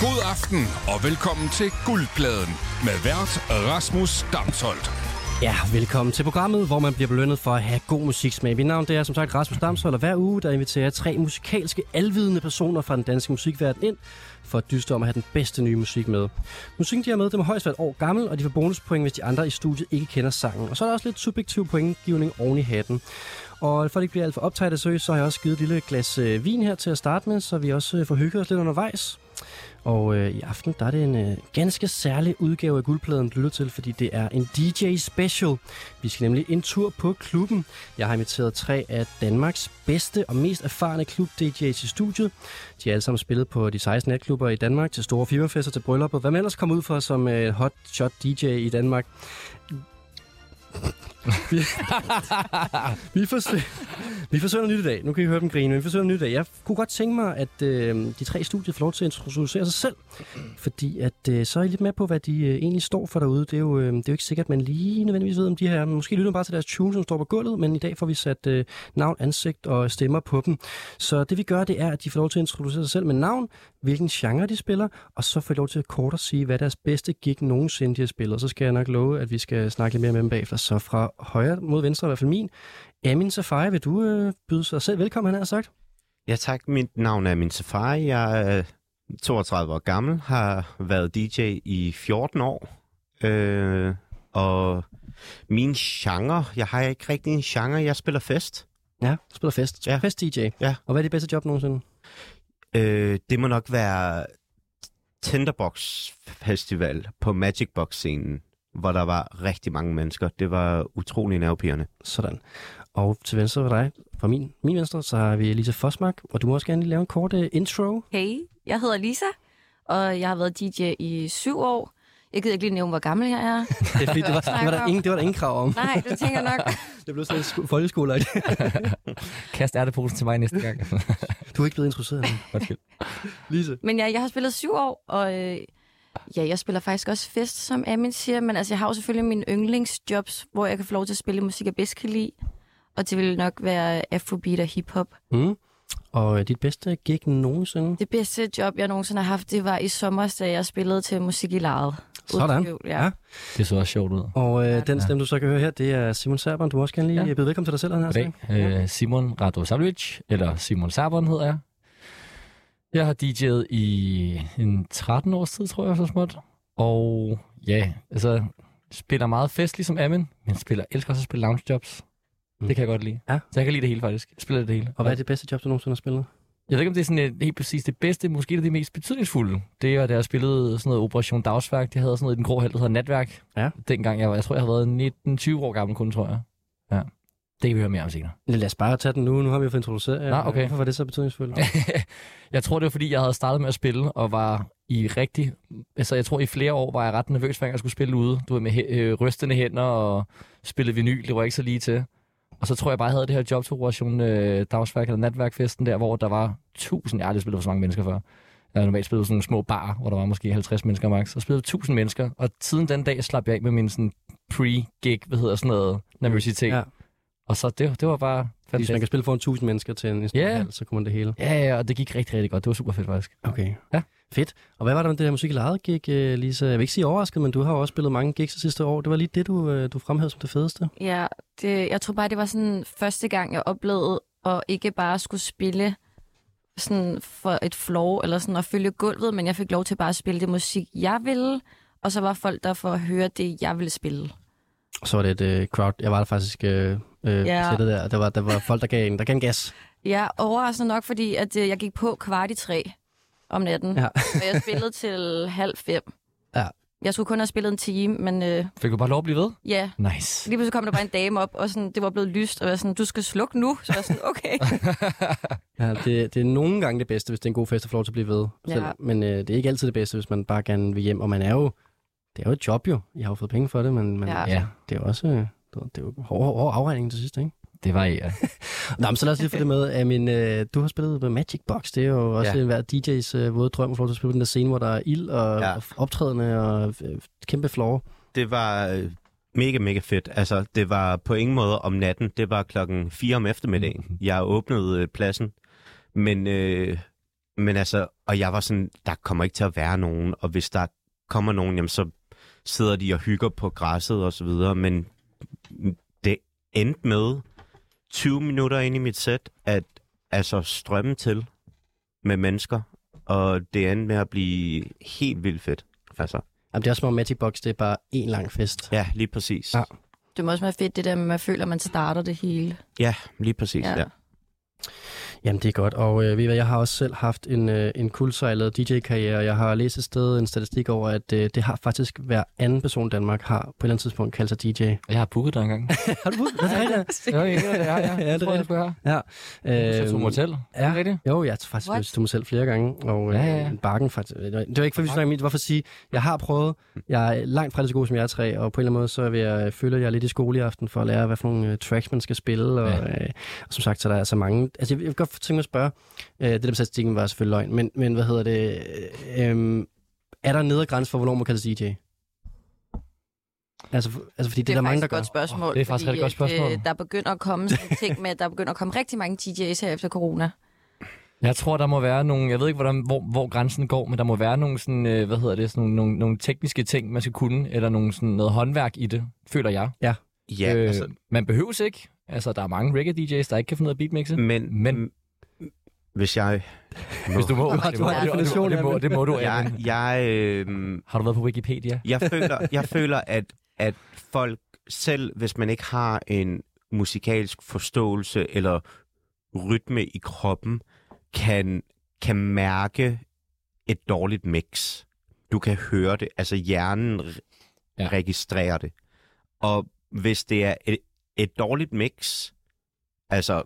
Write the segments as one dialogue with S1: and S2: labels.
S1: God aften og velkommen til Guldpladen med vært Rasmus Damsholdt.
S2: Ja, velkommen til programmet, hvor man bliver belønnet for at have god musiksmag. Mit navn det er som sagt Rasmus Damsholdt, og hver uge der inviterer jeg tre musikalske, alvidende personer fra den danske musikverden ind for at dyste om at have den bedste nye musik med. Musikken, de har med, den må højst være et år gammel, og de får bonuspoint, hvis de andre i studiet ikke kender sangen. Og så er der også lidt subjektiv pointgivning oven i hatten. Og for at det ikke bliver alt for optaget og seriøst, så har jeg også givet et lille glas øh, vin her til at starte med, så vi også øh, får hygget os lidt undervejs. Og øh, i aften, der er det en øh, ganske særlig udgave af Guldpladen, du lytter til, fordi det er en DJ-special. Vi skal nemlig en tur på klubben. Jeg har inviteret tre af Danmarks bedste og mest erfarne klub-DJ's i studiet. De har alle sammen spillet på de 16 natklubber i Danmark, til store firmafester, til bryllupper. Hvad man ellers kommer ud for som øh, hot shot DJ i Danmark. vi, vi, forsøger, vi forsøger noget nyt i dag. Nu kan I høre dem grine, men vi forsøger noget nyt i dag. Jeg kunne godt tænke mig, at øh, de tre studier får lov til at introducere sig selv. Fordi at, øh, så er I lidt med på, hvad de øh, egentlig står for derude. Det er, jo, øh, det er jo ikke sikkert, at man lige nødvendigvis ved, om de her... Måske lytter man bare til deres tunes, som står på gulvet, men i dag får vi sat øh, navn, ansigt og stemmer på dem. Så det vi gør, det er, at de får lov til at introducere sig selv med navn, hvilken genre de spiller, og så får de lov til at kort at sige, hvad deres bedste gig nogensinde de har spillet. Og så skal jeg nok love, at vi skal snakke lidt mere med dem bagefter. Så fra højre mod venstre, i hvert fald min, Amin Safari, vil du øh, byde sig selv velkommen, han har sagt?
S3: Ja tak, mit navn er Min Safari. Jeg er 32 år gammel, har været DJ i 14 år. Øh, og min genre, jeg har ikke rigtig en genre, jeg spiller fest.
S2: Ja, du spiller fest. Ja.
S3: Ja.
S2: Fest DJ.
S3: Ja.
S2: Og hvad er dit bedste job nogensinde?
S3: Øh, det må nok være Tinderbox Festival på Magic Box scenen, hvor der var rigtig mange mennesker. Det var utrolig nervepirrende.
S2: Sådan. Og til venstre for dig, fra min, min venstre, så har vi Lisa Fosmark, og du må også gerne lige lave en kort uh, intro.
S4: Hey, jeg hedder Lisa, og jeg har været DJ i syv år. Jeg gider ikke lige nævne, hvor gammel jeg er.
S2: Det, er fordi, det, var, det, var der ingen, det var der ingen krav om.
S4: Nej, det tænker jeg nok.
S2: Det blev sådan en sko- folkeskole.
S5: Kast ærteposen til mig næste gang.
S2: Du er ikke blevet introduceret. endnu.
S5: Undskyld.
S2: Lise.
S4: Men jeg, jeg har spillet syv år, og øh, ja, jeg spiller faktisk også fest, som Amin siger. Men altså, jeg har jo selvfølgelig mine yndlingsjobs, hvor jeg kan få lov til at spille musik, jeg bedst kan lide. Og det vil nok være afrobeat og hiphop.
S2: Mm. Og øh, dit bedste gig nogensinde?
S4: Det bedste job, jeg nogensinde har haft, det var i sommer, da jeg spillede til musik i lejet. Uden
S2: Sådan.
S4: tvivl,
S2: Ja.
S4: Ja.
S5: Det så også sjovt ud.
S2: Og øh, den stemme, du så kan høre her, det er Simon Serban. Du må også gerne lige ja. byde velkommen til dig selv. Han her,
S5: Goddag. Øh, Simon Rado Sablovic, eller Simon Sabon hedder jeg. Jeg har DJ'et i en 13 års tid, tror jeg, så småt. Og ja, altså spiller meget fest, ligesom Amin, men spiller, elsker også at spille loungejobs.
S2: Mm.
S5: Det kan jeg godt lide.
S2: Ja.
S5: Så jeg kan lide det hele, faktisk. Jeg spiller det hele.
S2: Og hvad er det bedste job, du nogensinde har spillet?
S5: Jeg ved ikke, om det er sådan et, helt præcis det bedste, måske det, er det mest betydningsfulde. Det var, da jeg spillede sådan noget Operation Dagsværk. Det havde sådan noget i den grå hal, der hedder Netværk.
S2: Ja.
S5: Dengang jeg var, jeg tror, jeg havde været 19-20 år gammel kun, tror jeg. Ja. Det kan vi høre mere om senere.
S2: Lad os bare tage den nu. Nu har vi jo fået introduceret. jer.
S5: Nå, okay.
S2: Hvorfor var det så betydningsfuldt?
S5: Jeg tror, det var, fordi jeg havde startet med at spille, og var i rigtig... Altså, jeg tror, i flere år var jeg ret nervøs, hver gang jeg skulle spille ude. Du var med hæ- øh, rystende hænder og spille vinyl. Det var ikke så lige til. Og så tror jeg bare, jeg havde det her job til operation øh, dagsværk eller natværkfesten der, hvor der var tusind... Jeg har aldrig spillet for så mange mennesker før. Jeg har normalt spillet på sådan nogle små bar, hvor der var måske 50 mennesker max. Og spillede 1000 mennesker. Og siden den dag slap jeg af med min sådan pre-gig, hvad hedder sådan noget, nervøsitet.
S2: Ja.
S5: Ja. Og så det, det var bare
S2: Fordi hvis man
S5: fantastisk.
S2: kan spille foran 1000 mennesker til en stor
S5: Ja.
S2: hal, så kunne man det hele.
S5: Ja, ja, og det gik rigtig, rigtig godt. Det var super fedt faktisk.
S2: Okay.
S5: Ja.
S2: Fedt. Og hvad var der med det her musik i lejet gig, øh, Lisa? Jeg vil ikke sige overrasket, men du har jo også spillet mange gigs det sidste år. Det var lige det, du, øh, du fremhævede som det fedeste.
S4: Ja, det, jeg tror bare, det var sådan første gang, jeg oplevede at ikke bare skulle spille sådan for et flow, eller sådan at følge gulvet, men jeg fik lov til bare at spille det musik, jeg ville, og så var folk der for at høre det, jeg ville spille.
S2: Og så var det et øh, crowd. Jeg var der faktisk øh, øh,
S4: Ja.
S2: yeah. der. og Der var, der var folk, der gav en, der gav en gas.
S4: Ja, overraskende nok, fordi at, øh, jeg gik på kvart i tre om natten,
S2: Ja.
S4: og jeg spillede til halv fem.
S2: Ja.
S4: Jeg skulle kun have spillet en time, men øh,
S5: Fik du bare lov at blive ved?
S4: ja,
S5: Nice.
S4: lige pludselig kom der bare en dame op, og sådan, det var blevet lyst, og jeg var sådan, du skal slukke nu. Så jeg var sådan, okay.
S2: Ja, det, det er nogle gange det bedste, hvis det er en god fest at få lov til at blive ved.
S4: Ja.
S2: Selv, men øh, det er ikke altid det bedste, hvis man bare gerne vil hjem. Og man er jo, det er jo et job jo. Jeg har jo fået penge for det, men, men
S4: Ja.
S2: ja. det er jo også øh, du ved, det er jo hård, hård afregning til sidst, ikke?
S5: Det var jeg.
S2: Nå, men så lad os lige få det med. Amin, øh, du har spillet med Magic Box. Det er jo også ja.
S3: Ja.
S2: hver DJ's øh, våde drøm at få lov til at spille på den der scene, hvor der er ild og, ja.
S3: Ja.
S2: og optrædende og øh, kæmpe floor.
S3: Det var øh, mega, mega fedt. Altså, det var på ingen måde om natten. Det var klokken 4 om eftermiddagen. Jeg åbnede øh, pladsen, men øh, Men altså, og jeg var sådan, der kommer ikke til at være nogen, og hvis der kommer nogen, jamen så sidder de og hygger på græsset og så videre, men det endte med 20 minutter ind i mit sæt, at altså strømme til med mennesker, og det endte med at blive helt vildt fedt. Altså,
S2: Jamen, det er som om Magic Box, det er bare en lang fest.
S3: ja, lige præcis.
S2: Ja.
S3: Ja,
S4: Det må også være fedt, det der med, at man føler, at man starter det hele.
S3: lige præcis,
S4: Ja.
S3: ja. ja.
S2: Jamen, det er godt. Og øh, ved I hvad, jeg har også selv haft en, øh, en kuldsejlet DJ-karriere. Jeg har læst et sted en statistik over, at øh, det har faktisk hver anden person i Danmark har på et eller andet tidspunkt kaldt sig DJ.
S5: Jeg har booket dig engang.
S2: Har du det? Er rigtigt?
S5: jo, ikke, det har jeg.
S2: Ja,
S5: ja,
S2: det er
S5: det tror, jeg, det skulle jeg. Så tog motel.
S2: ja.
S5: Er det rigtigt?
S2: Jo, jeg har faktisk
S4: What?
S2: løst til mig selv flere gange, og ja,
S5: Ja,
S2: ja.
S5: ja.
S2: Øh, bakken faktisk. Det var det var ikke, fordi vi snakker om det, det var for at sige, jeg har prøvet, jeg er langt fra lige så god som jeg er tre, og på en eller anden måde, så vil jeg føle, at jeg er lidt i skole i aften for at lære, hvad for nogle øh, tracks man skal spille, og, ja. øh, og som sagt, så der er så mange. Altså, jeg, jeg vil godt tænke mig at spørge, øh, det der med statistikken var selvfølgelig løgn, men, men hvad hedder det, øh, er der en nedre grænse for, hvornår man kaldes DJ? E Altså, for- altså fordi det, det er der
S4: faktisk
S2: mange, der
S4: et
S2: gør.
S4: godt spørgsmål.
S5: Åh, det er faktisk et rigtig godt
S4: fordi,
S5: spørgsmål.
S4: øh, der begynder at komme sådan ting med, at der begynder at komme rigtig mange DJ's her efter corona.
S5: Jeg tror, der må være nogle, jeg ved ikke, hvordan, hvor, hvor grænsen går, men der må være nogle, sådan, øh, hvad hedder det, sådan nogle, nogle, nogle tekniske ting, man skal kunne, eller nogle, sådan, noget håndværk i det, føler jeg. Øh,
S3: ja altså,
S5: man behøves ikke. Altså, der er mange reggae-DJ's, der ikke kan finde ud af at beatmixe.
S3: men,
S5: Men-
S3: men hvis jeg...
S5: Hvis du må,
S2: Du har-
S5: det
S2: du
S5: må,
S2: har en
S5: det må, det
S2: definition
S5: må,
S2: af
S5: det må,
S2: det.
S5: det må du,
S3: Jeg,
S5: Erwin.
S3: jeg, øh,
S5: Har du været på Wikipedia?
S3: jeg føler, jeg føler at, at folk selv, hvis man ikke har en musikalsk forståelse eller rytme i kroppen, kan, kan mærke et dårligt mix. Du kan høre det, altså hjernen
S5: Ja.
S3: ja. registrerer det. Og hvis det er et, et dårligt mix, altså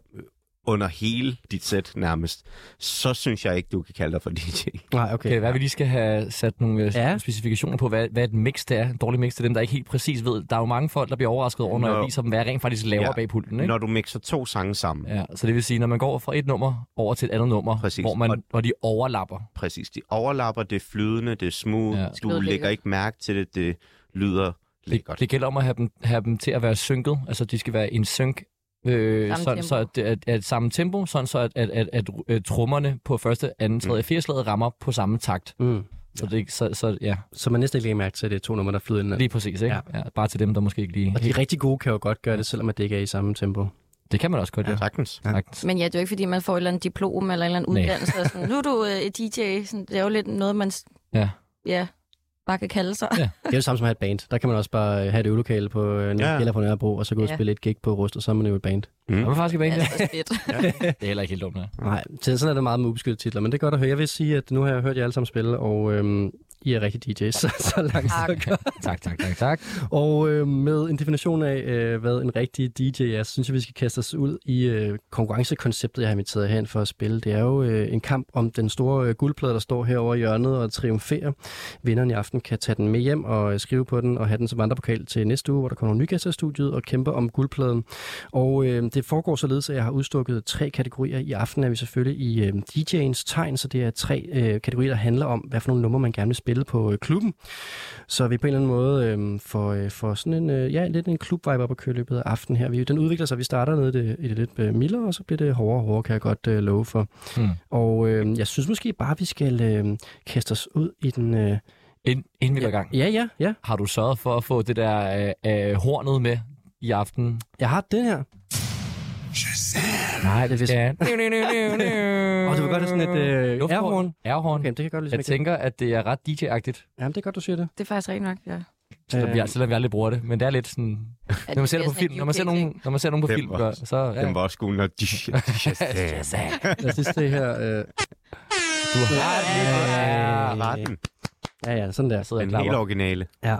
S3: under hele dit sæt nærmest, så synes jeg ikke, du kan kalde dig for DJ.
S2: Nej, okay.
S5: Kan det være, at vi lige skal have sat nogle
S2: Ja.
S5: ja. specifikationer på, hvad, hvad et mix det er, en dårlig mix til dem, der ikke helt præcis ved. Der er jo mange folk, der bliver overrasket over, når
S3: Nå.
S5: jeg viser dem, hvad jeg rent faktisk laver
S3: Ja.
S5: bag pulten. Ikke?
S3: Når du mixer to sange sammen,
S5: Ja, så det vil sige, når man går fra et nummer over til et andet nummer,
S3: Præcis.
S5: hvor man, og,
S3: Og-
S5: og de overlapper.
S3: Præcis. De overlapper, det er flydende, det er smooth,
S5: Ja.
S3: ja.
S4: Det
S3: du
S4: lyder lækkert.
S3: lægger ikke mærke til det, det lyder
S5: Det,
S3: lækkert.
S5: det gælder om at have dem, have dem til at være synket, altså de skal være i en synk, øh,
S4: Samme
S5: sådan,
S4: tempo.
S5: så at, at, at samme tempo, sådan så at, at, at, at, at trummerne på første, anden, tredje, fjerde slaget rammer på samme takt.
S2: Mm.
S5: Så, det, ikke- så, så ja,
S2: Så man næsten ikke lægger mærke til, at det er to numre, der flyder ind.
S5: lige præcis. Ikke? Ja. Ja, bare til dem, der måske ikke lige...
S2: Og de rigtig gode kan jo godt gøre det, selvom at det ikke er i samme tempo.
S5: Det kan man også godt, ja.
S3: Ja. Sagtens.
S5: Sagtens.
S4: Men ja, det er jo ikke, fordi man får et eller andet diplom eller en eller anden
S5: Nej.
S4: uddannelse. Og sådan, nu er du øh, et DJ. Sådan, det er jo lidt noget, man s-
S5: Ja.
S4: ja, bare kan kalde sig.
S2: Det er jo samme som at have et band. Der kan man også bare øh, have et øvelokale på øh, Nørre-
S3: Ja. Mm.
S2: eller på Nørrebro, og så gå ud og
S4: Ja.
S2: spille et gig på Rust, og så er man jo et band.
S5: Er du faktisk i banen?
S4: Ja,
S5: Ja.
S4: det er fedt.
S5: Det er heller ikke helt dumt, nej.
S2: Nej, så sådan er det meget med ubeskyttede titler, men det er godt at høre. Jeg vil sige, at nu har jeg hørt jer alle sammen spille, og øhm, I er rigtig DJ's, så, så langt så
S4: Tak.
S2: godt.
S5: Tak, tak, tak, tak.
S2: Og øh, med en definition af, øh, hvad en rigtig DJ er, så synes jeg, vi skal kaste os ud i øh, konkurrencekonceptet, jeg har inviteret herhen for at spille. Det er jo øh, en kamp om den store øh, guldplade, der står herovre i hjørnet og triumferer. Vinderen i aften kan tage den med hjem og øh, skrive på den og have den som vandrepokal til næste uge, hvor der kommer nogle nye gæster i studiet og kæmper om guldpladen. Og øh, det foregår således, at jeg har udstukket tre kategorier. I aften er vi selvfølgelig i øh, DJ'ens tegn, så det er tre øh, kategorier, der handler om, hvad for nogle numre, man gerne vil spille på øh, klubben. Så vi på en eller anden måde øh, får, øh, får sådan en, øh, ja, lidt en klubvibe op at køre i løbet af aftenen her. Vi, den udvikler sig, vi starter nede i det, i det lidt øh, mildere, og så bliver det hårdere og hårdere, kan jeg godt øh, love for.
S5: Mm.
S2: Og øh, jeg synes måske bare, vi skal øh, kaste os ud i den... Øh,
S5: Ind, inden vi går i gang,
S2: ja, ja, ja.
S5: har du sørget for at få det der øh, øh, hornet med i aften?
S2: Jeg har den her. Nej, det er vist...
S5: Ja. Og
S2: Og du vil godt have sådan et øh, airhorn.
S5: Airhorn.
S2: Okay, det kan jeg godt lide.
S5: Jeg tænker, at det er ret DJ-agtigt,
S2: Jamen, det er godt, du siger det. Øh.
S4: Det er faktisk rigtig nok, ja.
S5: selvom jeg, selvom jeg aldrig bruger det. Men det er lidt sådan... Når man ser det på film, når man ser nogen, når man ser nogen på
S3: Det
S5: film,
S3: var-
S5: gør, så... Ja.
S3: Den var også god, når de... de-
S2: lad os lige se her. Øh,
S5: Du har
S3: Ja, var den.
S2: ja, ja, sådan der.
S5: Jeg sidder og
S3: Den helt
S5: klapper.
S3: originale.
S2: Ja. ja.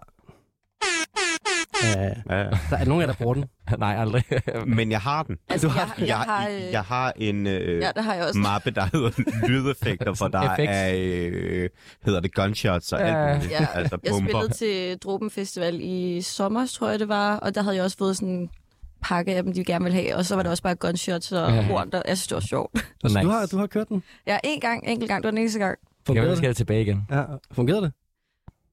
S3: Ja.
S2: Der er nogen af jer, der bruger den.
S5: Nej, aldrig.
S3: Men jeg har den.
S4: Altså, jeg, jeg,
S3: Jeg,
S4: har, øh,
S3: jeg har en øh,
S4: ja, det har jeg også.
S3: mappe, der hedder lydeffekter, for
S5: Sådan
S3: der
S5: FX.
S3: er, øh, hedder det gunshots og alt muligt.
S4: Ja,
S3: altså
S4: Jeg
S3: bomber.
S4: spillede til Dropen Festival i sommer, tror jeg det var, og der havde jeg også fået sådan en pakke af dem, de gerne ville have, og så var der også bare gunshots og
S5: Ja.
S4: horn, der, jeg synes, det var sjovt.
S2: Altså, du, har, du har kørt den.
S4: Ja, en gang, enkelt gang, det var den eneste gang.
S5: Jeg
S2: Fungerede
S5: vil- skal det
S2: det?
S5: tilbage igen.
S2: Ja, fungerede det?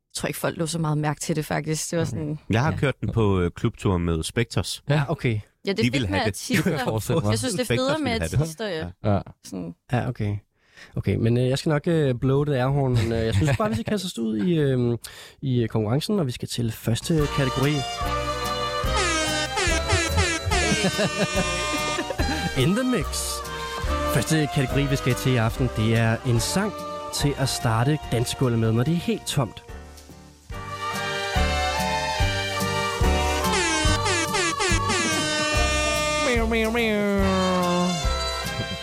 S4: Jeg tror ikke, folk lå så meget mærke til det, faktisk. Det var sådan...
S3: Jeg har kørt den på øh, klubtur med Spectres.
S2: Ja, okay.
S4: Ja, det
S3: De
S4: er fedt
S3: ville
S4: med
S3: have det.
S4: artister.
S5: Fortsæt mig.
S4: Jeg synes, det er
S3: Spectres
S4: federe med
S3: ville have det.
S4: artister, ja.
S5: Ja.
S4: Sådan,
S2: Ja, okay. Okay, men øh, jeg skal nok øh, blow det ærhorn. men, Øh, jeg synes bare, vi skal kaste os ud i, øh, i øh, konkurrencen, og vi skal til første kategori. In the mix. Første kategori, vi skal til i aften, det er en sang til at starte dansegulvet med, når det er helt tomt.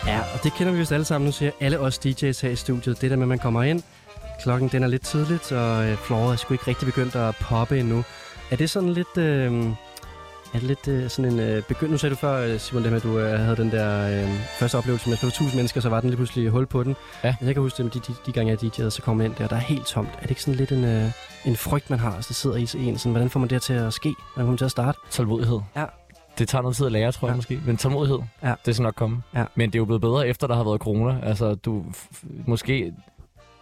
S2: Ja, og det kender vi vist alle sammen. Nu siger alle os DJ's her i studiet. Det der med, at man kommer ind, klokken den er lidt tidligt, og øh, flooret er sgu ikke rigtig begyndt at poppe endnu. Er det sådan lidt... Øh, er det lidt øh, sådan en... Øh, begynd... Nu sagde du før, øh, Simon, det med, at du øh, havde den der øh, første oplevelse med at spille 1000 mennesker, så var den lige pludselig hul på den.
S5: Ja.
S2: Men Jeg kan huske det med de, de, de gange, jeg DJ'ede, så kom jeg ind der, og der er helt tomt. Er det ikke sådan lidt en, øh, en frygt, man har, altså, det sidder i en? Sådan, hvordan får man det her til at ske? Hvordan får man det til at starte?
S5: Tålmodighed.
S2: Ja.
S5: Det tager noget tid at lære, tror jeg
S2: Ja.
S5: ja. måske. Men tålmodighed,
S2: Ja.
S5: det er så nok komme.
S2: Ja.
S5: Men det er jo blevet bedre, efter der har været corona. Altså, du f- f- måske...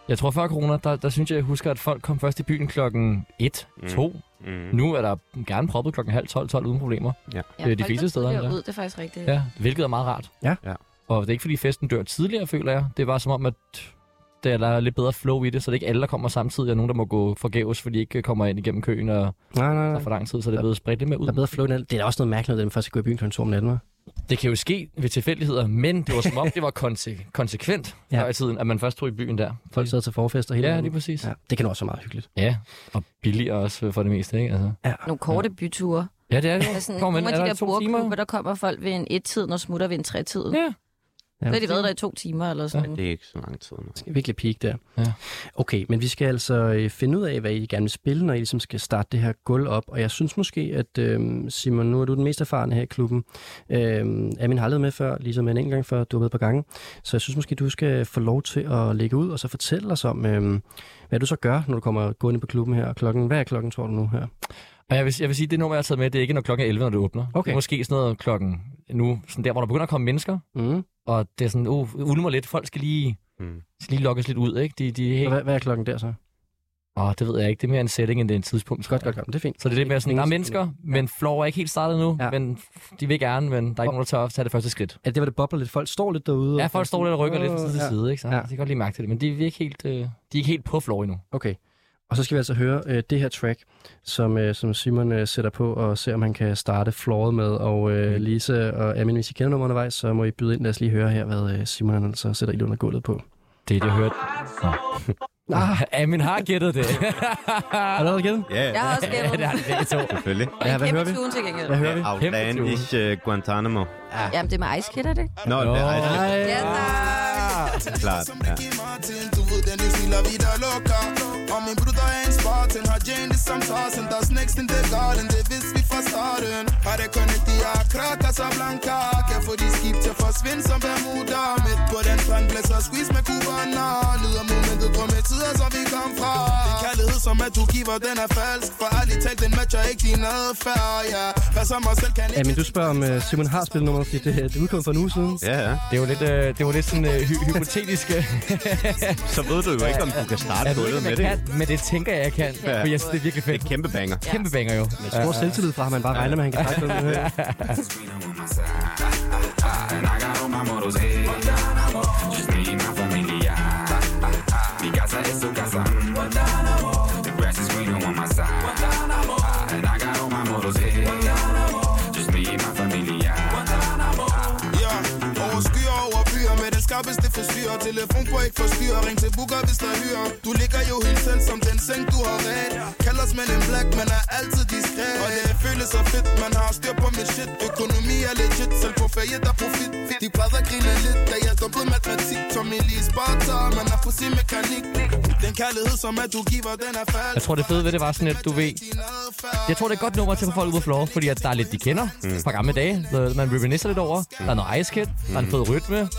S5: Jeg tror, før corona, der, der synes jeg, jeg husker, at folk kom først i byen klokken 1,
S3: Mm.
S5: 2.
S3: Mm.
S5: Nu er der gerne proppet klokken halv 12, 12 uden problemer.
S4: Ja,
S5: Øh, de
S4: folk
S5: fleste
S4: går
S5: steder,
S4: tidligere
S5: ja.
S4: Ud, det er faktisk rigtigt.
S5: Ja, hvilket er meget rart.
S2: Ja.
S3: Ja.
S5: Og det er ikke, fordi festen dør tidligere, føler jeg. Det er bare som om, at der der er lidt bedre flow i det, så det er ikke alle, der kommer samtidig, og nogen, der må gå forgæves, fordi de ikke kommer ind igennem køen, og
S2: Nej, nej,
S5: der er
S2: nej.
S5: for lang tid, så det er blevet spredt lidt mere ud.
S2: Der er bedre flow end alt. Det er da også noget mærkeligt, at man først skal gå i byen kl. 2 om natten, hva'?
S5: Det kan jo ske ved tilfældigheder, men det var som om, det var konse- konsekvent
S2: Ja.
S5: ja. før i tiden, at man først tog i byen der.
S2: Folk sidder til forfester hele
S5: Ja,
S2: natten.
S5: lige præcis. Ja.
S2: Ja, det kan også være meget hyggeligt.
S5: ja, og billigere også øh, for det meste, ikke? Altså.
S2: Ja.
S4: Nogle korte byture.
S5: Ja, det er det.
S4: Der er
S5: Altså,
S4: sådan,
S5: Kom, men
S4: nogle af
S5: er
S4: de
S5: der
S4: der
S5: to timer?
S4: burklubber, der kommer folk ved en et-tiden og smutter ved en tre-tiden.
S5: Ja.
S4: Så har de været der i to timer eller sådan.
S3: Det er ikke så lang tid nu.
S2: Det skal virkelig peak der.
S5: Ja.
S2: Okay, men vi skal altså øh, finde ud af, hvad I gerne vil spille, når I ligesom skal starte det her gulv op. Og jeg synes måske, at øh, Simon, nu er du den mest erfarne her i klubben. Øh, Amin har levet med før, ligesom en enkelt gang før, du har været på gange. Så jeg synes måske, du skal få lov til at lægge ud og så fortælle os om, øh, hvad du så gør, når du kommer gå ind på klubben her. Klokken, hvad er klokken, tror du nu her?
S5: Og jeg vil, jeg vil sige, det nummer, jeg har taget med, det er ikke, når klokken er 11, når det åbner.
S2: Okay.
S5: Det er måske sådan noget klokken nu, sådan der, hvor der begynder at komme mennesker,
S2: Mm.
S5: og det er sådan, uh, ulmer lidt, folk skal lige,
S3: Mm.
S5: skal lige lokkes lidt ud, ikke? De, de er
S2: Så
S5: helt...
S2: Hvad, hvad er klokken der så?
S5: Åh, det ved jeg ikke. Det er mere en setting, end det er en tidspunkt.
S2: Godt, godt, godt. Det er fint.
S5: Så det er lidt mere sådan, der er mennesker, men floor er ikke helt startet nu,
S2: Ja.
S5: ja. men de vil gerne, men der er ikke nogen, der tør at tage det første skridt.
S2: Er det, hvor det bobler lidt? Folk står lidt derude.
S5: Ja, folk står lidt og rykker lidt
S2: Åh,
S5: til
S2: ja.
S5: side, ikke? Så
S2: Ja.
S5: ja. de kan godt lige mærke til det, men de er ikke helt, øh, de er ikke helt på floor endnu.
S2: Okay. Og så skal vi altså høre øh, det her track, som, øh, som Simon øh, sætter på og ser, om han kan starte flooret med. Og
S5: Mm.
S2: øh, Lise og Amin, hvis I kender nummeret undervejs, så må I byde ind. Lad os lige høre her, hvad øh, Simon han altså sætter ild under gulvet på.
S5: Det er det, jeg hørte. Nå.
S2: Ah.
S5: Amin har gættet det.
S2: Har du allerede givet den?
S3: Ja,
S4: Jeg har
S3: ja,
S4: også
S5: ja,
S4: gættet.
S5: det har de begge to.
S3: selvfølgelig.
S2: Ja,
S4: Ja,
S2: hvad
S4: kæmpe
S2: hører vi?
S4: tune til gengæld.
S2: Hvad hører vi?
S3: Outlandish uh, Guantanamo.
S4: Jamen, det er med Ice Kid, er det ikke?
S3: Nå, no. det er det.
S4: Ja, tak.
S3: Klart, ja.
S6: Martin, du ved, den livsstil er vida loca Og min bruder er en spartan Har Jane det som tarsen Der er snakes in the garden Det vidste vi fra starten Har det kunnet de har krater så blanka Kan få de skib til at forsvinde som Bermuda Midt på den strand blæs og squeeze med kubaner Lyder momentet på med tider, som vi kom fra Det er kærlighed, som at du giver, den er falsk For ærligt talt, den matcher ikke din adfærd, ja Hvad som mig selv kan ikke
S2: Amin, du spørger, om øh, Simon har spillet nummeret, fordi det, det udkom for en uge siden.
S3: Ja, ja.
S5: Det var lidt, øh, det var lidt sådan øh, hy- hypotetisk. øh,
S3: Så ved du jo ikke, om du kan starte
S5: jeg ved ikke,
S3: gulvet
S5: om
S3: med
S5: jeg
S3: det.
S5: kan, men det tænker jeg, jeg kan.
S3: Ja.
S5: For jeg synes, det er virkelig
S3: Det
S5: fedt.
S3: er kæmpe banger.
S5: Kæmpe banger jo.
S2: Stor selvtillid fra ham, han bare regner med, at han kan starte gulvet med det her.
S7: And I got all my models here. Just me and my familia. Mi casa es su casa. The grass is greener on my side. And I got all my models here. Just me and my familia.
S6: Ja, overskyer over byer Med det skarpeste forstyrrer Telefon på ikke forstyrrer Ring til Booker, hvis der hyrer Du ligger jo helt selv som den seng, du har ret Kald os med en black, man er altid diskret Og det føles så fedt, man har styr på mit shit Økonomi er legit, selv på ferie der er profit De plejer at grine lidt, da jeg dumpede matematik Som en lige sparter, man er på sin mekanik Den kærlighed, som at du giver, den er falsk
S5: Jeg tror, det fede ved det var sådan, at du ved, Jeg tror, det er et godt nummer til at få folk ud på floor, fordi at der er lidt, de kender mm. fra gamle dage. noget, Man reminiscer lidt over. Der er noget ice kit, der er
S2: Mm.
S5: en fed rytme,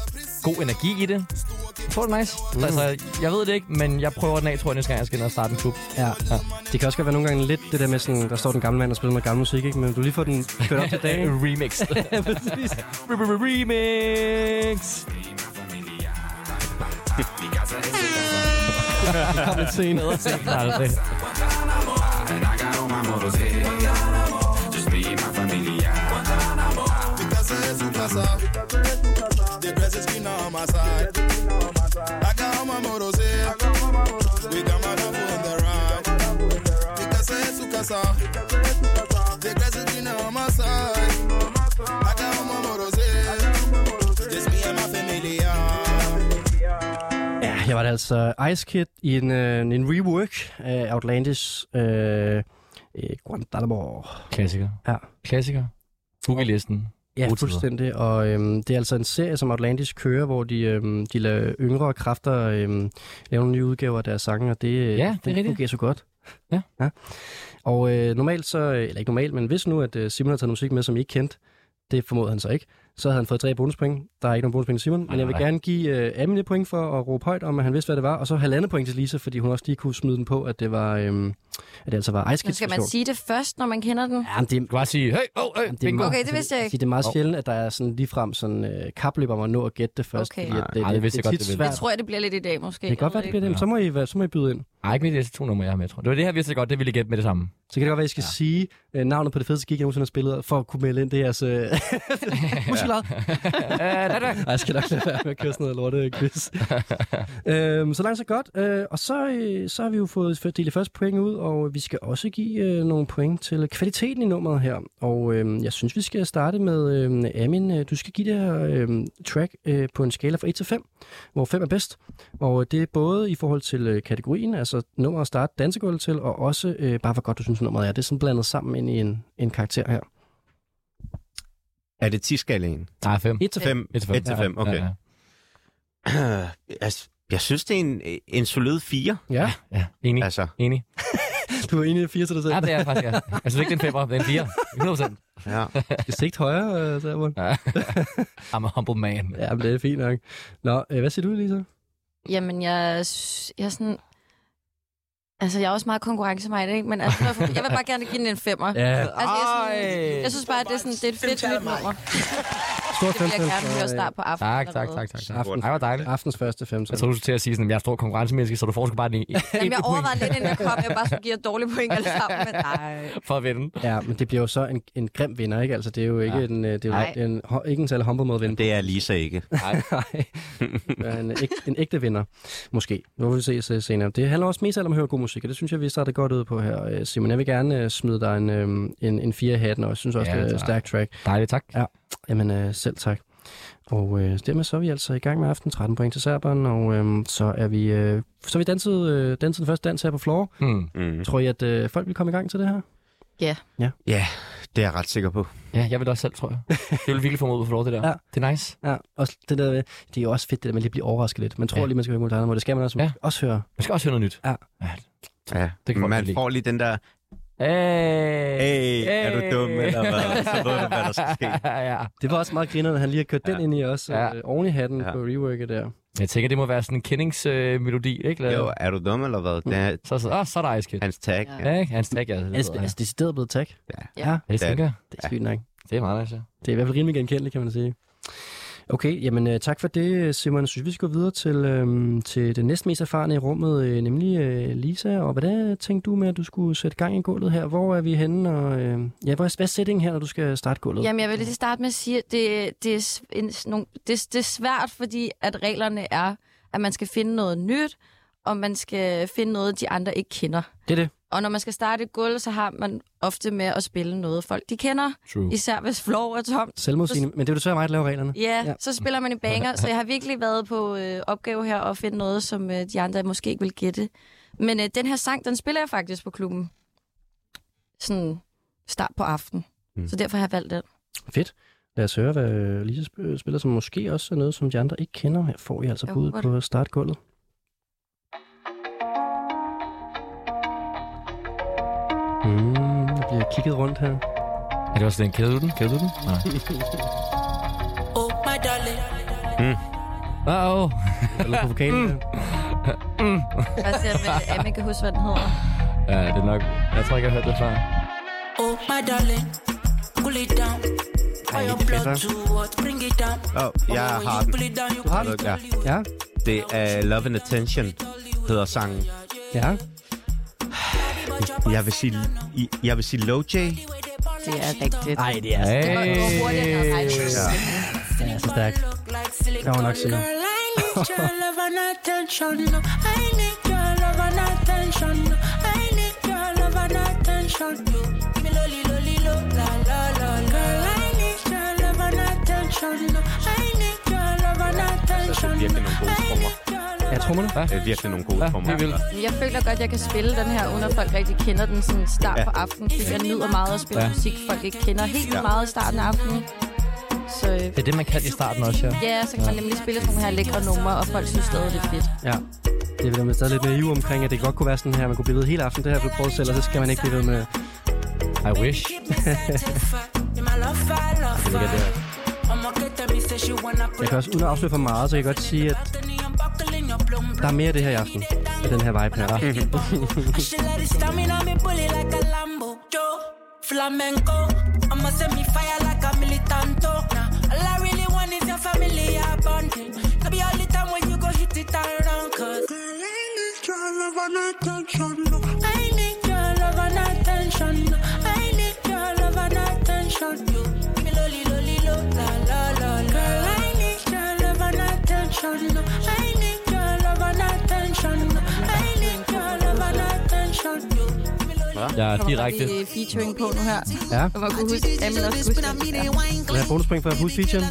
S5: god energi i det. Jeg tror, det er nice. Mm. Altså, jeg ved det ikke, men jeg prøver den af, tror jeg, næste gang, jeg skal ind og starte en klub.
S2: Ja. ja. Det kan også godt være nogle gange lidt det der med, sådan, der står den gamle mand og spiller noget gammel musik, ikke? men du lige får den kørt op til dagen.
S5: Remix.
S2: ja, præcis.
S5: Remix!
S7: Mi casa es su casa.
S2: Kom lidt senere.
S7: And I got all my models here. Just me and my familia.
S6: Because it's Ukasa. The grass is greener on my side.
S8: casa. De casa tiene on my side. I got my morose. Just me and my family. ah.
S2: Ja, jeg var det altså Ice Kid i en, øh, en rework af Outlandis øh, øh, Guantanamo.
S5: Klassiker.
S2: Ja.
S5: Klassiker. Boogie-listen.
S2: Ja,
S5: Gode tider.
S2: fuldstændig. Og øhm, det er altså en serie, som Outlandis kører, hvor de, øhm, de lader yngre kræfter øhm, lave nogle nye udgaver af deres sange, og det, øh,
S5: Ja, det er rigtigt.
S2: fungerer så godt.
S5: Ja.
S2: ja. Og øh, normalt så, eller ikke normalt, men hvis nu, at øh, Simon har taget noget musik med, som I ikke kendte, det formåede han så ikke, så havde han fået tre bonuspring. Der er ikke nogen bonuspring til Simon, men jeg vil
S5: nej.
S2: gerne give øh, Amelie point for at råbe højt om, at han vidste, hvad det var, og så halvandet point til Lisa, fordi hun også lige kunne smide den på, at det var, øhm, at det altså var Ice
S4: Men
S2: Kids
S4: skal man
S2: version.
S4: sige det først, når man kender den?
S2: Ja, men det,
S5: Du kan bare sige, hey, oh, hey,
S2: Jamen,
S5: bingo.
S2: meget-
S4: Okay, det vidste jeg ikke.
S2: fordi Det er meget
S5: Hov.
S2: sjældent, at der er sådan ligefrem sådan øh, kapløb om at nå at gætte det først.
S4: Okay.
S2: fordi at
S3: Nej,
S5: ej, det vidste jeg
S2: det er
S5: godt, det
S2: tit
S5: ville.
S2: svært.
S4: Jeg tror, det bliver lidt i dag, måske.
S2: det kan godt være, det bliver det. Men Så må I, være- så må I byde ind.
S5: Ej, ikke med de to numre, jeg har med, tror jeg. Det var det her, vidste jeg godt, det ville I gætte med det samme.
S2: Så kan det godt være, at I skal ja. sige øh, navnet på det fedeste gig, jeg nogensinde har spillet, for at kunne melde ind det altså- her. Så... Musiklejet. Nej, jeg skal nok lade være med at køre sådan noget lorte quiz. øhm, så langt så godt. Øh, og så, øh, så har vi jo fået f- delt første point ud, og vi skal også give øh, nogle point til kvaliteten i nummeret her. Og øh, jeg synes, vi skal starte med, øh, Amin, øh, du skal give det her øh, track øh, på en skala fra 1 til 5, hvor 5 er bedst. Og øh, det er både i forhold til øh, kategorien, altså nummer at starte dansegulvet til, og også øh, bare hvor godt du synes, nummeret er. Det er sådan blandet sammen ind i en, en karakter her.
S3: Er det 10-skalaen?
S5: Nej, fem.
S2: 1 til 5.
S3: 5. 1-5, okay.
S5: Ja,
S3: Altså, jeg synes, det er en, en solid 4.
S2: Ja,
S5: ja. Enig.
S3: Altså,
S5: Enig.
S2: du er enig i 4 til dig selv.
S5: Ja, det er jeg faktisk, ja. Jeg synes ikke, det er en femmer, det er en fire. 100 procent.
S3: ja.
S2: Skal sigt højere, øh, Sermon?
S5: I'm a humble man.
S2: Ja, men det er fint nok. Nå, øh, hvad siger du, Lisa?
S4: Jamen, jeg, s- jeg er sådan... Altså, jeg er også meget konkurrencemejde, ikke? Men altså, jeg vil bare gerne give den en femmer.
S2: Ja,
S4: Altså, jeg, er
S5: Ej.
S4: sådan, jeg synes bare, at det er, sådan, det er et fedt nyt nummer.
S2: stor
S4: Det vil jeg gerne høre
S2: øh,
S4: start på aftenen.
S5: Tak,
S4: eller
S5: tak,
S4: noget.
S5: tak, tak. tak.
S2: Aften.
S5: Ej, hvor dejligt.
S2: Aftens første femtal.
S5: Jeg tror, du skulle til at sige, sådan, at jeg er stor konkurrencemenneske, så du får sgu bare en, en,
S4: Jamen, jeg
S5: et point
S4: overvejede lidt, inden jeg kom. Jeg bare skulle give jer dårlige point alle sammen. Men nej.
S5: for at vinde.
S2: Ja, men det bliver jo så en, en grim vinder, ikke? Altså, det er jo ikke, ja. en, øh, det er jo
S4: Nej.
S2: det er en, ho- ikke en særlig humble måde at vinde.
S3: det er Lisa ikke.
S2: Nej. Det er en, æg, en ægte vinder, måske. Nu vil vi ses øh, senere. Det handler også mest om at høre god musik, og det synes jeg, vi starter godt ud på her. Øh, Simon, jeg vil gerne øh, smide dig en, øh, en, en fire i hatten, og jeg synes også,
S5: Ja,
S2: ja, det er et
S5: tak.
S2: stærkt track.
S5: Dejligt, tak.
S2: Jamen øh, selv tak. Og øh, dermed så er vi altså i gang med aften 13 point til serberen, og øh, så er vi øh, så er vi danset, øh, danset den første dans her på floor.
S5: Mm.
S3: Mm.
S2: Tror I, at øh, folk vil komme i gang til det her?
S3: Det er jeg ret sikker på.
S5: Ja, jeg vil det også selv, tror jeg. Jeg vil virkelig få mod på lov, det der.
S2: Ja.
S5: Det er nice.
S2: Ja, også det, der, det er jo også fedt, det der med lige at blive overrasket lidt. Man tror
S5: Ja.
S2: lige, man skal høre Modern Warfare, det skal man også,
S5: Ja.
S2: ja. også høre.
S5: Man skal også høre noget nyt.
S2: Ja.
S3: Ja.
S5: Det kan folk godt
S3: Man
S5: lide.
S3: får lige den der,
S5: Hey.
S3: hey, er du dum eller hvad? Så ved du, hvad der skal ske.
S5: ja.
S2: Det var også meget griner, at han lige har kørt ja. den
S3: Ja.
S2: ind i os,
S5: Ja.
S2: ja. øh, oven i hatten
S3: Ja.
S2: ja. på reworket der.
S5: Jeg tænker, det må være sådan en kendingsmelodi, øh, ikke? Eller-
S3: Jo, er du dum eller hvad? Det er
S5: Så, så, åh, så er der Ice Kid.
S3: hans tag.
S4: Ja.
S3: Ja.
S5: Ja, ikke? Hans tag, altså.
S2: Er det, er det decideret blevet tag?
S4: Ja.
S5: Ja, det
S3: Ja.
S5: tænker jeg.
S2: Det er sygt nok.
S5: Det er meget nice, ja.
S2: Det er i hvert fald rimelig genkendeligt, kan man sige. Okay, jamen øh, tak for det, Simon. Jeg synes, vi skal gå videre til, øhm, til den næsten mest erfarne i rummet, øh, nemlig øh, Lisa. Og hvad der tænkte du med, at du skulle sætte gang i gulvet her? Hvor er vi henne? Og, øh, ja, hvor er, hvad er settingen her, når du skal starte gulvet?
S4: Jamen, jeg vil lige starte med at sige, at det, det, er, s- en, s- nogle, det, det er svært, fordi at reglerne er, at man skal finde noget nyt, og man skal finde noget, de andre ikke kender.
S2: Det er det.
S4: Og når man skal starte et gulv, så har man ofte med at spille noget, folk de kender.
S5: True.
S4: Især hvis floor er tomt.
S2: Selvmodsigende. Men det er jo desværre mig, der laver reglerne.
S4: Ja,
S2: Ja.
S4: ja, så spiller man i banger. Så jeg har virkelig været på øh, opgave her og finde noget, som øh, de andre måske ikke vil gætte. Men øh, den her sang, den spiller jeg faktisk på klubben. Sådan start på aften.
S3: Mm.
S4: Mm. Så derfor har jeg valgt den.
S2: Fedt. Lad os høre, hvad øh, Lisa sp- spiller, som måske også er noget, som de andre ikke kender. Her får I altså
S4: Jeg
S2: bud
S4: håber det.
S2: på startgulvet. Mm, der bliver kigget rundt her.
S5: Er det også den? Kender du den? Kender du den? Nej.
S9: Oh, my darling.
S3: Mm.
S5: Åh, oh,
S2: Eller på vokalen. Mm.
S4: Bare se, om øh, Amin kan huske, hvad den hedder.
S5: Ja, det er nok... Jeg tror ikke, jeg har hørt det før.
S9: Oh, my darling. Cool it down. For your blood to what? Bring it down.
S3: Oh, jeg
S9: When
S3: har
S9: you
S3: den.
S9: pull it down, you
S3: har
S9: pull it
S3: den, ja.
S9: down.
S2: Ja,
S3: Det er Love and Attention, hedder sangen.
S2: ja.
S3: Jeg vil sige, I- jeg vil sige Low J.
S4: Det er rigtigt.
S2: Nej, det er
S5: Hey.
S4: Det var hvor hurtigt, altså. jeg havde regnet.
S2: ja, så stærkt. Det var nok sige.
S9: Girl, I need your love and attention. I need your love and attention. I need your love and attention. attention, yo. Give me lolly, lolly, lo, la, la, la, la. Girl, I need your love and attention, no. I need your love and attention,
S3: det er virkelig
S9: no.
S3: nogle gode
S9: I
S3: trommer.
S9: need your love
S5: Ja, ja,
S2: Ja, trommerne.
S3: Det er virkelig nogle gode trommer.
S5: helt vildt.
S4: Jeg føler godt, at jeg kan spille den her, uden at folk rigtig kender den sådan start på aftenen. Fordi jeg nyder meget at spille
S5: Ja.
S4: ja. musik, folk ikke kender helt ja. meget i starten af aftenen. Så øh,
S5: Det er det, man kan i starten også, ja.
S4: ja, så kan man nemlig spille sådan nogle her lækre numre, og folk synes stadig, det er fedt.
S2: Ja. Det er vel, man stadig lidt naiv omkring, at det godt kunne være sådan her. Man kunne blive ved hele aften. Det her blev prøvet selv, og så skal man ikke blive ved med det.
S5: I wish.
S2: Jeg kan også, uden at afsløre for meget, så kan jeg godt sige, at der er mere af det her i aften. Med den her vibe her.
S9: Flamenco, I'ma send me fire like a militanto. Nah, all I really want is your family abundant. That be all the time when you go hit it and run, 'cause I need your love and attention. I need your love and attention. You give me lolly, lolly, lo, la, la, la, la. Girl, I need your love and attention. I need your love and attention. I need your love and attention. You give me lolly.
S5: Jeg er
S4: Kommer der
S5: direkte.
S4: lige øh, featuring på nu her?
S2: Ja.
S4: Og man kunne huske, Amin også kunne huske det. Ja.
S2: Vil jeg have bonuspring for at pusse featuren?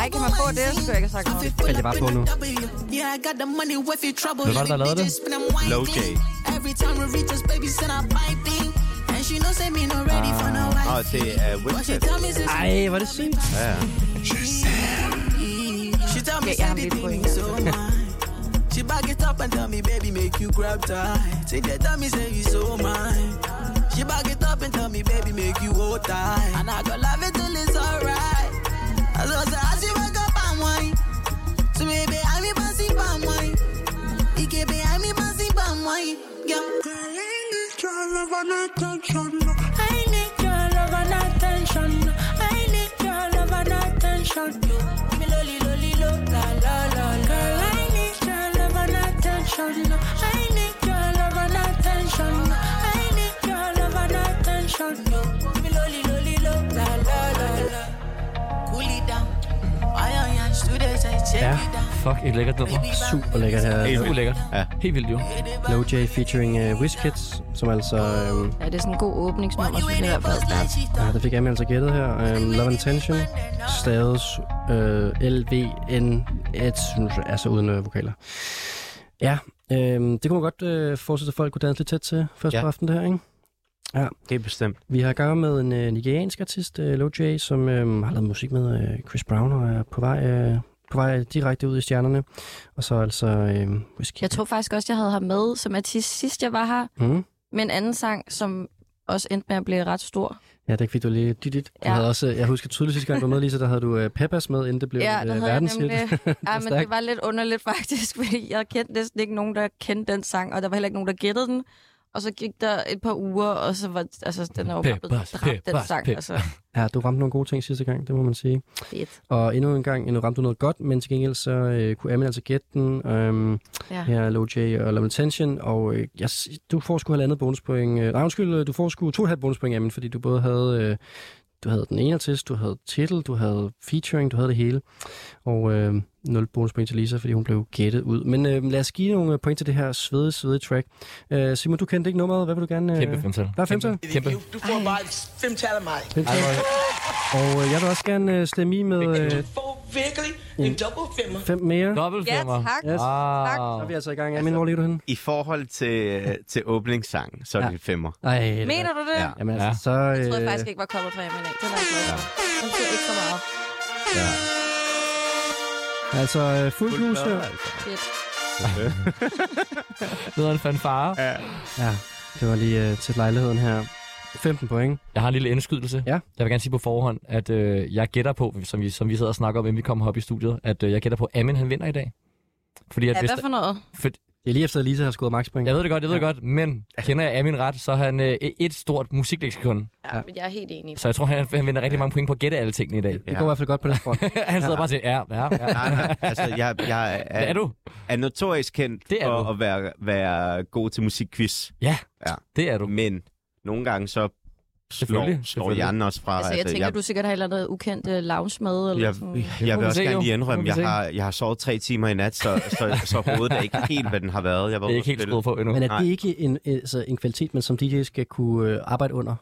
S4: Ej, kan man få det? Så kunne jeg ikke have sagt noget.
S2: Kan jeg bare få nu?
S5: Hvem var det, der lavede det?
S3: Low J. Nå, det er Winstead.
S2: Ej, var det sygt.
S3: Ja, ja.
S4: Ja, jeg har lidt på en.
S10: oh She back it up and tell me, baby, make you grab tight. Say they tell me, say you so mine. She back it up and tell me, baby, make you hold tight. And I go love it till it's alright. As I say, as you wake up and wine. So baby, I'm your bossy palm wine. You can be, I'm your bossy palm wine. Yeah.
S9: I need your love and attention. I need your love and attention. You give me lolly, lolly, lo, la, la, la, la. Girl, I need your love and attention. I need your love and attention. I need your love and attention. You give me lolly, lolly, lo, la, la, la, la.
S10: Cool it down. Why are you students? I check
S2: Ja.
S10: it down.
S5: Fuck, et lækkert nummer.
S2: Super lækkert her.
S5: Det er ulækkert.
S3: Ja.
S5: Helt vildt, jo.
S2: Low J featuring uh, Wizkids, som altså... Øh,
S4: Ja, det er sådan en god åbningsnummer, synes jeg i hvert fald.
S10: Like she
S2: ja, det fik jeg altså gættet her. Øh, Love and Tension. Staves øh, l v n -S, altså uden øh, vokaler. Ja, øh, det kunne man godt øh, forestille sig, at folk kunne danse lidt tæt til først
S3: Ja.
S2: på aftenen der, ikke?
S3: Helt bestemt.
S2: Vi har gang med en øh, nigeriansk artist, øh, Low J, som øh, har lavet musik med øh, Chris Brown og er på vej, øh, på vej direkte ud i stjernerne. Og så altså øh, Whisky.
S4: Jeg tror faktisk også, jeg havde ham med som artist sidst, jeg var her.
S2: Mm.
S4: Med en anden sang, som også endte med at blive ret stor.
S2: Ja, det fik du lige dit, dit. Du
S4: Ja.
S2: havde også, øh, jeg husker tydeligt sidste gang, du var med, Lisa, der havde du øh, Peppas med, inden det blev
S4: Ja,
S2: et,
S4: der
S2: øh,
S4: havde jeg
S2: verdenshit.
S4: nemlig... Ja, men
S2: stærkt.
S4: det var lidt underligt faktisk, fordi jeg kendte næsten ikke nogen, der kendte den sang, og der var heller ikke nogen, der gættede den. Og så gik der et par uger, og så var altså, den er jo bare blevet
S5: Peppers,
S4: dræbt, den
S5: peppers,
S4: sang.
S5: peppers.
S4: Altså,
S2: Ja, du ramte nogle gode ting sidste gang, det må man sige.
S4: fedt.
S2: Og endnu en gang, nu ramte du noget godt, men til gengæld så øh, kunne Amin altså gætte den. Øhm,
S4: Ja.
S2: Her er Low J og Love Intention, og øh, jeg, s- du får sgu halvandet bonuspoint. Øh, nej, undskyld, øh, du får sgu to og et halvt bonuspoint, Amin, fordi du både havde, øh, du havde den ene artist, du havde titel, du havde featuring, du havde det hele. Og øh, 0 bonuspoint til Lisa, fordi hun blev gættet ud. Men øh, lad os give nogle øh, point til det her svede, svede track. Øh, Simon, du kendte ikke nummeret. Hvad vil du gerne... Øh,
S5: Kæmpe femtal.
S2: Der er femtal.
S5: Kæmpe.
S10: Du får bare fem tal af mig.
S2: Femtal. Og øh, jeg vil også gerne øh, stemme i med øh,
S10: får virkelig
S5: Mm.
S10: en dobbelt femmer.
S2: fem mere.
S5: Dobbelt femmer.
S2: Yes.
S3: Ah.
S2: Så er vi
S5: Wow.
S2: altså i gang. Amin, hvor ligger du henne?
S3: I forhold til, til åbningssangen, så er det
S2: Ja.
S3: en femmer.
S2: Ej, det er
S4: Mener du det?
S3: Ja.
S4: Ja.
S2: Jamen
S5: Ja.
S2: altså, så... Øh,
S4: Jeg troede faktisk ikke, var kommet fra M&A. Det var jeg glad for. Den tog ikke så meget.
S2: altså, øh, fuld hus her.
S4: Fedt.
S5: Det er en fanfare.
S2: Ja, det var lige øh, til lejligheden her. 15 point.
S5: Jeg har en lille indskydelse.
S2: Ja.
S5: Jeg vil gerne sige på forhånd, at øh, jeg gætter på, som vi, som vi sidder og snakker om, inden vi kommer op i studiet, at øh, jeg gætter på, at Amin han vinder i dag. Fordi at
S4: Ja,
S5: hvis
S4: hvad
S5: der-
S4: for noget?
S5: for,
S2: Det er lige efter, at Lisa har skåret max point.
S5: jeg ved det godt, jeg ved det godt, men kender jeg Amin ret, så er han øh, et stort musikleksikon.
S4: Ja, men jeg er helt enig.
S5: Så jeg tror, han, han vinder rigtig mange point på at gætte alle tingene i dag.
S2: Det går i hvert fald godt på den front.
S5: han sidder bare til, ja, ja, ja.
S3: Nej, nej, altså, jeg, jeg
S5: Hvad er
S3: er,
S5: du?
S3: er notorisk kendt
S5: Det er
S3: for
S5: du.
S3: at være, være god til musikquiz,
S5: Ja,
S3: Ja.
S5: det er du.
S3: men nogle gange så
S5: Selvfølgelig,
S3: slår
S5: selvfølgelig.
S3: hjernen også fra.
S4: Altså, jeg
S3: at, øh,
S4: tænker, du sikkert har et eller andet ukendt uh, lounge med. Eller
S3: jeg,
S4: sådan.
S3: jeg, jeg
S5: må
S3: vil
S5: vi
S3: også
S5: se,
S3: gerne
S5: jo.
S3: lige
S5: Må
S3: indrømme,
S5: vi
S3: jeg
S5: se.
S3: har, jeg har sovet tre timer i nat, så, så, så hovedet er ikke helt, hvad den har været. Jeg var
S5: Det er ikke helt
S3: ude at
S5: skruet på endnu.
S2: Men er
S3: Nej.
S2: det ikke en, altså, en kvalitet, man som DJ skal kunne øh, arbejde under?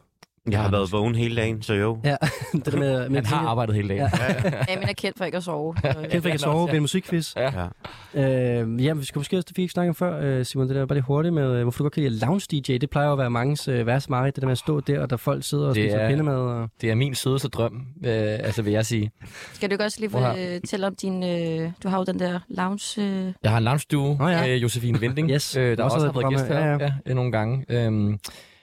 S3: spille. Jeg har været vågen hele dagen, så jo.
S2: Ja, det der med, med
S5: Han har arbejdet hele dagen.
S2: Ja.
S4: Amin er kendt for ikke at sove.
S2: Kæft, jeg kan sove ved en musikquiz.
S5: Ja.
S3: Ja.
S2: Øh, ja, vi skulle måske også, det vi ikke snakkede om før, øh, Simon, det der bare lige hurtigt med, øh, hvorfor du godt kan lide lounge DJ. Det plejer jo at være mangens øh, værste mareridt, det der med at stå der, og der folk sidder og
S5: Det
S2: spiser
S5: er-
S2: pindemad. Og...
S5: Det er min sødeste drøm, øh, altså vil jeg sige.
S4: Skal du ikke også lige
S5: Prøv her.
S4: øh, tælle om din... Øh, du har jo den der lounge... Øh,
S5: Jeg har en lounge-duo
S2: Nå ja.
S5: med Josefine Vinding,
S2: Yes,
S5: øh,
S2: du
S5: der
S2: har
S5: også
S2: også
S5: har været
S2: været
S5: gæst
S2: på
S5: her
S2: programmet.
S5: ja, ja. Ja, nogle gange. Øhm,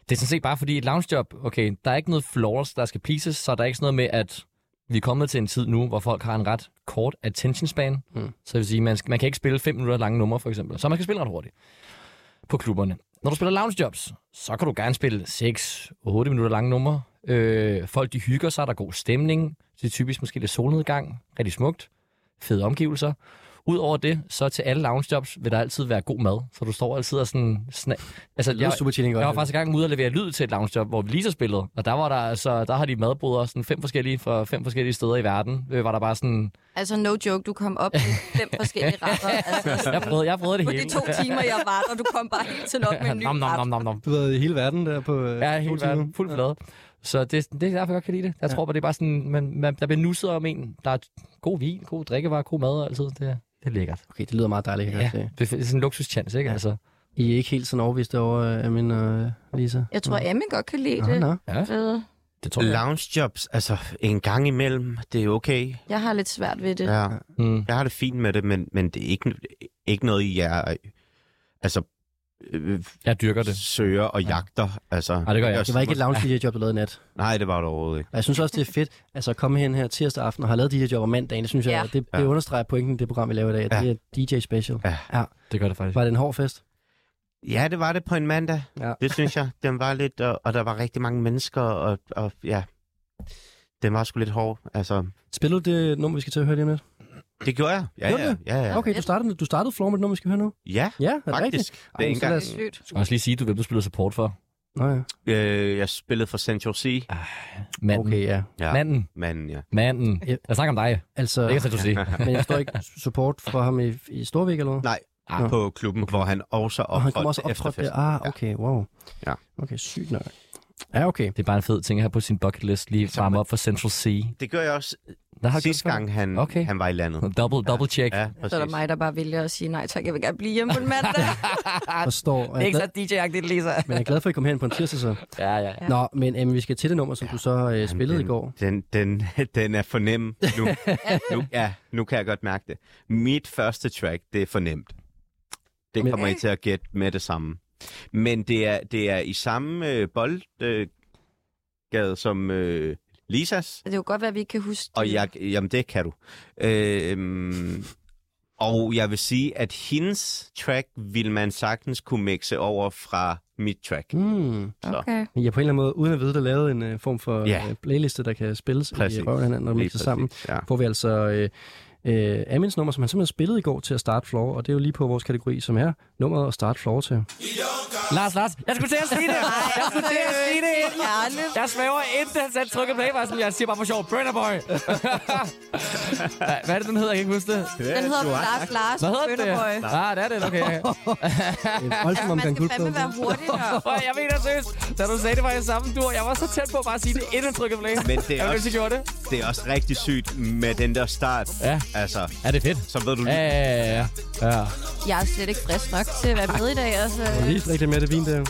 S5: det er sådan set bare fordi et loungejob, okay, der er ikke noget floors, der skal pleases, så der er ikke sådan noget med, at vi er kommet til en tid nu, hvor folk har en ret kort attention span.
S2: Mm.
S5: Mm. Så det vil sige, man, skal, man kan ikke spille 5 minutter lange numre, for eksempel. Så man kan spille ret hurtigt på klubberne. Når du spiller loungejobs, så kan du gerne spille 6-8 minutter lange numre. Øh, folk de hygger sig, der er god stemning. Det er typisk måske lidt solnedgang. Rigtig smukt. Fede omgivelser. Udover det, så til alle loungejobs vil der altid være god mad. Så du står altid og sådan... Sna- altså,
S2: Det er super chilling godt.
S5: jeg var faktisk i gang ude og levere lyd til et loungejob, hvor vi lige så spillede, og der var der altså, der har de madbrødre sådan fem forskellige fra fem forskellige steder i verden. Øh, var der bare sådan,
S4: altså, no joke, du kom op med fem forskellige retter. Altså,
S5: jeg prøvede, jeg prøvede det
S4: på
S5: hele.
S4: de to timer, jeg var der, du kom bare helt til op med en ny
S5: nom, nom,
S4: ret.
S5: nom, nom, nom.
S2: Du har været i hele verden der på... Øh,
S5: Ja,
S2: to
S5: helt
S2: timer.
S5: verden, fuld flade. Så det, det er derfor, jeg godt kan lide det. Jeg tror bare, det er bare sådan, man, man, der bliver nusset om en. Der er god vin, god drikkevarer, god mad og altid. Det, det er lækkert.
S2: Okay, det lyder meget dejligt, kan jeg
S5: Ja,
S2: ja.
S5: det er sådan en luksuschance, ikke? Altså,
S2: I er ikke helt sådan overvist over, øh, Amin og øh, Lisa?
S4: Jeg tror, Amin godt kan lide
S2: Nå,
S4: det.
S2: nå.
S5: ja,
S4: Øh,
S5: det tror jeg.
S3: Loungejobs, altså en gang imellem, det er okay.
S4: Jeg har lidt svært ved det.
S3: Ja.
S5: Mm.
S3: Jeg har det fint med det, men, men det er ikke, ikke noget, jeg altså, øh,
S5: Jeg dyrker det.
S3: søger og jagter. Altså,
S5: Nej, det gør jeg
S2: Det var ikke et lounge DJ-job, du lavede i nat.
S3: Nej, det var det overhovedet ikke.
S2: Og jeg synes også, det er fedt altså, at komme hen her tirsdag aften og have lavet DJ-job om mandagen. Det synes jeg,
S4: Ja.
S2: det, det
S3: Ja.
S2: understreger pointen i det program, vi laver i dag.
S3: Ja.
S2: Det er DJ-special.
S3: Ja.
S5: Det gør det faktisk.
S2: Var det en hård fest?
S3: Ja, det var det på en mandag.
S2: Ja.
S3: Ja. Det synes jeg. Den var lidt, og, og der var rigtig mange mennesker, og, og ja, den var sgu lidt hård. Altså,
S2: Spillede du det nummer, vi skal til at høre lige om lidt?
S3: det gjorde jeg. Ja,
S2: Gjorde
S3: ja,
S2: du
S3: ja, ja.
S2: Okay, du startede, du startede floor med det nummer, vi skal høre nu?
S3: ja
S2: Ja, er det rigtigt?
S3: faktisk.
S2: Ej,
S3: Det
S2: men
S3: er ikke
S2: så lad
S3: engang...
S2: os-
S4: Sygt.
S5: Jeg skal også lige sige, du hvem du spiller support for. Ah,
S2: Nå ja.
S3: Øh, jeg spillede for Central Sea.
S5: Manden.
S2: Okay, ja.
S3: Ja,
S5: Manden.
S3: manden, ja.
S5: Manden.
S2: Ja.
S5: Jeg snakker om dig.
S2: Altså,
S5: Det kan jeg så sige.
S2: men jeg står ikke support for ham i, i Storvik eller noget?
S3: Nej,
S2: Nå.
S3: ah, på klubben, hvor han også
S2: Og han kommer
S3: opholdt
S2: også
S3: sig efter
S2: optrådt der.
S3: festen.
S2: Ah, okay, wow.
S3: Ja.
S2: Okay, sygt nok. Ja, okay.
S5: Det er bare en fed ting at have på sin bucket list. Lige varme op for Central Sea.
S3: Det gør jeg også
S5: Der har jeg
S3: sidste
S5: gjort
S3: gang, han,
S5: Okay.
S3: okay. han var i landet.
S5: før. Double, double check.
S3: Ja,
S4: Så er der
S3: præcis.
S4: mig, der bare vælger at sige, nej tak, jeg vil gerne blive hjemme på en mandag.
S5: ah,
S2: Forstår. Og jeg er glad,
S5: DJ-agtigt, Lisa.
S2: men jeg er glad for, at I kom hen på en tirsdag så.
S5: Ja, ja, ja.
S2: Nå, men øhm, vi skal til det nummer, som du så øh, spillede
S3: den,
S2: i går.
S3: Den, den, den er for nem nu. nu. Ja, nu kan jeg godt mærke det. Mit første track, det er for nemt. Det
S2: Men-
S3: kommer I til at gætte med det samme. Men det er, det er i samme øh, boldgade gade som øh, Lisas,
S4: det kan jo godt være, at vi ikke kan huske
S3: og
S4: det.
S3: jeg, jamen det kan du. Øh, og jeg vil sige, at hendes track ville man sagtens kunne mixe over fra mit track.
S2: Hmm.
S4: Okay.
S2: I har på en eller anden måde, uden at vide det, lavet en uh, form for
S3: Ja.
S2: yeah. uh, playliste, der kan spilles Præcis. i øh,
S3: Præcis.
S2: røven af hinanden og
S3: Lige
S2: mixes sammen.
S3: præcis, Ja.
S2: Får vi altså uh, uh, Amins nummer, som han simpelthen spillede i går til at starte floor, og det er jo lige på vores kategori, som er nummeret at starte floor til.
S5: Lars, Lars, jeg skulle til at sige det. Jeg skulle til at sige det.
S4: Ærligt.
S5: Jeg svæver indtil han satte trykket play, var jeg sådan, jeg siger bare for sjov, Burner Boy. Hvad er det, den hedder? Jeg kan ikke huske det.
S4: Den hedder Lars Lars.
S5: Hvad hedder det?
S4: Bøtterboy.
S5: Ah, det er det, okay.
S2: En voldsom
S4: Ja, man
S2: omgang
S4: skal fandme
S2: guldpladen.
S4: være hurtigere.
S5: Og jeg mener seriøst, da du sagde det var i samme dur, jeg var så tæt på bare at sige det, inden han trykkede play.
S3: Men det er
S5: jeg
S3: også-
S5: også... gjorde det.
S3: Det er også rigtig sygt med den der start.
S5: Ja.
S3: Altså,
S5: Ja, det er fedt.
S3: så ved du
S5: Ja,
S3: lige,
S5: ja, ja, ja. ja.
S4: Jeg er slet ikke frisk nok til at være med i dag. Altså.
S2: Lige rigtig med det vin der.
S4: Nej,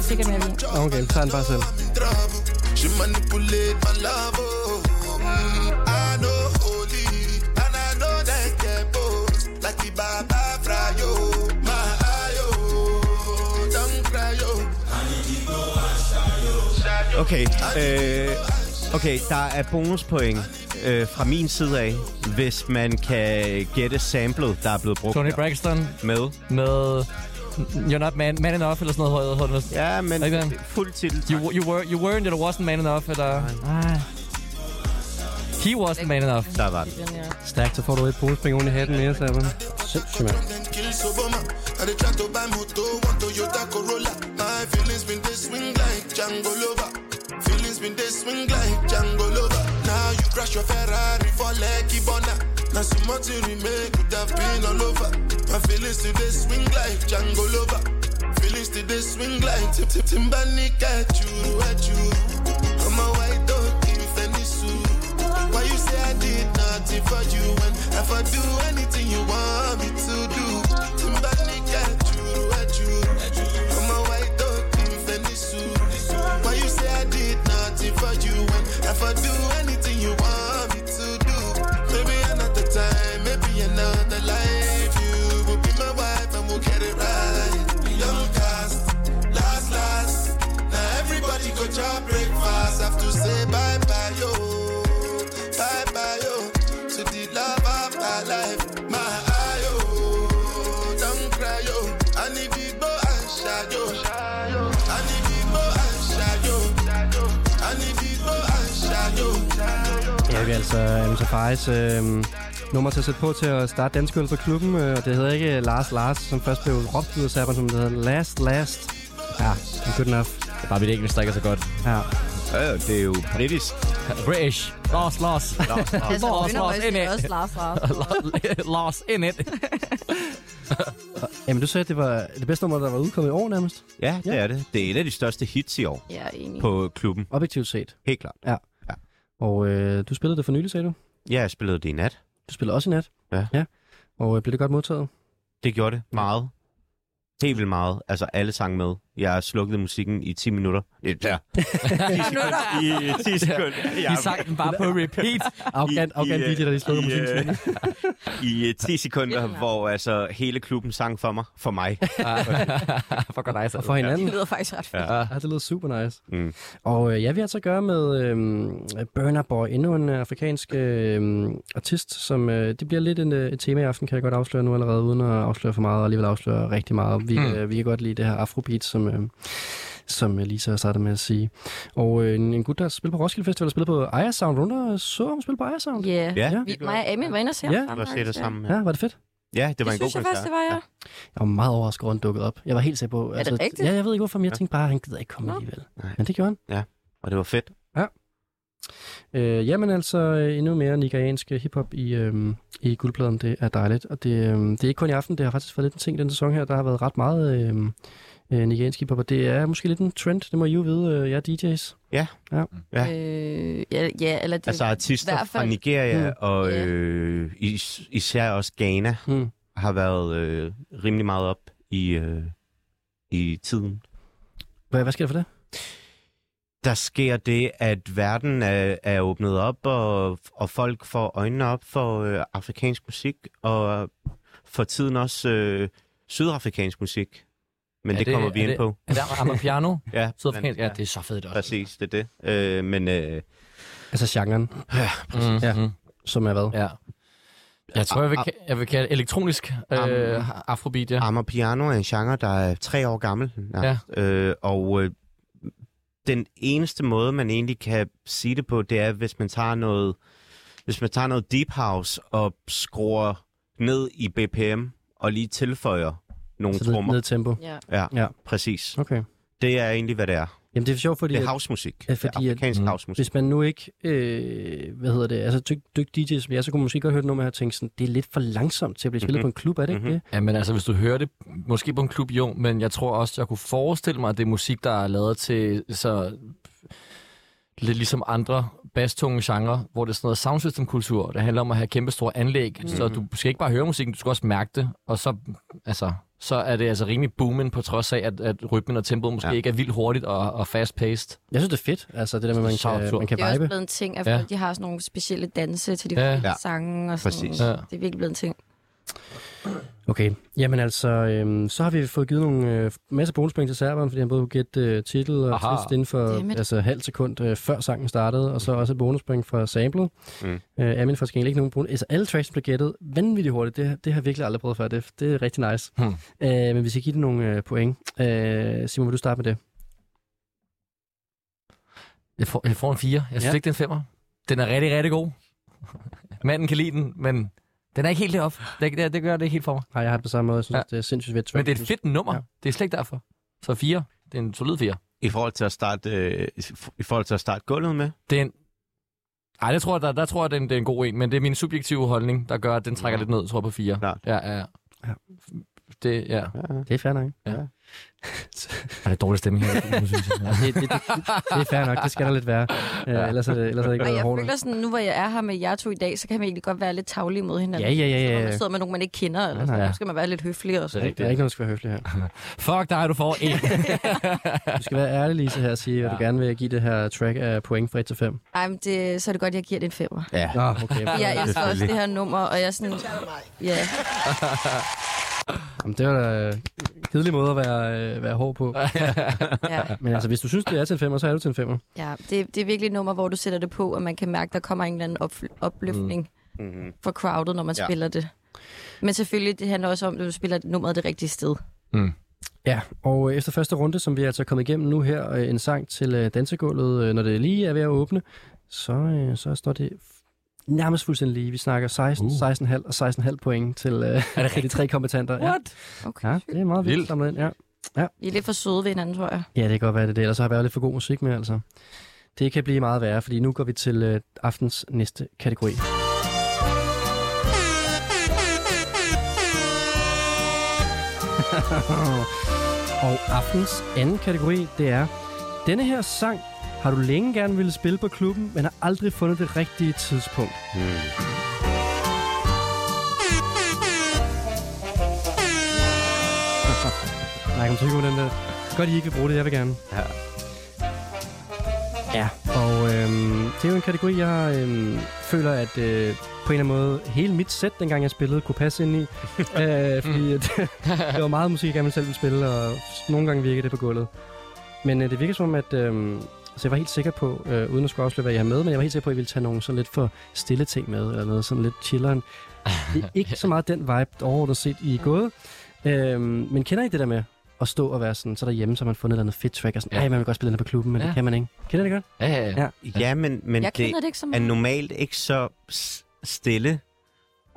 S4: sikkert mere vin.
S2: Nå, Okay, så er den bare selv.
S8: She manipulate my love, oh. Mm, I know holy, and I know that get both. Like the Baba Fry, yo. My eye, oh. Don't cry, yo.
S3: Okay, øh, okay, der er bonuspoint øh, fra min side af, hvis man kan gætte samplet, der er blevet brugt
S5: Tony
S3: her
S5: Braxton
S3: med.
S5: med You're Not Man, man Enough, eller sådan noget. Hold, hold,
S3: Ja, men
S5: Ikke den?
S3: fuld titel.
S5: You, you, were, you weren't eller wasn't man enough, eller... Nej. He wasn't man enough.
S3: Der var den.
S2: Stærkt, så får du et posepenge oven i hatten mere, Sabon. Sindssygt, mand.
S8: Them kill Soboma. I dey try to buy moto, one Toyota Corolla. My feelings been they swing like Django Lover. since me they swing like Django Lover. Now you crash your Ferrari for Lucky Bona. Now so much you remake could have been all over. My feelings today swing like Django Lover. Feelings today swing like Tip Tip Timbani at you, at you. I'm a white dog with any suit. Why you say I did nothing for you when if I do anything you want me to do? Timbani at you, at you. I'm a white dog with any suit. Why you say I did nothing for you when if I do anything you want me to do? Maybe another time, maybe another life. You will be my wife and we'll get it right. Young cast, last, last. Now everybody go job breakfast. Have to say bye bye, yo. Bye bye, yo. To the love of my life. My eye, yo. Don't cry, yo. I need it, go and shy, yo. I need it, go and shy, yo. I need it, go and shy, yo.
S2: Ja, vi er altså Amin Safaris øh, nummer til at sætte på til at starte dansk øl på klubben, øh, og det hedder ikke Lars Lars, som først blev råbt ud af Sabern, som det hedder Last Last. Ja, good enough.
S5: Det er bare mit engelsk, der ikke er så godt.
S2: Ja.
S3: Ja, det er jo britisk.
S5: British. Lars, Lars.
S4: Altså,
S5: Lars, Lars, ind i.
S4: Undervejs også Lars Lars.
S5: Lars, ind i.
S2: Jamen, du sagde, at det var det bedste nummer, der var udkommet i år nærmest.
S3: Ja, det er det. Det er et af de største hits i år
S4: Ja, enig.
S3: på klubben.
S2: Objektivt set.
S3: Helt klart.
S2: Og øh, du spillede det for nylig, sagde du?
S3: Ja, jeg spillede det i nat.
S2: Du spillede også i nat.
S3: Ja.
S2: ja. Og øh, blev det godt modtaget?
S3: Det gjorde det meget. Helt vildt meget. Altså, alle sang med. Jeg slukkede musikken i 10 minutter. Eh, Ja. 10 sekunder. I 10 sekunder.
S5: Vi sang den bare på repeat.
S2: Afghan, Afghan
S3: øh,
S2: DJ, der lige slukker
S3: i,
S2: musikken.
S3: øh, I øh, 10 sekunder, hvor altså hele klubben sang for mig. For mig.
S5: Fuck, hvor nice.
S2: Og Ah. for hinanden.
S4: Det lyder faktisk ret fedt.
S2: Ja, det lyder super nice.
S3: Mm.
S2: Og øh, ja, vi har altså at gøre med øh, Burner Boy, endnu en øh, afrikansk øh, artist, som øh, det bliver lidt en, øh, et tema i aften, kan jeg godt afsløre nu allerede, uden at afsløre for meget, og alligevel afsløre rigtig meget. Vi, mm. øh, vi kan godt lide det her afrobeat, som... Øh, som øh, Lisa startede med at sige. Og øh, en, en gut, der spiller på Roskilde Festival, og spiller på Aya Sound. Rundt og så ham spille på Aya Sound.
S4: Yeah.
S3: Ja,
S2: Ja.
S4: Vi, mig og Amin var inde og se
S2: Ja,
S4: ham
S3: det
S4: frem,
S3: var set det
S4: faktisk, ja.
S3: sammen. Ja.
S2: Ja, var det fedt?
S3: ja, det var en
S4: Det
S3: god
S4: synes jeg
S3: koncert.
S4: faktisk, det var, ja.
S2: Jeg var meget overrasket over, at han dukkede op. Jeg var helt sikker på... Er
S4: det rigtigt?
S2: Ja, jeg ved ikke hvorfor, men jeg tænkte bare, at han gider ikke komme
S4: Nå.
S2: alligevel.
S3: Nej.
S2: Men det gjorde han.
S3: Og det var fedt.
S2: Øh, jamen altså, øh, endnu mere nigeriansk øh, hiphop i, øh, i guldpladen, det er dejligt. Og det, øh, det er ikke kun i aften, det har faktisk været lidt en ting i den sæson her, der har været ret meget øh, øh, nigeriansk hiphop, og det er måske lidt en trend, det må I jo vide, øh, jeg DJ's.
S3: Ja.
S4: Øh, ja, ja, eller det,
S3: Altså
S4: i
S3: artister
S4: hvert
S3: fra
S4: fald-
S3: Nigeria
S2: Mm.
S3: og
S4: Ja.
S3: øh, is- især også Ghana
S5: Mm.
S2: Hmm.
S3: har været øh, rimelig meget op i, øh, i tiden.
S2: Hvad, hvad sker der for det?
S3: der sker det, at verden er, er åbnet op, og, og folk får øjnene op for øh, afrikansk musik, og for tiden også øh, sydafrikansk musik. Men
S5: Er
S3: det,
S5: det-
S3: det kommer vi
S5: er
S3: ind
S5: det-
S3: på.
S5: Er der Amapiano?
S3: Ja,
S5: Sydafrikansk?
S3: men-
S5: Ja, det er så fedt også.
S3: Præcis, det er det. Øh, men øh,
S2: Altså genren,
S5: Præcis.
S2: Ja.
S5: Mm, mm.
S2: som er hvad?
S5: Ja. Jeg tror, jeg vil,
S3: Am-
S5: ka- jeg vil kalde det elektronisk øh, afrobeat, ja.
S3: Amapiano er en genre, der er tre år gammel. nærmest. Øh, og øh, den eneste måde, man egentlig kan sige det på, det er, hvis man tager noget, hvis man tager noget deep house og skruer ned i BPM og lige tilføjer nogle
S2: Så ned,
S3: trommer.
S2: ned tempo.
S4: ja.
S3: Ja,
S2: Ja.
S3: ja, præcis.
S2: Okay.
S3: Det er egentlig, hvad det er.
S2: Jamen det er sjovt, fordi
S3: Det er
S2: at,
S3: housemusik.
S2: Ja,
S3: Det er
S2: fordi at-
S3: afrikansk
S5: Mm.
S3: housemusik.
S2: hvis man nu ikke, øh, hvad hedder det, altså dygt DJ som jeg, så kunne man måske godt høre et nummer her og tænke sådan, det er lidt for langsomt til at blive spillet mm-hmm. på en klub, er det ikke
S3: Mhm.
S2: mm-hmm. det?
S5: Ja, men altså, hvis du hører det, måske på en klub, jo, men jeg tror også, jeg kunne forestille mig, at det er musik, der er lavet til så lidt ligesom andre bastunge genre, hvor det er sådan noget soundsystem-kultur. Det handler om at have kæmpe store anlæg, mm. så du
S3: Mhm.
S5: skal ikke bare høre musikken, du skal også mærke det, og så, altså, så er det altså rimelig booming, på trods af, at, at rytmen og tempoet måske ja.
S3: Ja.
S5: ikke er vildt hurtigt og, og fast-paced.
S2: Jeg synes, det er fedt, altså det der med, at
S5: Det er
S2: man kan,
S3: øh,
S5: sjovt.
S2: man kan
S4: Det er også
S2: vibe.
S4: blevet en ting, at
S5: Ja.
S4: folk, de har sådan nogle specielle danse til de
S5: Ja.
S4: ja. sange og sådan
S3: Præcis.
S5: Ja.
S4: noget. Det er virkelig blevet en ting.
S2: Okay, jamen altså, øhm, så har vi fået givet nogle øh, masse bonuspoint til serberen, fordi han både kunne gætte øh, titel og
S5: Aha.
S2: artist inden for
S4: Dammit.
S2: altså, halv sekund øh, før sangen startede, og så
S5: Mm.
S2: også et bonuspoint fra sample. Mm. Øh, Amin får til gengæld ikke nogen bonus. Altså, alle tracks blev gættet vanvittigt hurtigt. Det, det har jeg virkelig aldrig prøvet før. Det, det er rigtig nice.
S5: Hmm.
S2: Øh, men vi skal give det nogle øh, point. Øh, Simon, vil du starte med det?
S5: Jeg får, jeg får en 4. Jeg synes
S2: Ja.
S5: ja. ikke, det er en femmer. Den er rigtig, rigtig god. Manden kan lide den, men den er ikke helt deroppe. Det, det, det gør det ikke helt for mig.
S2: Nej, jeg har det på samme måde. Jeg synes, ja. det er sindssygt fedt track.
S5: Men det er et fedt nummer.
S2: Ja.
S5: Ja. Det er slet ikke derfor. Så fire. Det er en solid fire.
S3: I forhold til at starte, øh, i forhold til at starte gulvet med?
S5: Den... Ej, det tror jeg, der, der tror jeg, det er, en, det er en god en, men det er min subjektive holdning, der gør, at den trækker lidt ned, tror jeg, på fire.
S3: Klart.
S5: Ja, ja, ja.
S2: Ja.
S5: Det, ja.
S2: Det er fair nok.
S5: Er det dårlig stemning her?
S2: Det, det, det, det er fair nok. Det skal der lidt være. Øh, ellers, er det, ellers er det ikke
S4: Og
S2: noget
S4: jeg
S2: hårdt. altså.
S4: føler sådan, nu hvor jeg er her med jer to i dag, så kan man egentlig godt være lidt tavlig mod hinanden.
S2: Ja, ja, ja,
S4: Så når
S2: ja,
S4: man
S2: ja.
S4: sidder med nogen, man ikke kender, eller sådan,
S2: nej.
S4: så skal man være lidt høflig og
S2: Der er
S4: sådan.
S2: ikke noget, der skal være høflig her.
S5: Fuck dig, du får en.
S2: Du skal være ærlig, Lise, her og sige, at du gerne vil give det her track af point fra 1 til 5.
S4: Ej, men det, så er det godt, jeg giver det en femmer.
S3: Ja.
S2: Nå, okay.
S4: Jeg elsker også det her nummer, og jeg er sådan... Ja,
S2: Jamen, det var da en kedelig måde at være, øh, være hård på.
S4: ja,
S2: Men altså, hvis du synes, det er til en 5, så er du til en 5.
S4: ja. Det, det er virkelig et nummer, hvor du sætter det på, og man kan mærke, der kommer en eller anden opf- opløftning
S3: Mm-hmm.
S4: for crowdet, når man
S3: Ja.
S4: spiller det. Men selvfølgelig, det handler også om, at du spiller nummeret det rigtige sted.
S2: Ja, og øh, efter første runde, som vi er altså er kommet igennem nu her, øh, en sang til øh, dansegulvet, øh, når det lige er ved at åbne, så, øh, så står det f- nærmest fuldstændig lige. Vi snakker 16,
S5: Uh.
S2: 16,5 og 16,5 point til, øh, til de tre kompetenter. Ja.
S4: Okay.
S2: ja, det er meget vildt
S5: Vildt.
S2: samlet ind, ja.
S4: I er lidt for søde ved hinanden, tror jeg.
S2: Ja, det kan godt være, det er det. Ellers har jeg været lidt for god musik med, altså. Det kan blive meget værre, fordi nu går vi til øh, aftens næste kategori. Og aftens anden kategori, det er... Denne her sang har du længe gerne ville spille på klubben, men har aldrig fundet det rigtige tidspunkt. Nej, kom til den der. Godt, I ikke vil bruge det, jeg vil gerne.
S3: Ja.
S2: Ja, og øhm, det er jo en kategori, jeg øhm, føler, at øh, på en eller anden måde hele mit sæt, dengang jeg spillede, kunne passe ind i. øh, fordi
S5: Mm.
S2: at, det var meget musik, jeg gerne selv ville spille, og nogle gange virkede det på gulvet. Men øh, det virker som om, at øh, så jeg var helt sikker på, øh, uden at skulle afsløre, hvad jeg havde med, men jeg var helt sikker på, at I ville tage nogle sådan lidt for stille ting med, eller noget sådan lidt chilleren. Det er ikke så meget den vibe, overordnet set, I er gået. Øh, men kender I det der med at stå og være sådan, så derhjemme, så har man fundet et eller andet fedt track, og sådan,
S5: Ja.
S2: ja. man vil godt spille den her på klubben, men ja.
S5: Ja.
S2: det kan man ikke. Kender I det godt?
S5: Ja, ja, ja.
S3: Ja, men, men
S4: Jeg
S3: det
S4: kender det ikke så
S3: er
S4: meget.
S3: normalt ikke så s- stille.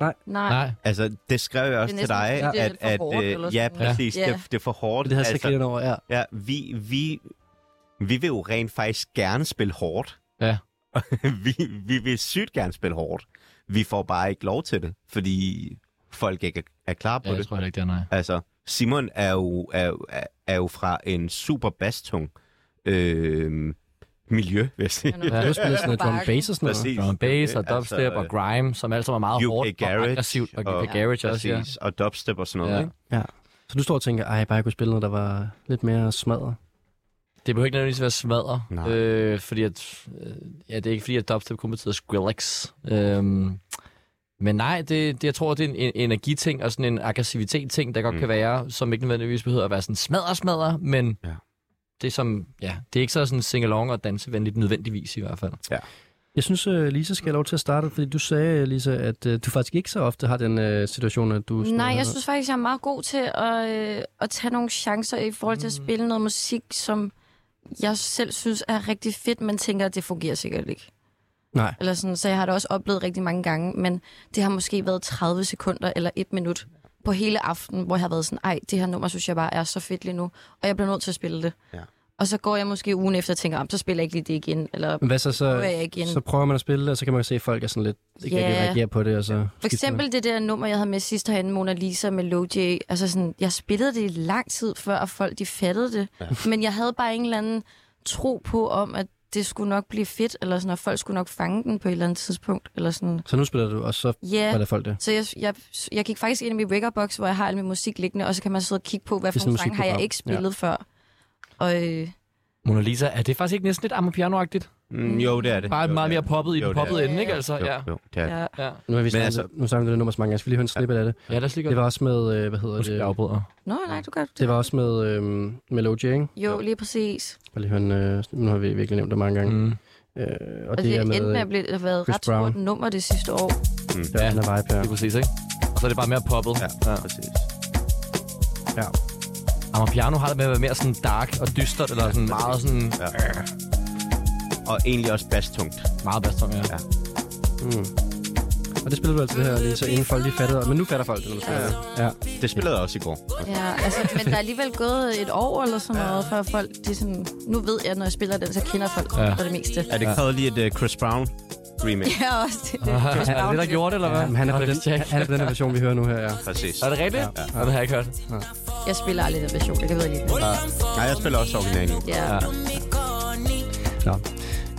S4: Nej.
S5: Nej.
S3: Altså, det skrev jeg også
S4: Det er
S3: til
S4: næsten,
S3: dig,
S4: fordi det er
S3: at,
S4: lidt for
S3: at,
S4: hårdt eller
S3: øh,
S4: sådan
S3: ja,
S4: noget.
S3: præcis,
S4: Ja.
S3: det, er- det er for hårdt.
S2: Det har jeg altså, lidt over, ja.
S3: ja, vi, vi, vi vil jo rent faktisk gerne spille hårdt.
S5: Ja.
S3: vi, vi vil sygt gerne spille hårdt. Vi får bare ikke lov til det, fordi folk ikke er- er klar på
S5: Ja, jeg
S3: det.
S5: tror heller ikke, det er nej.
S3: Altså, Simon er jo, er, jo- er, er jo fra en super bastung øh, miljø, vil jeg sige.
S4: Ja,
S2: Ja, du har spillet sådan noget drum and
S4: Bakken.
S2: bass og sådan noget.
S3: Præcis.
S5: Drum and bass og
S3: Altså,
S5: dubstep altså, og
S3: øh,
S5: grime, som alt sammen er meget
S3: UK
S5: hårdt og
S3: Garage
S5: aggressivt. Og,
S3: og-
S5: og garage også, ja.
S3: Præcis, og dubstep og sådan noget.
S5: Ja.
S3: Ikke?
S2: Så du står og tænker, ej, bare jeg kunne spille noget, der var lidt mere smadret.
S5: Det behøver ikke nødvendigvis være smadre,
S3: Nej.
S5: øh, fordi at, øh, ja, det er ikke fordi, at dubstep kun betyder skrillex. Øhm, men nej, det, det, jeg tror, det er en, en energiting og sådan en aggressivitet-ting, der godt
S3: Mm.
S5: mm. kan være, som ikke nødvendigvis behøver at være sådan smadre, smadre, men
S3: Ja.
S5: ja. det er som, ja, det er ikke så sådan sing-along og dansevenligt nødvendigvis i hvert fald.
S2: Jeg synes, øh, Lisa skal have lov til at starte, fordi du sagde, Lisa, at øh, du faktisk ikke så ofte har den øh, situation, at du... sådan-
S4: Nej, jeg synes faktisk, jeg er meget god til at, øh, at tage nogle chancer i forhold til at
S2: Mm.
S4: spille noget musik, som jeg selv synes er rigtig fedt, men tænker, at det fungerer sikkert ikke.
S2: Nej.
S4: Eller sådan, så jeg har det også oplevet rigtig mange gange, men det har måske været 30 sekunder eller et minut på hele aftenen, hvor jeg har været sådan, ej, det her nummer synes jeg bare er så fedt lige nu, og jeg bliver nødt til at spille det.
S3: Ja.
S4: Og så går jeg måske ugen efter og tænker, "Jamen, så spiller jeg ikke lige det igen. Eller
S2: Men hvad så, så,
S4: prøver jeg igen.
S2: så prøver man at spille, og så kan man jo se, at folk er sådan lidt, ikke
S4: Ja.
S2: yeah. reagerer på det, og så...
S4: For eksempel det der nummer, jeg havde med sidst herinde, Mona Lisa med Lodge. Altså sådan, jeg spillede det i lang tid, før at folk de fattede det. Ja. Men jeg havde bare en eller anden tro på, om at det skulle nok blive fedt, eller sådan, at folk skulle nok fange den på et eller andet tidspunkt. Eller sådan.
S2: Så nu spiller du, og så
S4: Ja,
S2: var der folk det.
S4: så jeg, jeg, jeg gik faktisk ind i min box, hvor jeg har al min musik liggende, og så kan man sidde og kigge på, hvad
S2: Det er
S4: for
S2: sådan
S4: nogle
S2: et
S4: sange har jeg
S2: musikprogram.
S4: ikke spillet ja. før. Og øh,
S5: Mona Lisa, er det faktisk ikke næsten lidt amapiano-agtigt?
S3: Mm, jo, det er det.
S5: Bare
S3: jo,
S5: meget
S3: det er
S5: mere poppet i
S3: Jo,
S5: den
S3: det er
S5: poppede
S4: det.
S5: ende, ikke altså?
S3: det.
S5: Ja,
S3: Jo, jo, det er det.
S4: ja.
S5: ja.
S2: Nu har vi
S3: Men
S2: snakket,
S3: altså-
S2: altså, nu snakker vi det nummer så mange gange, så vi lige hører en snippet af det.
S5: ja lad os lige gøre
S2: Det var også med, øh, hvad hedder
S5: Undskyld, jeg
S2: det?
S5: afbryder.
S4: Nå, nej, du gør det.
S2: Det var også med, øh, med Logie, ikke?
S4: Jo, lige præcis.
S2: Bare lige høre en, øh, nu har vi virkelig nævnt det mange gange.
S5: Mm.
S2: Øh, og,
S4: Og det,
S2: det,
S4: det
S2: er med,
S4: endte med at blive, at have været
S2: Chris
S4: ret stort
S2: Brown.
S4: nummer det sidste år.
S2: ja, han er vibe her.
S5: Det er præcis, ikke? Og så er det bare mere poppet.
S3: Mm. Ja,
S5: Ja.
S3: ja, præcis.
S2: Ja.
S5: Amapiano har det med at være mere sådan dark og dystert, eller sådan meget sådan
S3: Ja. Og egentlig også bastungt.
S5: meget bastom, ja.
S3: Ja.
S5: ja.
S2: Mm. Og det spillede du altså det her lige, så inden folk lige fattede. Men nu fatter folk det, når du spiller det. Ja.
S3: Det spillede jeg også i går.
S4: Ja, altså, men der er alligevel gået et år eller sådan noget, før folk, de sådan, nu ved jeg, når jeg spiller den, så kender folk
S5: Ja.
S4: ja. for det meste.
S3: Er det krævet lige et uh, Chris Brown remake?
S4: Ja, også det.
S5: Er det, der gjorde det, eller hvad?
S2: Jamen, han, er
S5: Nå,
S2: på
S5: det
S2: den,
S5: vidste jeg ikke.
S2: han er på den her version, vi hører nu her, ja.
S3: Præcis.
S5: Er det rigtigt? Ja. ja. Det har jeg ikke hørt.
S4: Jeg spiller aldrig den version, jeg kan lige det.
S3: Nej, jeg spiller også originalen.
S4: Ja.
S5: Ja.
S2: Nå.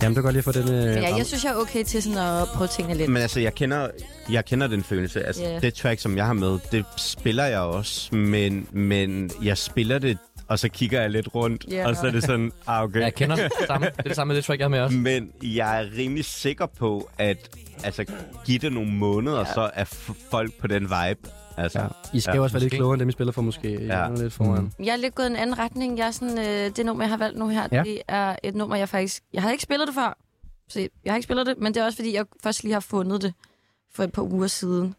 S2: Jamen, det går lige for den... Øh,
S4: ja, jeg
S2: ramme.
S4: synes, jeg er okay til sådan at prøve tingene lidt.
S3: Men altså, jeg kender, jeg kender den følelse. Altså,
S4: Ja.
S3: yeah. det track, som jeg har med, det spiller jeg også, men, men jeg spiller det, og så kigger jeg lidt rundt,
S4: Ja.
S3: yeah. og så er det sådan, ah, okay.
S5: Jeg kender det samme. Det er det samme med det track, jeg har med også.
S3: Men jeg er rimelig sikker på, at altså, giv det nogle måneder, ja. så er f- folk på den vibe. Altså,
S2: Ja. I skal
S3: Ja, Mm.
S2: ja, også være lidt
S5: måske.
S2: klogere end dem, I spiller for måske. Ja. Lidt foran.
S4: Jeg er lidt gået i en anden retning. Jeg er sådan, øh, det nummer, jeg har valgt nu her,
S2: Ja.
S4: ja. det er et nummer, jeg faktisk... Jeg havde ikke spillet det før. Så jeg har ikke spillet det, men det er også, fordi jeg først lige har fundet det for et par uger siden.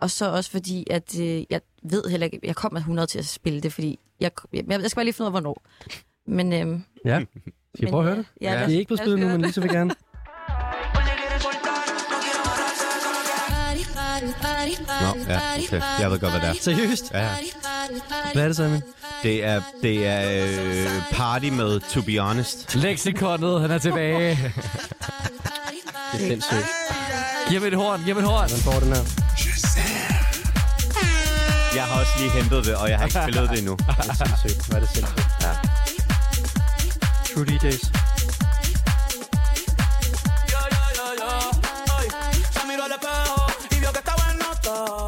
S4: Og så også fordi, at øh, jeg ved heller ikke... Jeg kommer 100 til at spille det, fordi... Jeg, jeg, jeg skal bare lige finde ud af, hvornår. Men, øhm, øh,
S2: Ja. Skal vi prøve at høre det?
S4: Ja,
S2: Det
S4: lad
S2: er
S4: os-
S2: ikke blevet
S4: lad os
S2: spillet nu,
S4: høre
S2: men
S4: det.
S2: Lisa vil gerne.
S3: Nå, ja, okay. Jeg ved godt, hvad det er.
S2: Seriøst?
S3: Ja, ja.
S2: Hvad er det, Simon?
S3: Det er, det er øh, party med To Be Honest.
S5: Lexikonet, han er tilbage.
S2: Det er sindssygt.
S5: Giv mig et horn, giv mig et horn.
S2: Man får den her.
S3: Jeg har også lige hentet det, og jeg har ikke spillet det endnu.
S2: Det er sindssygt. Hvad er det sindssygt? Ja. True DJ's.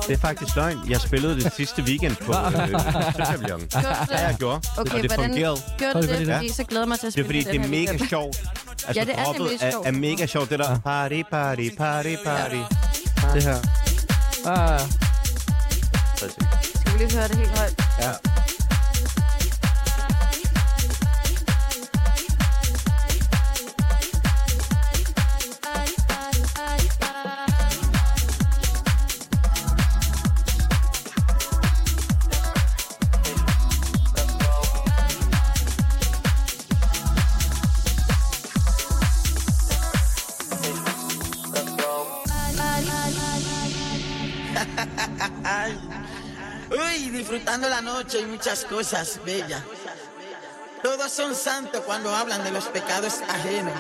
S3: Det er faktisk løgn. Jeg spillede det sidste weekend på øh, Søpavillon.
S4: Gjorde
S3: Ja,
S4: du
S3: jeg
S4: det?
S3: gjorde.
S4: Okay,
S3: og det
S4: hvordan
S3: fungerede.
S4: gjorde du det?
S3: Ja.
S4: Fordi så glæder jeg mig til at
S3: Det er
S4: spille
S3: fordi, det
S4: den
S3: er
S4: her
S3: mega
S4: weekend.
S3: sjovt. Altså,
S4: Ja, det er
S3: droppet
S4: nemlig sjovt.
S3: Er, er mega sjovt. Det der party, party, party, party.
S2: Det her.
S5: Ah,
S4: Skal vi lige høre det helt højt?
S7: Uy, disfrutando la noche y muchas cosas bellas. Todos son santos cuando hablan de los pecados ajenos.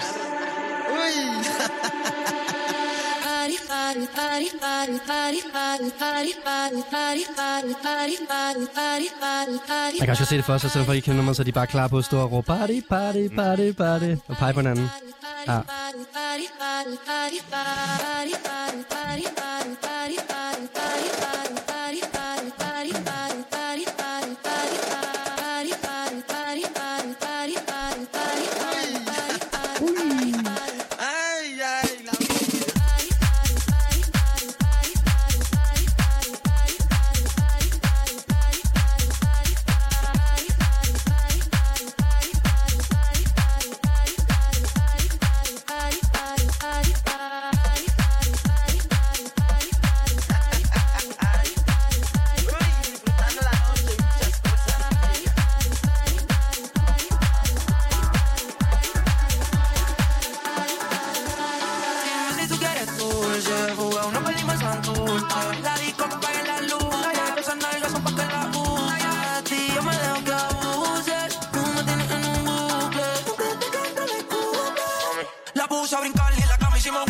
S7: Uy.
S2: Man kan også se det for sig, selvom folk ikke kender nummeret, så er de bare klar på at stå og råbe party, party, party, party, og pege på hinanden. Ja.
S7: Ay, ay, la Si tú quieres tú, ese juego, una peli más mantuta. La disco que apague la luz, allá esas nalgas son pa' que la use. A ti yo me dejo que abuses, tú me tienes en un bucle. Tú crees que dentro me escupes. La puse a brincar y en la cama hicimos...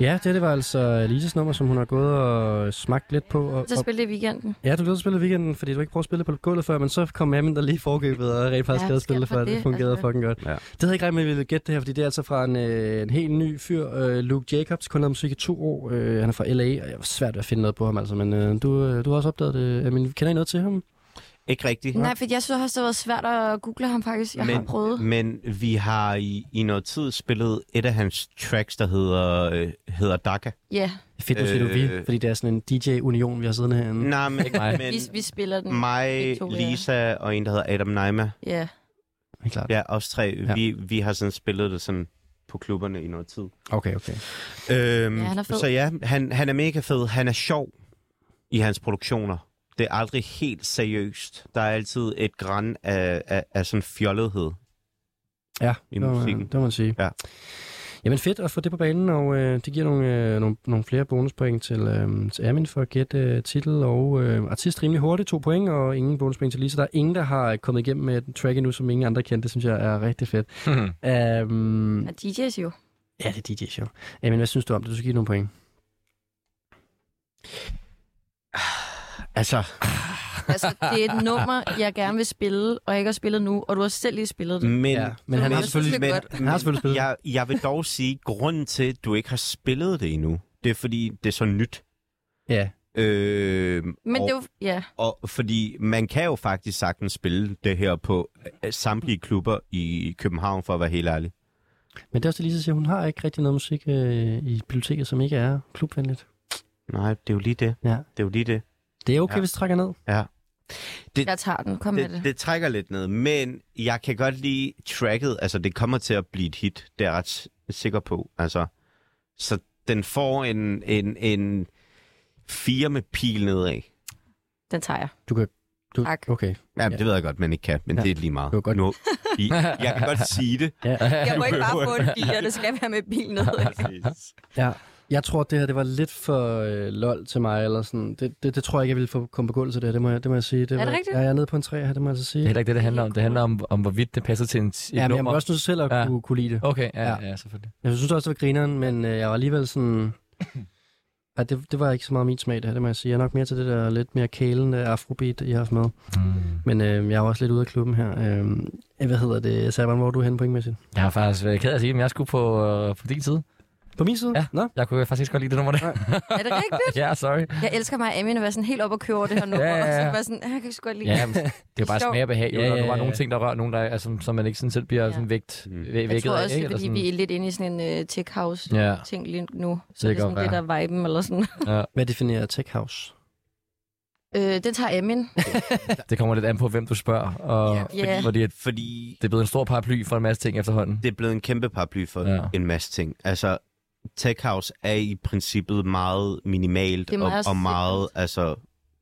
S2: Ja, det, det var altså Lises nummer, som hun har gået og smagt lidt på. Og,
S4: Så
S2: og,
S4: spille det i weekenden.
S2: ja, du glæder dig at spille i weekenden, fordi du ikke prøvede at spille på gulvet før, men så kom Amin der lige i forkøbet og rent faktisk
S4: Ja,
S2: ja, at
S4: skæld
S2: spille
S4: for
S2: for, det, det
S4: det,
S2: fungerede
S4: altså.
S2: fucking godt. Ja.
S3: Ja.
S2: Det havde jeg ikke regnet med, at vi ville gætte det her, fordi det er altså fra en, øh, en helt ny fyr, øh, Luke Jacobs, kun har musik i to år. Øh, han er fra L.A., og jeg var svært ved at finde noget på ham, altså, men øh, du, øh, du har også opdaget det. Amin, kender I noget til ham?
S3: Ikke rigtigt.
S4: Nej, for jeg synes også, det har været svært at google ham faktisk. Jeg men, har prøvet.
S3: men vi har i, i noget tid spillet et af hans tracks, der hedder, øh, hedder Daka.
S4: Ja,
S2: Fedt, nu siger du vi,
S3: Øh.
S2: fordi det er sådan en DJ-union, vi har siddende herinde.
S3: Nej, men,
S2: Ikke mig.
S3: men
S4: vi, vi spiller den.
S3: mig,
S4: Victoria.
S3: Lisa og en, der hedder Adam Naima.
S4: Ja.
S2: Helt klart.
S3: Ja, os tre.
S2: Ja.
S3: Ja. Vi, vi har sådan spillet det sådan på klubberne i noget tid.
S2: Okay, okay.
S3: Øhm,
S4: Ja, han er fed.
S3: Så ja, han, han er mega fed. Han er sjov i hans produktioner. Det er aldrig helt seriøst. Der er altid et græn af, af, af sådan fjollethed.
S2: Ja,
S3: I
S2: det må, man,
S3: musikken.
S2: det må man sige.
S3: Ja.
S2: Jamen fedt at få det på banen, og øh, det giver nogle, øh, nogle, nogle flere bonuspoint til, øh, til Amin for at gætte øh, titel og øh, artist rimelig hurtigt. To point og ingen bonuspoint til Lisa. Der er ingen, der har øh, kommet igennem med den track endnu, som ingen andre kendte. Det synes jeg er rigtig fedt.
S3: Mhm.
S2: Um,
S4: Og DJ's jo.
S2: ja, det er DJ-show. Amin, hvad synes du om det? Du skal give nogle point.
S3: Altså,
S4: Altså, det er et nummer, jeg gerne vil spille, og jeg ikke har spillet nu, og du har selv lige spillet det.
S3: men...
S2: ja, men han
S4: men
S2: har
S4: jeg synes,
S2: selvfølgelig...
S4: det er godt.
S2: Han har selvfølgelig spillet.
S3: Jeg, jeg vil dog sige, grunden til, at du ikke har spillet det endnu, det er fordi, det er så nyt.
S2: Ja,
S3: Øh,
S4: Men
S3: og,
S4: det er jo... Ja,
S3: og, fordi man kan jo faktisk sagtens spille det her på øh, samtlige klubber i København, for at være helt ærlig.
S2: men det er også det, Lisa siger. Hun har ikke rigtig noget musik øh, i biblioteket, som ikke er klubvenligt.
S3: Nej, det er jo lige det.
S2: Ja.
S3: Det er jo lige det.
S2: Det er okay, ja.
S3: Ja.
S2: hvis det trækker ned.
S4: jeg tager den. Kom med det.
S3: det, det trækker lidt ned, men jeg kan godt lide tracket. Altså, det kommer til at blive et hit, det er jeg ret s- sikker på. Altså, så den får en, en, en fire med pil nedad.
S4: Den tager jeg.
S2: Du,
S4: Tak.
S2: Okay.
S3: Ja, det ved jeg godt, man ikke kan, men
S2: Ja.
S3: ja. det er lige meget.
S2: Det var godt.
S3: Nu, I, jeg kan godt sige det.
S4: Jeg må ikke bare få en bil, og det skal være med bilen ned.
S2: Ja. Jeg tror, det her det var lidt for øh, lol til mig. Eller sådan. Det, det, det tror jeg ikke, jeg ville få komme på gulvet til det her. Det må jeg, det må jeg sige. Det
S4: Er det
S2: var,
S4: rigtigt?
S2: Ja, jeg er nede på en træ her, det må jeg altså sige.
S5: Det er heller ikke det, det handler om. Det handler om, om hvorvidt det passer til en, et
S2: ja, men jeg
S5: nummer.
S2: var også nødt til selv at
S5: Ja.
S2: kunne, kunne lide det.
S5: Okay, ja,
S2: Ja.
S5: ja. ja, selvfølgelig.
S2: Jeg synes også, det var grineren, men øh, jeg var alligevel sådan... Ja, det, det var ikke så meget min smag, det her, det må jeg sige. Jeg er nok mere til det der lidt mere kælende afrobeat, I har haft med.
S5: Mm.
S2: Men øh, jeg er jo også lidt ude af klubben her. Øh, hvad hedder det? Saban, hvor er du henne pointmæssigt?
S5: Jeg har faktisk været ked af at sige, men jeg skulle på, øh, på din side.
S2: På min side?
S5: Ja.
S2: Nå?
S5: Jeg kunne faktisk ikke så godt lide det nummer der.
S4: Er det rigtigt?
S5: ja, sorry.
S4: Jeg elsker mig, Amin, at være sådan helt op og køre over det her nummer,
S5: Ja, ja, ja.
S4: og så være sådan, "Ah, jeg kan ikke så godt lide
S5: Ja, men det er jo bare
S4: Sjov.
S5: smag og behag. Jo,
S2: Ja,
S5: ja, ja, ja. Der
S2: ja,
S5: er bare nogle
S2: ja.
S5: ting, der rører nogen, der, er- altså, som man ikke sådan selv bliver
S4: Ja.
S5: ja. sådan vægt,
S3: Mm.
S5: væ-
S4: Jeg
S5: vækket
S4: tror
S5: af.
S4: også,
S5: Ikke? Eller
S4: fordi
S5: sådan.
S4: vi er lidt inde i sådan en uh, tech house
S5: Ja.
S4: ting lige nu. Så
S5: kan
S4: det er sådan
S5: godt
S4: det, der
S5: være.
S4: er viben eller sådan.
S2: Hvad definerer Tech House?
S4: Øh, den tager Amin.
S5: Det kommer lidt an på, hvem du spørger. Og
S3: Ja,
S5: yeah.
S4: fordi-
S5: fordi at
S3: Fordi
S5: det er blevet en stor paraply for en masse ting efterhånden.
S3: det er blevet en kæmpe paraply for
S5: Ja.
S3: ja. en masse ting. Altså, Tech House er i princippet meget minimalt
S4: Det er meget
S3: og, og
S4: simpelt.
S3: meget, altså,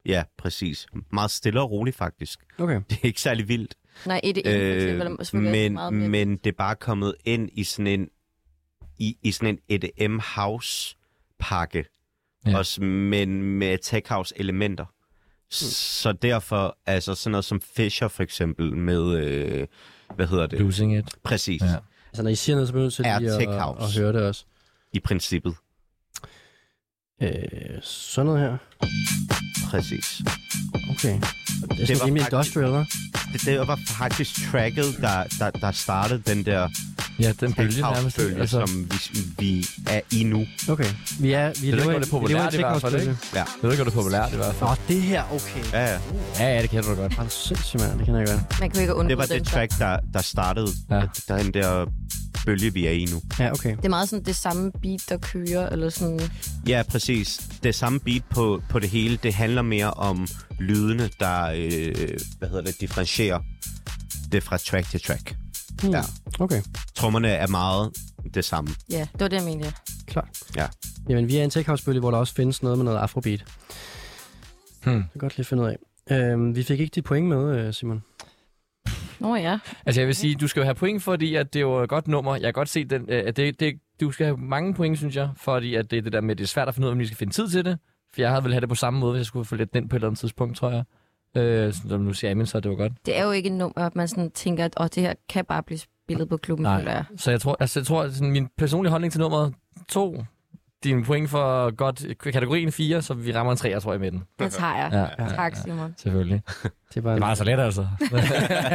S3: ja, præcis. Meget stille og roligt, faktisk.
S2: Okay.
S3: Det er ikke særlig vildt.
S4: Nej, et øh,
S3: men, Øh, men det er bare kommet ind i sådan en i, i sådan en E EDM house pakke
S5: Ja.
S3: ja. også, men med tech house elementer. Så derfor altså sådan noget som Fisher for eksempel med øh, hvad hedder det?
S5: Losing it.
S3: Præcis.
S5: Ja.
S3: Ja.
S2: Altså, når I siger noget, så bliver jeg nødt til
S3: Er
S2: lige
S3: Tech
S2: at,
S3: House.
S2: at høre det også.
S3: I princippet.
S2: Øh, sådan noget her.
S3: Præcis.
S2: Okay. Det er
S3: Det
S2: sådan
S3: var
S2: rimelig
S3: faktisk-
S2: industrial, hva'?
S3: Det, det var faktisk tracket der der, der startede den der
S5: Ja, den
S3: tech
S5: bølge nærmest.
S3: house bølge,
S5: Altså,
S3: som vi, vi er i nu.
S2: Okay. Vi er, vi
S5: det er
S2: lever,
S5: godt, det er populært i hvert fald, ikke?
S3: Ja.
S5: jeg ved ikke, om det er populært i hvert fald.
S2: Nå, det her, okay.
S3: Ja, ja.
S5: Ja, ja, det kender du godt.
S2: Er du sindssyg, mand? Det kan jeg godt.
S4: Man kan jo ikke undgå
S3: Det var
S4: den
S3: det
S4: så.
S3: track der der startede
S5: Ja.
S3: ja. den der bølge vi er i nu.
S2: Ja, okay.
S4: Det er meget sådan det samme beat, der kører, eller sådan...
S3: Ja, præcis. Det samme beat på, på det hele, det handler mere om lydene, der øh, hvad hedder det, differentierer det fra track til track.
S2: Hmm.
S3: Ja.
S2: Okay,
S3: Trommerne er meget det samme.
S4: Ja, det var det, jeg mente. ja.
S2: klart.
S3: Ja.
S2: Jamen, vi er i en tech house hvor der også findes noget med noget afrobeat. Hmm.
S5: Hmm.
S2: Det kan godt lige finde ud af. Øhm, vi fik ikke dit point med, øh, Simon.
S4: Nå ja.
S5: Altså, jeg vil sige, du skal jo have point, fordi at det er jo et godt nummer. Jeg kan godt se, den, øh, at det, det, du skal have mange point, synes jeg, fordi at det, er det der med, det er svært at finde ud af, om vi skal finde tid til det. For jeg havde vel have det på samme måde, hvis jeg skulle få lidt den på et eller andet tidspunkt, tror jeg. Øh, som nu siger Amin, så det var godt.
S4: Det er jo ikke et nummer, at man sådan tænker, at åh, det her kan bare blive spillet på klubben,
S5: Nej.
S4: eller...
S5: Så jeg tror, altså, jeg tror at sådan, min personlige holdning til nummeret to, din point for godt kategorien 4, så vi rammer en 3, tror jeg, i midten.
S4: Det tager jeg.
S5: Ja,
S4: Ja. Tak, Simon.
S5: selvfølgelig.
S2: Det var,
S5: Det
S2: en,
S5: var altså let, altså.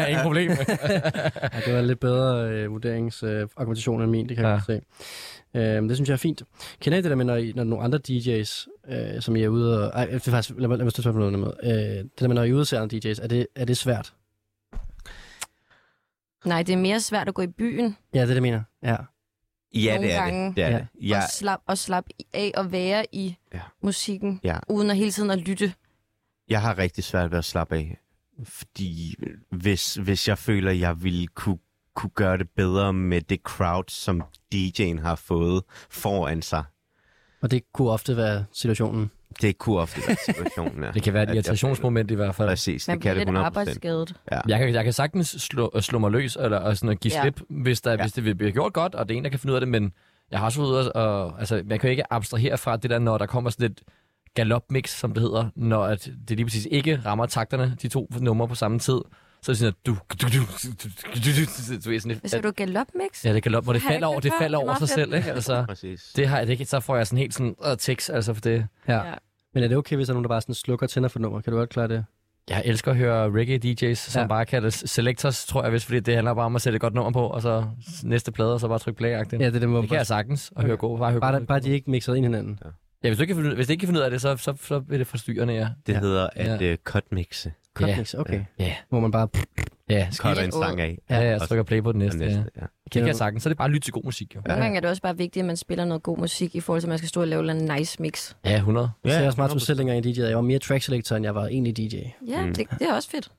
S5: Ingen problem.
S2: ja, det var en lidt bedre øh, vurderingsargumentation øh, end min, det kan ja.
S5: Ja.
S2: jeg godt se. Øhm, det synes jeg er fint. Kender I det der med, når, I- når nogle andre DJ's, øh, som I er ude og... Ej, det er faktisk, lad mig, lad mig stille spørgsmålet med. Øh, det der med, når I er ude og ser andre DJ's, er det, er det svært?
S4: Nej, det er mere svært at gå i byen
S2: Ja, det er det, jeg mener. Ja.
S3: Ja,
S4: Nogle
S3: det er
S4: gange.
S3: det. det, er
S2: Ja.
S3: det.
S4: ja.
S3: Jeg,
S4: og slappe og slap af og være i
S3: Ja.
S4: ja. musikken,
S3: Ja.
S4: ja. uden at hele tiden at lytte.
S3: jeg har rigtig svært ved at slappe af. Fordi hvis, hvis jeg føler, jeg ville kunne, kunne gøre det bedre med det crowd, som DJ'en har fået foran sig.
S2: Og det kunne ofte være situationen.
S3: Det kunne ofte være situationen, ja.
S5: Det kan være et
S3: At jeg
S5: irritationsmoment i hvert
S3: føler-
S5: fald.
S3: Præcis,
S4: Man
S3: det kan det
S4: bliver
S3: 100%.
S4: lidt arbejdsskadet.
S5: Jeg kan, jeg kan sagtens slå, slå mig løs eller og sådan at give
S4: Ja.
S5: slip, hvis, der,
S3: Ja.
S5: ja. hvis det bliver gjort godt, og det er en, der kan finde ud af det, men jeg har også været ude og, og altså, man kan jo ikke abstrahere fra det der, når der kommer sådan et galopmix, som det hedder, når at det lige præcis ikke rammer takterne, de to numre på samme tid, så er det sådan, at du... du, du, du, du, du, du, du ved, sådan,
S4: Hvad
S5: at,
S4: siger du? Galopmix?
S5: ja, det galop, hvor det
S4: Har jeg
S5: falder
S4: ikke
S5: over, det
S4: hørt før?
S5: falder
S4: Det er
S5: over sig
S4: meget
S5: selv,
S4: fedt.
S5: ikke? Altså,
S3: Præcis.
S5: det har jeg det ikke, så får jeg sådan helt sådan, og tekst, altså for det.
S2: Ja. Men er det okay, hvis der er nogen, der bare sådan slukker tænder for nummer? Kan du godt klare det?
S5: Jeg elsker at høre reggae-DJ's, som
S2: Ja.
S5: ja. bare kaldes selectors, tror jeg vist, fordi det handler bare om at sætte et godt nummer på, og så næste plade, og så bare trykke play-agtigt.
S2: Ja, det er det, hvor
S5: Det kan jeg sagtens, at høre
S2: Okay.
S5: god, bare høre
S2: bare,
S5: god.
S2: bare de ikke mixer ind i hinanden.
S5: Ja, hvis du ikke kan finde, hvis du ikke kan finde ud af det, så, så, så bliver det forstyrrende, ja.
S3: Det
S2: Ja.
S3: hedder at
S5: Ja.
S3: ja. uh, cutmixe.
S2: Cut
S5: Ja.
S2: mix, okay.
S5: Ja.
S2: Hvor man bare...
S5: Ja, skal
S3: Cutter en
S4: Helt
S3: sang af.
S5: ja, ja,
S3: og-
S5: så trykker play på den
S3: og
S5: næste. næste. Ja.
S3: næste, ja.
S5: Det kan jeg sagtens, så er det bare at lytte til god musik, jo.
S4: Nogle gange er det også bare vigtigt, at man spiller noget god musik, i forhold til, at man skal stå og lave en nice mix.
S5: Ja, 100.
S2: Ja, så jeg også meget som selv dengang i DJ. Jeg var mere track selector, end jeg var egentlig DJ.
S4: Ja, mm. det, det er også fedt.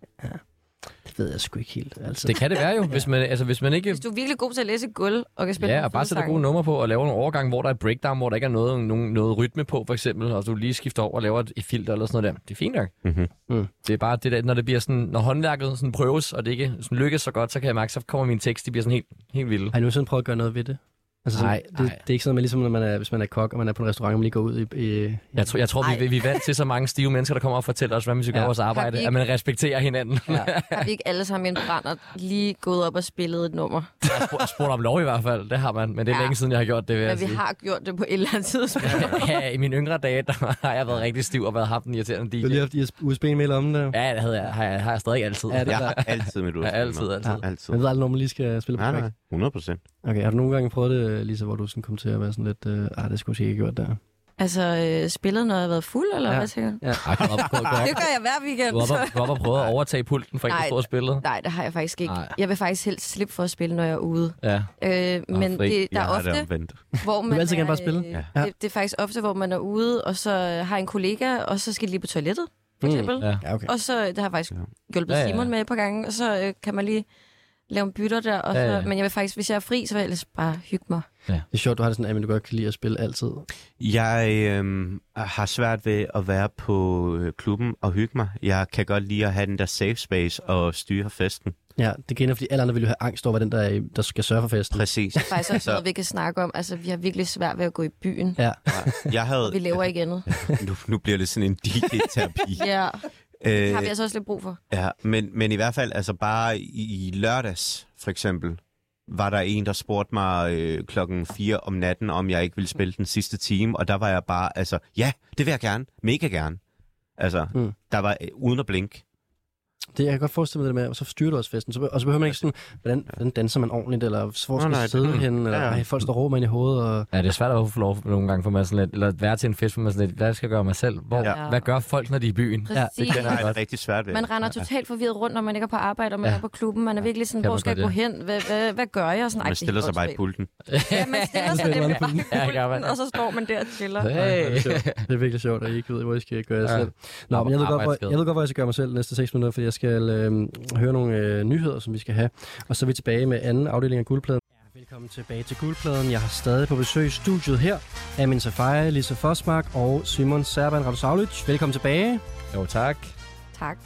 S2: Det ved jeg sgu ikke helt. Altså.
S5: Det kan det være jo, hvis man, altså, hvis man ikke...
S4: Hvis du er virkelig god til at læse gulv, og kan spille
S5: Ja,
S4: nogle
S5: og bare
S4: fede
S5: sætter
S4: sange.
S5: gode numre på og laver nogle overgange, hvor der er et breakdown, hvor der ikke er noget, nogen, noget rytme på, for eksempel, og du lige skifter over og laver et, et filter eller sådan noget der. Det er fint nok.
S3: Mhm.
S2: Mm.
S5: Det er bare det der, når det bliver sådan, når håndværket sådan prøves, og det ikke sådan lykkes så godt, så kan jeg mærke, så kommer min tekst, de bliver sådan helt, helt vilde.
S2: Har I nogensinde prøvet at gøre noget ved det? Altså, sådan,
S5: Nej,
S2: det,
S5: nej.
S2: det, er ikke sådan, at man ligesom, når man er, hvis man er kok, og man er på en restaurant, og man lige går ud i... i
S5: Jeg tror, jeg tror vi, vi er vant til så mange stive mennesker, der kommer og fortæller os, hvordan vi skal gøre
S2: Ja.
S5: vores
S4: Har vi
S5: arbejde, at man respekterer hinanden. Ja.
S4: Har vi ikke alle sammen i en brænder lige gået op og spillet et nummer?
S5: Jeg har spurgt- spurgt om lov i hvert fald, det har man, men det er
S4: Ja.
S5: længe siden, jeg har gjort det, vil jeg
S4: Men vi
S5: sige.
S4: har gjort det på et eller andet tidspunkt.
S5: Ja, i mine yngre dage, der har jeg været rigtig stiv og været haft en irriterende
S2: Du har
S5: DJ.
S2: lige haft i USB'en med i lommen der.
S5: Ja, det havde jeg, har, jeg, har jeg stadig altid.
S2: Ja, det-
S3: Jeg har altid mit udspil.
S5: altid, altid.
S3: altid.
S2: Man ved aldrig, når man lige skal spille på
S3: Nej, nej,
S2: track.
S3: 100 procent.
S2: Okay, har du nogle gange prøvet det, Lisa, hvor du sådan kom til at være sådan lidt... Øh, ah, det skulle jeg måske ikke have gjort der.
S4: altså, øh, spillet, når jeg har været fuld, eller
S2: Ja.
S4: ja. hvad tænker du?
S2: Ja.
S5: Ej, gå op, gå, gå op.
S4: Det gør jeg hver weekend.
S5: Du er oppe
S4: så-
S5: og- du er oppe og prøver at overtage pulten fra en, der
S4: Nej.
S5: står og spiller.
S4: Nej, det har jeg faktisk ikke.
S5: Nej.
S4: Jeg vil faktisk helst slippe for at spille, når jeg er ude.
S5: Ja.
S4: Øh, men
S5: fri.
S4: det, der
S3: Jeg
S4: er
S3: har det
S4: ofte,
S3: omvendt.
S4: hvor man
S2: vil altid
S4: er,
S2: gerne bare spille.
S4: øh,
S2: Ja.
S4: Det, det er faktisk ofte, hvor man er ude, og så har en kollega, og så skal de lige på toilettet, for
S2: Mm,
S4: eksempel.
S5: ja.
S2: Ja, okay.
S4: Og så, det har faktisk
S3: Ja.
S4: hjulpet
S5: Ja, ja.
S4: Simon med et par gange, og så øh, kan man lige lave en bytter der. Og så,
S5: Ja, ja.
S4: Men jeg vil faktisk, hvis jeg er fri, så vil jeg ellers bare hygge mig.
S2: Det er sjovt, du har det sådan, at du godt kan lide at spille altid.
S3: Jeg øhm, har svært ved at være på øh, klubben og hygge mig. Jeg kan godt lide at have den der safe space og styre festen.
S2: Ja, det kender, fordi alle andre vil jo have angst over, hvad den der, er i- der skal sørge for festen.
S3: Præcis.
S4: Faktisk også noget, vi kan snakke om. Altså, vi har virkelig svært ved at gå i byen,
S2: Ja,
S3: Jeg
S4: og
S3: havde,
S4: vi laver ikke andet.
S3: nu, nu bliver det sådan en DJ-terapi.
S4: Ja, det har vi
S3: øh,
S4: altså også lidt brug for.
S3: ja, men, men i hvert fald, altså bare i, i lørdags for eksempel, var der en, der spurgte mig øh, klokken 4 om natten, om jeg ikke ville spille den sidste time, og der var jeg bare, altså, ja, det vil jeg gerne, mega gerne. Altså,
S2: Mm.
S3: mm. der var øh, uden at blinke.
S2: det jeg kan godt forestille mig det der med, og så styrer du også festen. Så, be- og så behøver man ikke sådan, hvordan, hvordan danser man ordentligt, eller hvor skal
S3: nej,
S2: man
S3: det-
S2: sidde henne, eller
S3: Ja, ja.
S2: ej, folk står og råber ind i hovedet. Og,
S5: Ja, det er svært at få lov nogle gange for mig sådan lidt, eller at være til en fest, hvor man sådan lidt, hvad skal jeg gøre mig selv? Hvor,
S4: Ja.
S5: ja. Hvad gør folk, når de er i byen?
S4: Præcis.
S3: Den har jeg det rigtig svært ved.
S4: Man render totalt forvirret rundt, når man ikke er på arbejde, og man
S5: Ja.
S4: er på klubben. Man er virkelig sådan,
S5: Kan
S4: hvor
S5: man
S4: skal jeg
S5: godt,
S4: gå hen? Hvad, hvad, hvad gør jeg? Og Sådan, "Ej,
S3: Man
S4: det er
S3: stiller sig
S4: helt
S3: bare i
S4: åndssvagt."
S3: pulten.
S4: Ja, man stiller sig
S5: Ja,
S4: nemlig bare i
S5: ja, ja,
S4: pulten,
S5: ja.
S4: og så står man der og chiller.
S2: Ej, hvor er det sjovt. det er virkelig sjovt, at I ikke ved, hvor I skal gøre jer
S5: Ja.
S2: selv. Nå, men jeg ved, godt, hvor,
S5: Arbejdsskade.
S2: jeg ved godt, hvor jeg skal gøre mig selv de næste 6 minutter, fordi jeg skal øh, høre nogle øh, nyheder, som vi skal have. Og så er vi tilbage med anden afdeling af Guldpladen. Ja, velkommen tilbage til Guldpladen. Jeg har stadig på besøg i studiet her Amin Safari, Lisa Fosmark og Simon Serban Radosavlic. Velkommen tilbage.
S5: Jo, tak.
S4: Tak.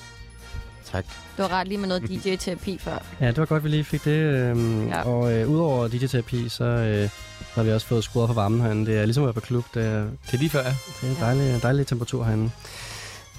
S3: Tak.
S4: Det var rart lige med noget DJ-terapi før.
S2: Ja, det var godt, vi lige fik det. Øhm, ja.
S4: Ja.
S2: Og øh, udover DJ-terapi, så øh, har vi også fået skruet op for varmen herinde. Det er ligesom at være på klub. Det er,
S5: Det er lige før, ja.
S2: det er en dejlig, dejlig temperatur herinde.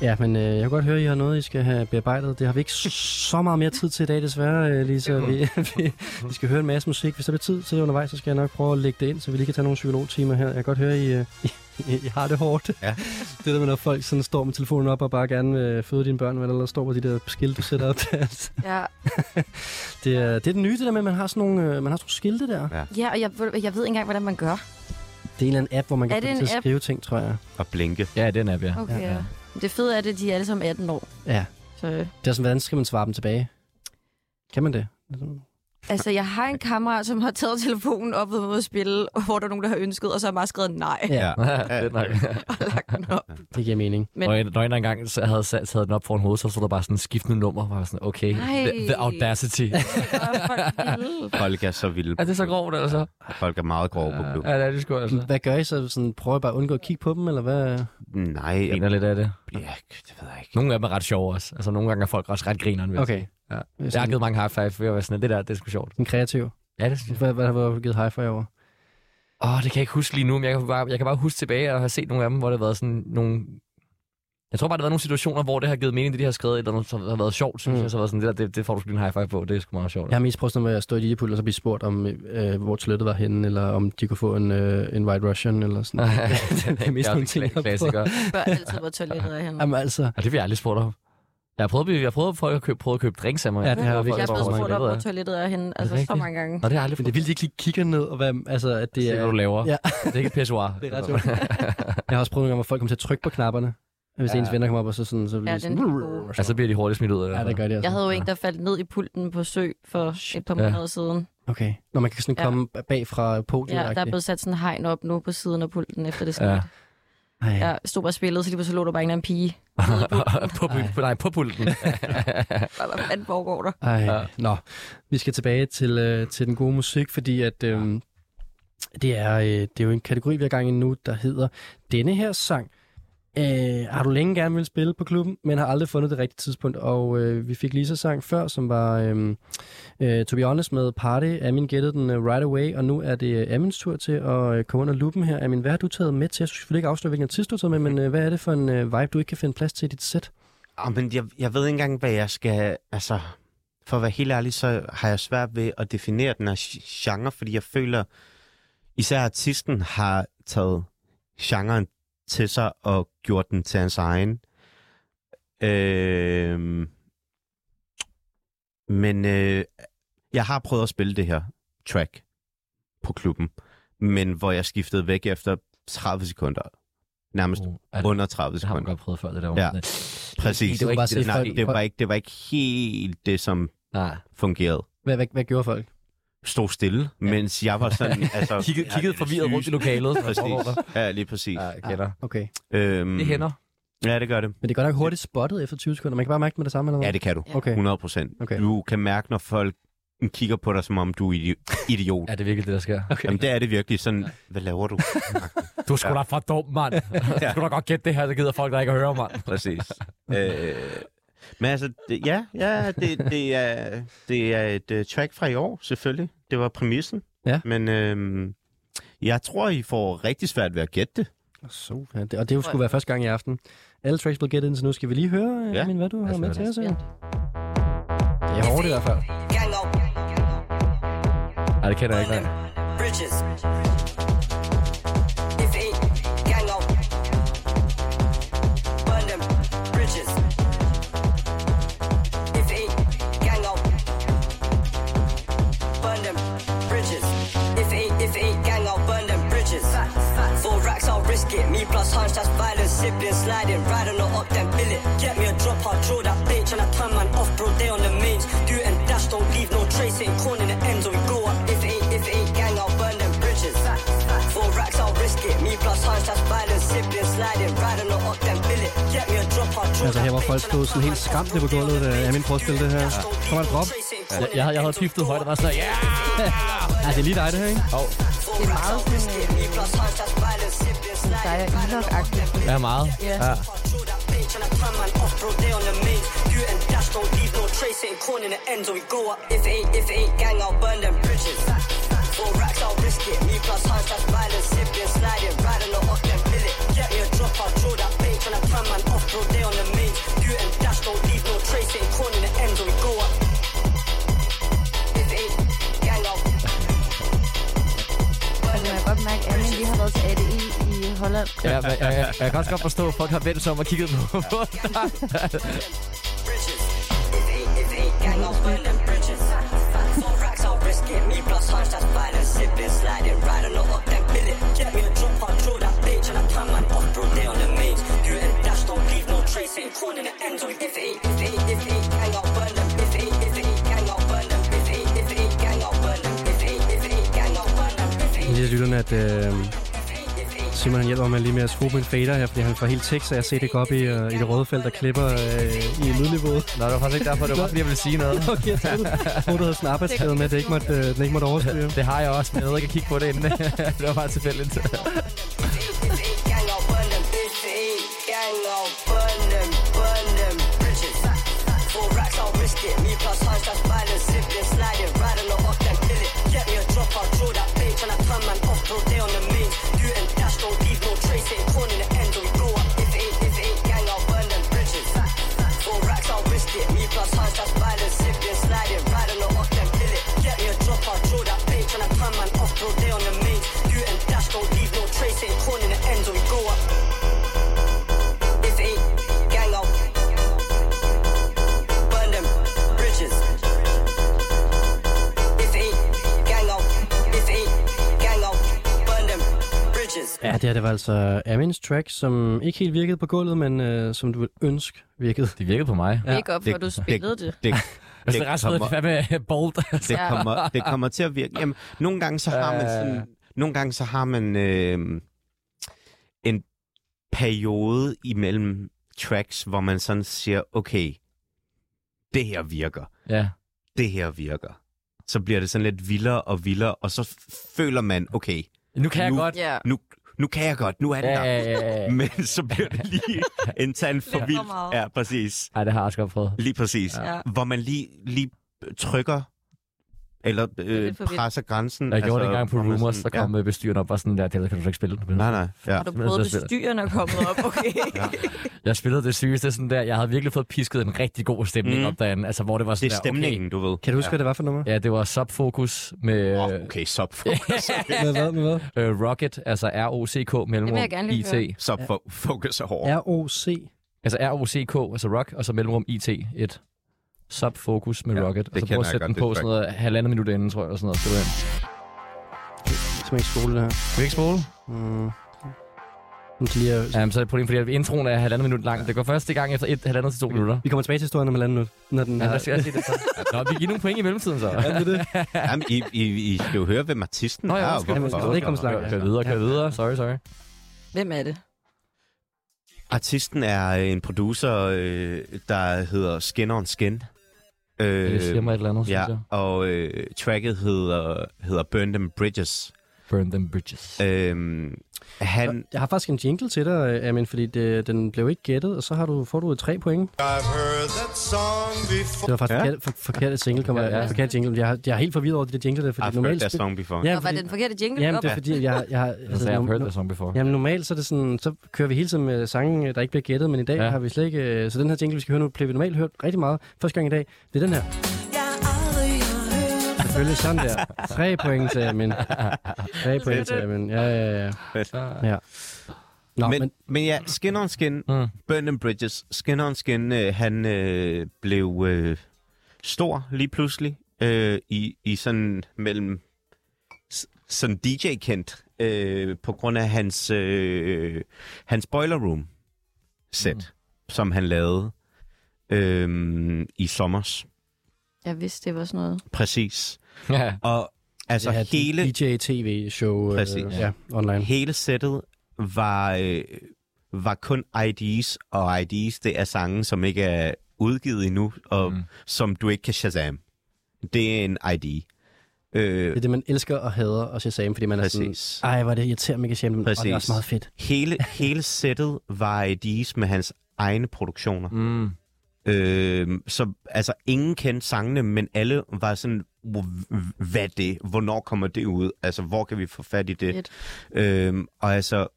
S2: Ja, men øh, jeg kan godt høre, at I har noget, I skal have bearbejdet. Det har vi ikke så meget mere tid til i dag, desværre, øh, Lisa. Vi, vi, vi skal høre en masse musik. Hvis der bliver tid til det undervejs, så skal jeg nok prøve at lægge det ind, så vi lige kan tage nogle psykologtimer her. Jeg kan godt høre, I, øh, I, I har det hårdt.
S3: Ja.
S2: Det der med, når folk sådan står med telefonen op og bare gerne vil føde dine børn, eller der står på de der skilte, du sætter op. der.
S4: Ja,
S2: det, er, det er det nye, det der med, at man har sådan nogle, øh, man har sådan nogle skilte der.
S4: ja og jeg, jeg ved ikke engang, hvordan man gør.
S2: Det er en eller anden app, hvor man
S4: Er
S2: kan
S4: det
S2: få
S4: en
S2: til at
S4: app?
S2: skrive ting, tror jeg.
S3: Og blinke.
S5: Ja, den app, ja.
S4: Okay.
S2: Ja,
S4: Ja,
S2: ja.
S4: ja. Det fede er det, at de er alle sammen 18 år.
S2: Ja.
S4: Så, øh.
S2: Det er sådan, hvordan skal man svare dem tilbage? Kan man det?
S4: altså, jeg har en kammerat, som har taget telefonen op ved mod at spille, hvor der er nogen, der har ønsket, og så har jeg bare skrevet nej
S2: Ja,
S5: det er nok.
S4: og lagt den op.
S2: det giver mening.
S4: Men-
S5: Men... Og en, når en der engang så havde sat, taget den op foran hovedet, så stod der bare sådan skiftende nummer, var jeg sådan, okay,
S4: Nej.
S5: the, the audacity.
S4: Og folk ville.
S3: Folk er så vilde.
S5: er det så grovt, eller så?
S3: Folk er meget grove på blå.
S5: Ja, det er det sgu altså.
S2: Hvad gør I så? Sådan, prøver I bare at undgå at kigge på dem, eller hvad?
S3: Nej,
S5: Jeg
S3: jeg,
S5: griner lidt af det.
S3: ja, det ved jeg ikke.
S5: Nogle af dem er ret sjove også. Altså, nogle gange er folk også ret grineren. vil jeg
S2: Okay.
S5: sige. Ja. Jeg har
S2: Sådan,
S5: givet mange high five, for jeg var sådan, det der, det er sgu sjovt.
S2: den kreative.
S5: Ja, det synes jeg.
S2: Hvad, hvad, hvad har du givet high five over?
S5: Åh, det kan jeg ikke huske lige nu, men jeg kan bare, jeg kan bare huske tilbage og have set nogle af dem, hvor det har været sådan nogle... Jeg tror bare, der har været nogle situationer, hvor det har givet mening, det de har skrevet, eller noget, som har været sjovt, synes
S2: Mm.
S5: mm. jeg. Så har været sådan, det, der, det, det får du sgu lige en high five på, det er sgu meget sjovt.
S2: Jeg har mest prøvet sådan, at jeg stod i Lilliput, og så blive spurgt, om øh, hvor tølettet var henne, eller om de kunne få en, øh, en White Russian, eller sådan noget. det er mest nogle ting, jeg har
S5: klassiker.
S4: Spørg altid, hvor toilettet er henne.
S2: Jamen altså,
S5: Og det vil jeg aldrig spurgt om. Jeg har prøvet, at blive- jeg har prøvet, at folk har købt, prøvet at købe drinks af mig.
S2: Ja,
S5: Jeg
S2: det har
S5: prøvet,
S2: vi ikke
S5: at
S4: jeg er
S5: folk
S2: spurgt
S4: blevet
S5: har
S4: spurgt op,
S5: spurgt, hvor
S2: om.
S4: hvor
S5: mange
S4: toilettet er henne, altså så
S5: rigtigt?
S4: mange gange.
S5: Nå, det har jeg aldrig
S2: men det
S5: fået.
S2: er vildt, de ikke lige kigger ned, og hvad, altså, at det
S5: Det er, hvad du
S2: er...
S5: laver.
S2: Ja.
S5: Det er ikke et pissoir.
S2: Det er ret sjovt. Jeg har også prøvet nogle gange, hvor folk kommer til at trykke på knapperne. Hvis ja. ens venner kommer op, og så sådan, så bliver
S4: Ja,
S2: de sådan...
S4: den er god.
S5: Ja, så Altså, bliver de hurtigt smidt ud af det.
S2: Ja, det gør det altså.
S4: Jeg havde jo en, der faldt ned i pulten på sø for et par
S5: Ja.
S4: måneder siden.
S2: Okay. Når man kan sådan
S4: Ja.
S2: komme bag fra podiet.
S4: Ja, der er blevet sat sådan en hegn op nu på siden af pulten, efter det skete.
S5: Ja.
S4: Ja.
S2: Ej,
S4: Jeg stod bare og spillede, så lige pludselig lå der bare en eller anden pige. nede i pulten.
S5: på, pul- nej, på pulten.
S4: Bare, Hvad fanden foregår der?
S2: Ej, ja.
S5: Ja.
S2: nå. Vi skal tilbage til, øh, til den gode musik, fordi at, øh, det, er, øh, det er jo en kategori, vi har gang i nu, der hedder Denne her sang. Øh, har du længe gerne ville spille på klubben, men har aldrig fundet det rigtige tidspunkt. Og øh, vi fik Lisa sang før, som var øh, øh, To Be Honest med Party. Amin gættede den øh, right away, og nu er det øh, Amins tur til at øh, komme under lupen her. Amin, hvad har du taget med til? Jeg skal selvfølgelig ikke afsløre, hvilken artist du har taget med, men øh, hvad er det for en øh, vibe, du ikke kan finde plads til i dit sæt?
S3: Oh, men jeg, jeg ved ikke engang, hvad jeg skal... Altså, for at være helt ærlig, så har jeg svært ved at definere den her ge- genre, fordi jeg føler, især artisten har taget genren til sig og gjort den til hans egen. Øh, men øh, jeg har prøvet at spille det her track på klubben, men hvor jeg skiftede væk efter 30 sekunder. Nærmest
S5: Ja, Uh, det-
S3: under 30
S5: Det har man
S3: sekunder.
S5: godt prøvet før, det der.
S3: Ja. Præcis.
S5: Det var
S2: Bare
S5: ikke
S2: se
S5: det, der
S3: Nej,
S2: folk-
S3: det var, ikke, det var ikke helt det, som
S5: Nej.
S3: fungerede.
S2: Hvad, hvad, hvad gjorde folk?
S3: Stod stille, ja. mens jeg var sådan... Altså,
S5: Kiggede, kiggede
S3: Ja,
S5: forvirret rundt i lokalet.
S3: Præcis. Ja, lige præcis.
S5: Ja, jeg kender.
S2: Okay.
S3: Øhm,
S5: Det hænder.
S3: Ja, det gør det.
S2: Men det er godt nok hurtigt spottet efter 20 sekunder. Man kan bare mærke det med det samme, eller hvad?
S3: Ja, det kan du.
S4: Ja.
S2: Okay.
S3: 100 procent.
S2: Okay.
S3: Okay. Du kan mærke, når folk kigger på dig, som om du er idi- idiot.
S5: Ja, det er virkelig det, der sker.
S3: Okay. Jamen, det er det virkelig sådan, hvad laver du?
S5: Du er sgu da for dum, mand. Du kan da godt gætte det her, det gider folk, der ikke at høre, mand.
S3: Præcis. øh, men altså, det, ja, ja det, det, er, det er et øh, track fra i år, selvfølgelig. Det var præmissen.
S2: Ja.
S3: Men øhm, jeg tror, I får rigtig svært ved at gætte det.
S2: Så, ja, det, og det skulle være første gang i aften. Alle tracks blev gættet indtil nu. Skal vi lige høre,
S3: Ja.
S2: ja. Amin, hvad du har
S5: os
S2: med
S5: høre
S2: til
S5: det.
S2: os? Amin? Det er hårdt i hvert fald.
S5: Nej, det kender jeg ikke. nej.
S2: Altså her, hvor folk stod sådan helt skræmte på gulvet, da Amin prøvede at spille det her. Kommer der et drop?
S5: Jeg, jeg, havde- jeg havde piftet højt, og var sådan, ja!
S2: Ja, det er lige dig, det her, ikke?
S5: Hov,
S4: Det er meget sådan... Der er ilok-agtigt.
S5: ja, meget.
S4: Ja.
S5: Ja.
S11: Sliding, riding or up them billet. Get me a drop, I'll draw that bait, tryna turn man off, bro, they on the main.
S4: E mand.
S5: Ja, men jeg, jeg, jeg kan også godt forstå, at folk har vendt sig om og kigget på
S2: Jeg siger til lytterne, at øh, Simon han hjælper mig lige med at skrue på en fader her, fordi han får helt tekst, og jeg ser det gå op i, øh, i det røde felt, der klipper øh, i lydniveauet.
S5: Nå, det var faktisk ikke derfor, det var bare fordi, jeg ville sige noget.
S2: Okay, jeg troede, jeg troede, du havde sådan en arbejdsskade med, at det ikke måtte, øh, den ikke måtte overstyre.
S5: Det har jeg også, men jeg ved ikke at kigge på det inden. det var bare tilfældigt.
S2: Ja, det her det var altså Amins track, som ikke helt virkede på gulvet, men øh, som du ville ønske virkede.
S5: Det virkede på mig.
S4: Ja, ikke op, for
S3: det-
S4: at du spillede det.
S3: Det,
S5: Altså, det er ret sødt,
S3: kommer-
S5: hvad med Altså. bold?
S3: det, kommer, det kommer til at virke. Jamen, nogle gange så har man
S5: Øh.
S3: sådan, nogle gange så har man øh, en periode imellem tracks, hvor man sådan siger, okay, det her virker,
S5: Ja.
S3: det her virker. Så bliver det sådan lidt vildere og vildere, og så f- føler man, okay,
S5: Nu kan jeg
S3: Nu-
S5: godt.
S4: Ja.
S3: nu, nu kan jeg godt, nu er det
S5: Ja,
S3: der.
S5: ja, ja, ja.
S3: Men så bliver det lige en tand for
S4: for
S3: vildt.
S4: meget.
S3: Ja, præcis.
S5: Ej, det har jeg også godt prøvet.
S3: Lige præcis.
S4: Ja.
S3: Hvor man lige, lige trykker eller
S4: er
S3: øh,
S4: for vildt.
S3: presser grænsen.
S5: Jeg gjorde det engang på
S3: hvor man
S5: Rumors, så
S3: altså, sådan-
S5: kom øh, bestyreren op og sådan der, det her kan du slet ikke spille.
S3: Ja. Nej, nej. Ja.
S4: Har du
S5: simpelthen
S4: prøvet
S5: så svært.
S4: bestyrende at komme op? Okay.
S5: Jeg spillede det sygeste sådan der. Jeg havde virkelig fået pisket en rigtig god stemning
S3: Mhm.
S5: op derinde. Altså, hvor det var sådan
S3: Det er
S5: der,
S3: stemningen, du ved.
S2: Kan du huske, ja. hvad det var for nummer?
S5: Okay. Ja, det var subfokus med
S3: Åh,
S5: øh,
S3: okay, sub focus.
S2: Med hvad? Med hvad?
S5: øh, Rocket, altså R-O-C-K
S4: Det vil
S5: mellemrum
S4: jeg gerne lige
S5: IT.
S4: høre.
S3: sub fo- focus er hård.
S2: R.O.C.
S5: Altså R-O-C-K, altså rock, og så mellemrum IT, et subfokus med
S3: Ja,
S5: ja, rocket.
S3: det
S5: Og så prøv
S3: kender
S5: at
S3: jeg
S5: sætte
S3: godt,
S5: den
S3: det
S5: på sådan noget halvandet minut inden, tror jeg, eller sådan noget. Skal du ind.
S2: Som ikke skole, det her.
S5: Skal vi ikke spole?
S2: Mm. Nu skal lige, øh,
S5: Jamen, så er det et problem, fordi at introen er halvandet minut lang. Det går første gang efter et halvandet til to minutter.
S2: Vi kommer tilbage til historien om halvanden minut, når den
S5: Ja,
S2: er...
S5: der skal jeg sige det så. Nå, vi giver nogle point i mellemtiden så.
S2: Ja, det er det.
S3: Jamen, I, I, I skal jo høre, hvem artisten
S5: Nå, ja,
S3: er. og
S5: undskyld.
S3: hvorfor.
S2: Jamen, jeg ved ikke, om slags.
S5: Kør videre, kør videre. Sorry, sorry.
S4: Hvem er det?
S3: Artisten er en producer, øh, der hedder Skin on Skin. Øh,
S5: Det siger mig et eller andet,
S3: Ja,
S5: synes jeg.
S3: og øh, tracket hedder, hedder Burn Them Bridges.
S5: Burn them bridges.
S3: Øhm, han,
S2: Jeg har faktisk en jingle til dig, øh, Amin, fordi det, den blev ikke gættet, og så har du, får du tre point.
S8: I've heard that song before.
S2: Det var faktisk ja.
S3: Ja.
S2: forkert, for, forkert single, kommer
S5: Ja,
S2: ja,
S5: ja.
S2: ja. forkert jingle. Jeg, har- jeg er helt forvirret over det der jingle der, fordi
S3: I've heard
S2: normalt...
S3: that
S2: spil-
S3: song before.
S2: Ja,
S4: Og var det den forkerte jingle?
S2: Jamen,
S4: op?
S2: det er fordi, jeg, jeg har...
S5: Altså, jeg har
S2: norm-
S5: hørt that song before.
S2: Jamen normalt, så, er det sådan, så kører vi hele tiden med sange, øh, der ikke bliver gættet, men i dag
S5: Ja.
S2: ja. har vi slet ikke... øh, Så den her jingle, vi skal høre nu, bliver vi normalt hørt rigtig meget. Første gang i dag, det er den her. Selvfølgelig sådan der. Tre point til Amin. Tre point til Amin. Ja, ja, ja. ja. Nå, men,
S3: men, men ja, Skin on Skin,
S5: Mm.
S3: Burn Them Bridges. Skin on Skin, øh, han øh, blev øh, stor lige pludselig øh, i, i sådan mellem s- sådan DJ-kendt øh, på grund af hans, øh, hans Boiler Room set, mm. som han lavede øh, i sommers.
S4: Jeg vidste, det var sådan noget.
S3: Præcis.
S5: Ja.
S3: Og altså
S2: det her
S3: hele...
S2: DJ-tv-show
S3: Præcis.
S2: øh, ja, online.
S3: Hele sættet var, øh, var kun IDs, og IDs, det er sange, som ikke er udgivet endnu, og mm. som du ikke kan shazam. Det er en ID.
S2: Det er
S3: Øh,
S2: det, man elsker og hader og Shazam, fordi man er
S3: Præcis.
S2: sådan, ej, hvor er det irriterende med Shazam, men og det
S3: Præcis.
S2: er også meget fedt.
S3: hele, hele sættet var IDs med hans egne produktioner.
S5: Mm.
S3: Øh, så altså, ingen kendte sangene, men alle var sådan, "Hvor- hvad er det? Hvornår kommer det ud? Altså, hvor kan vi få fat i det?
S4: Fedt.
S3: Øhm, og altså,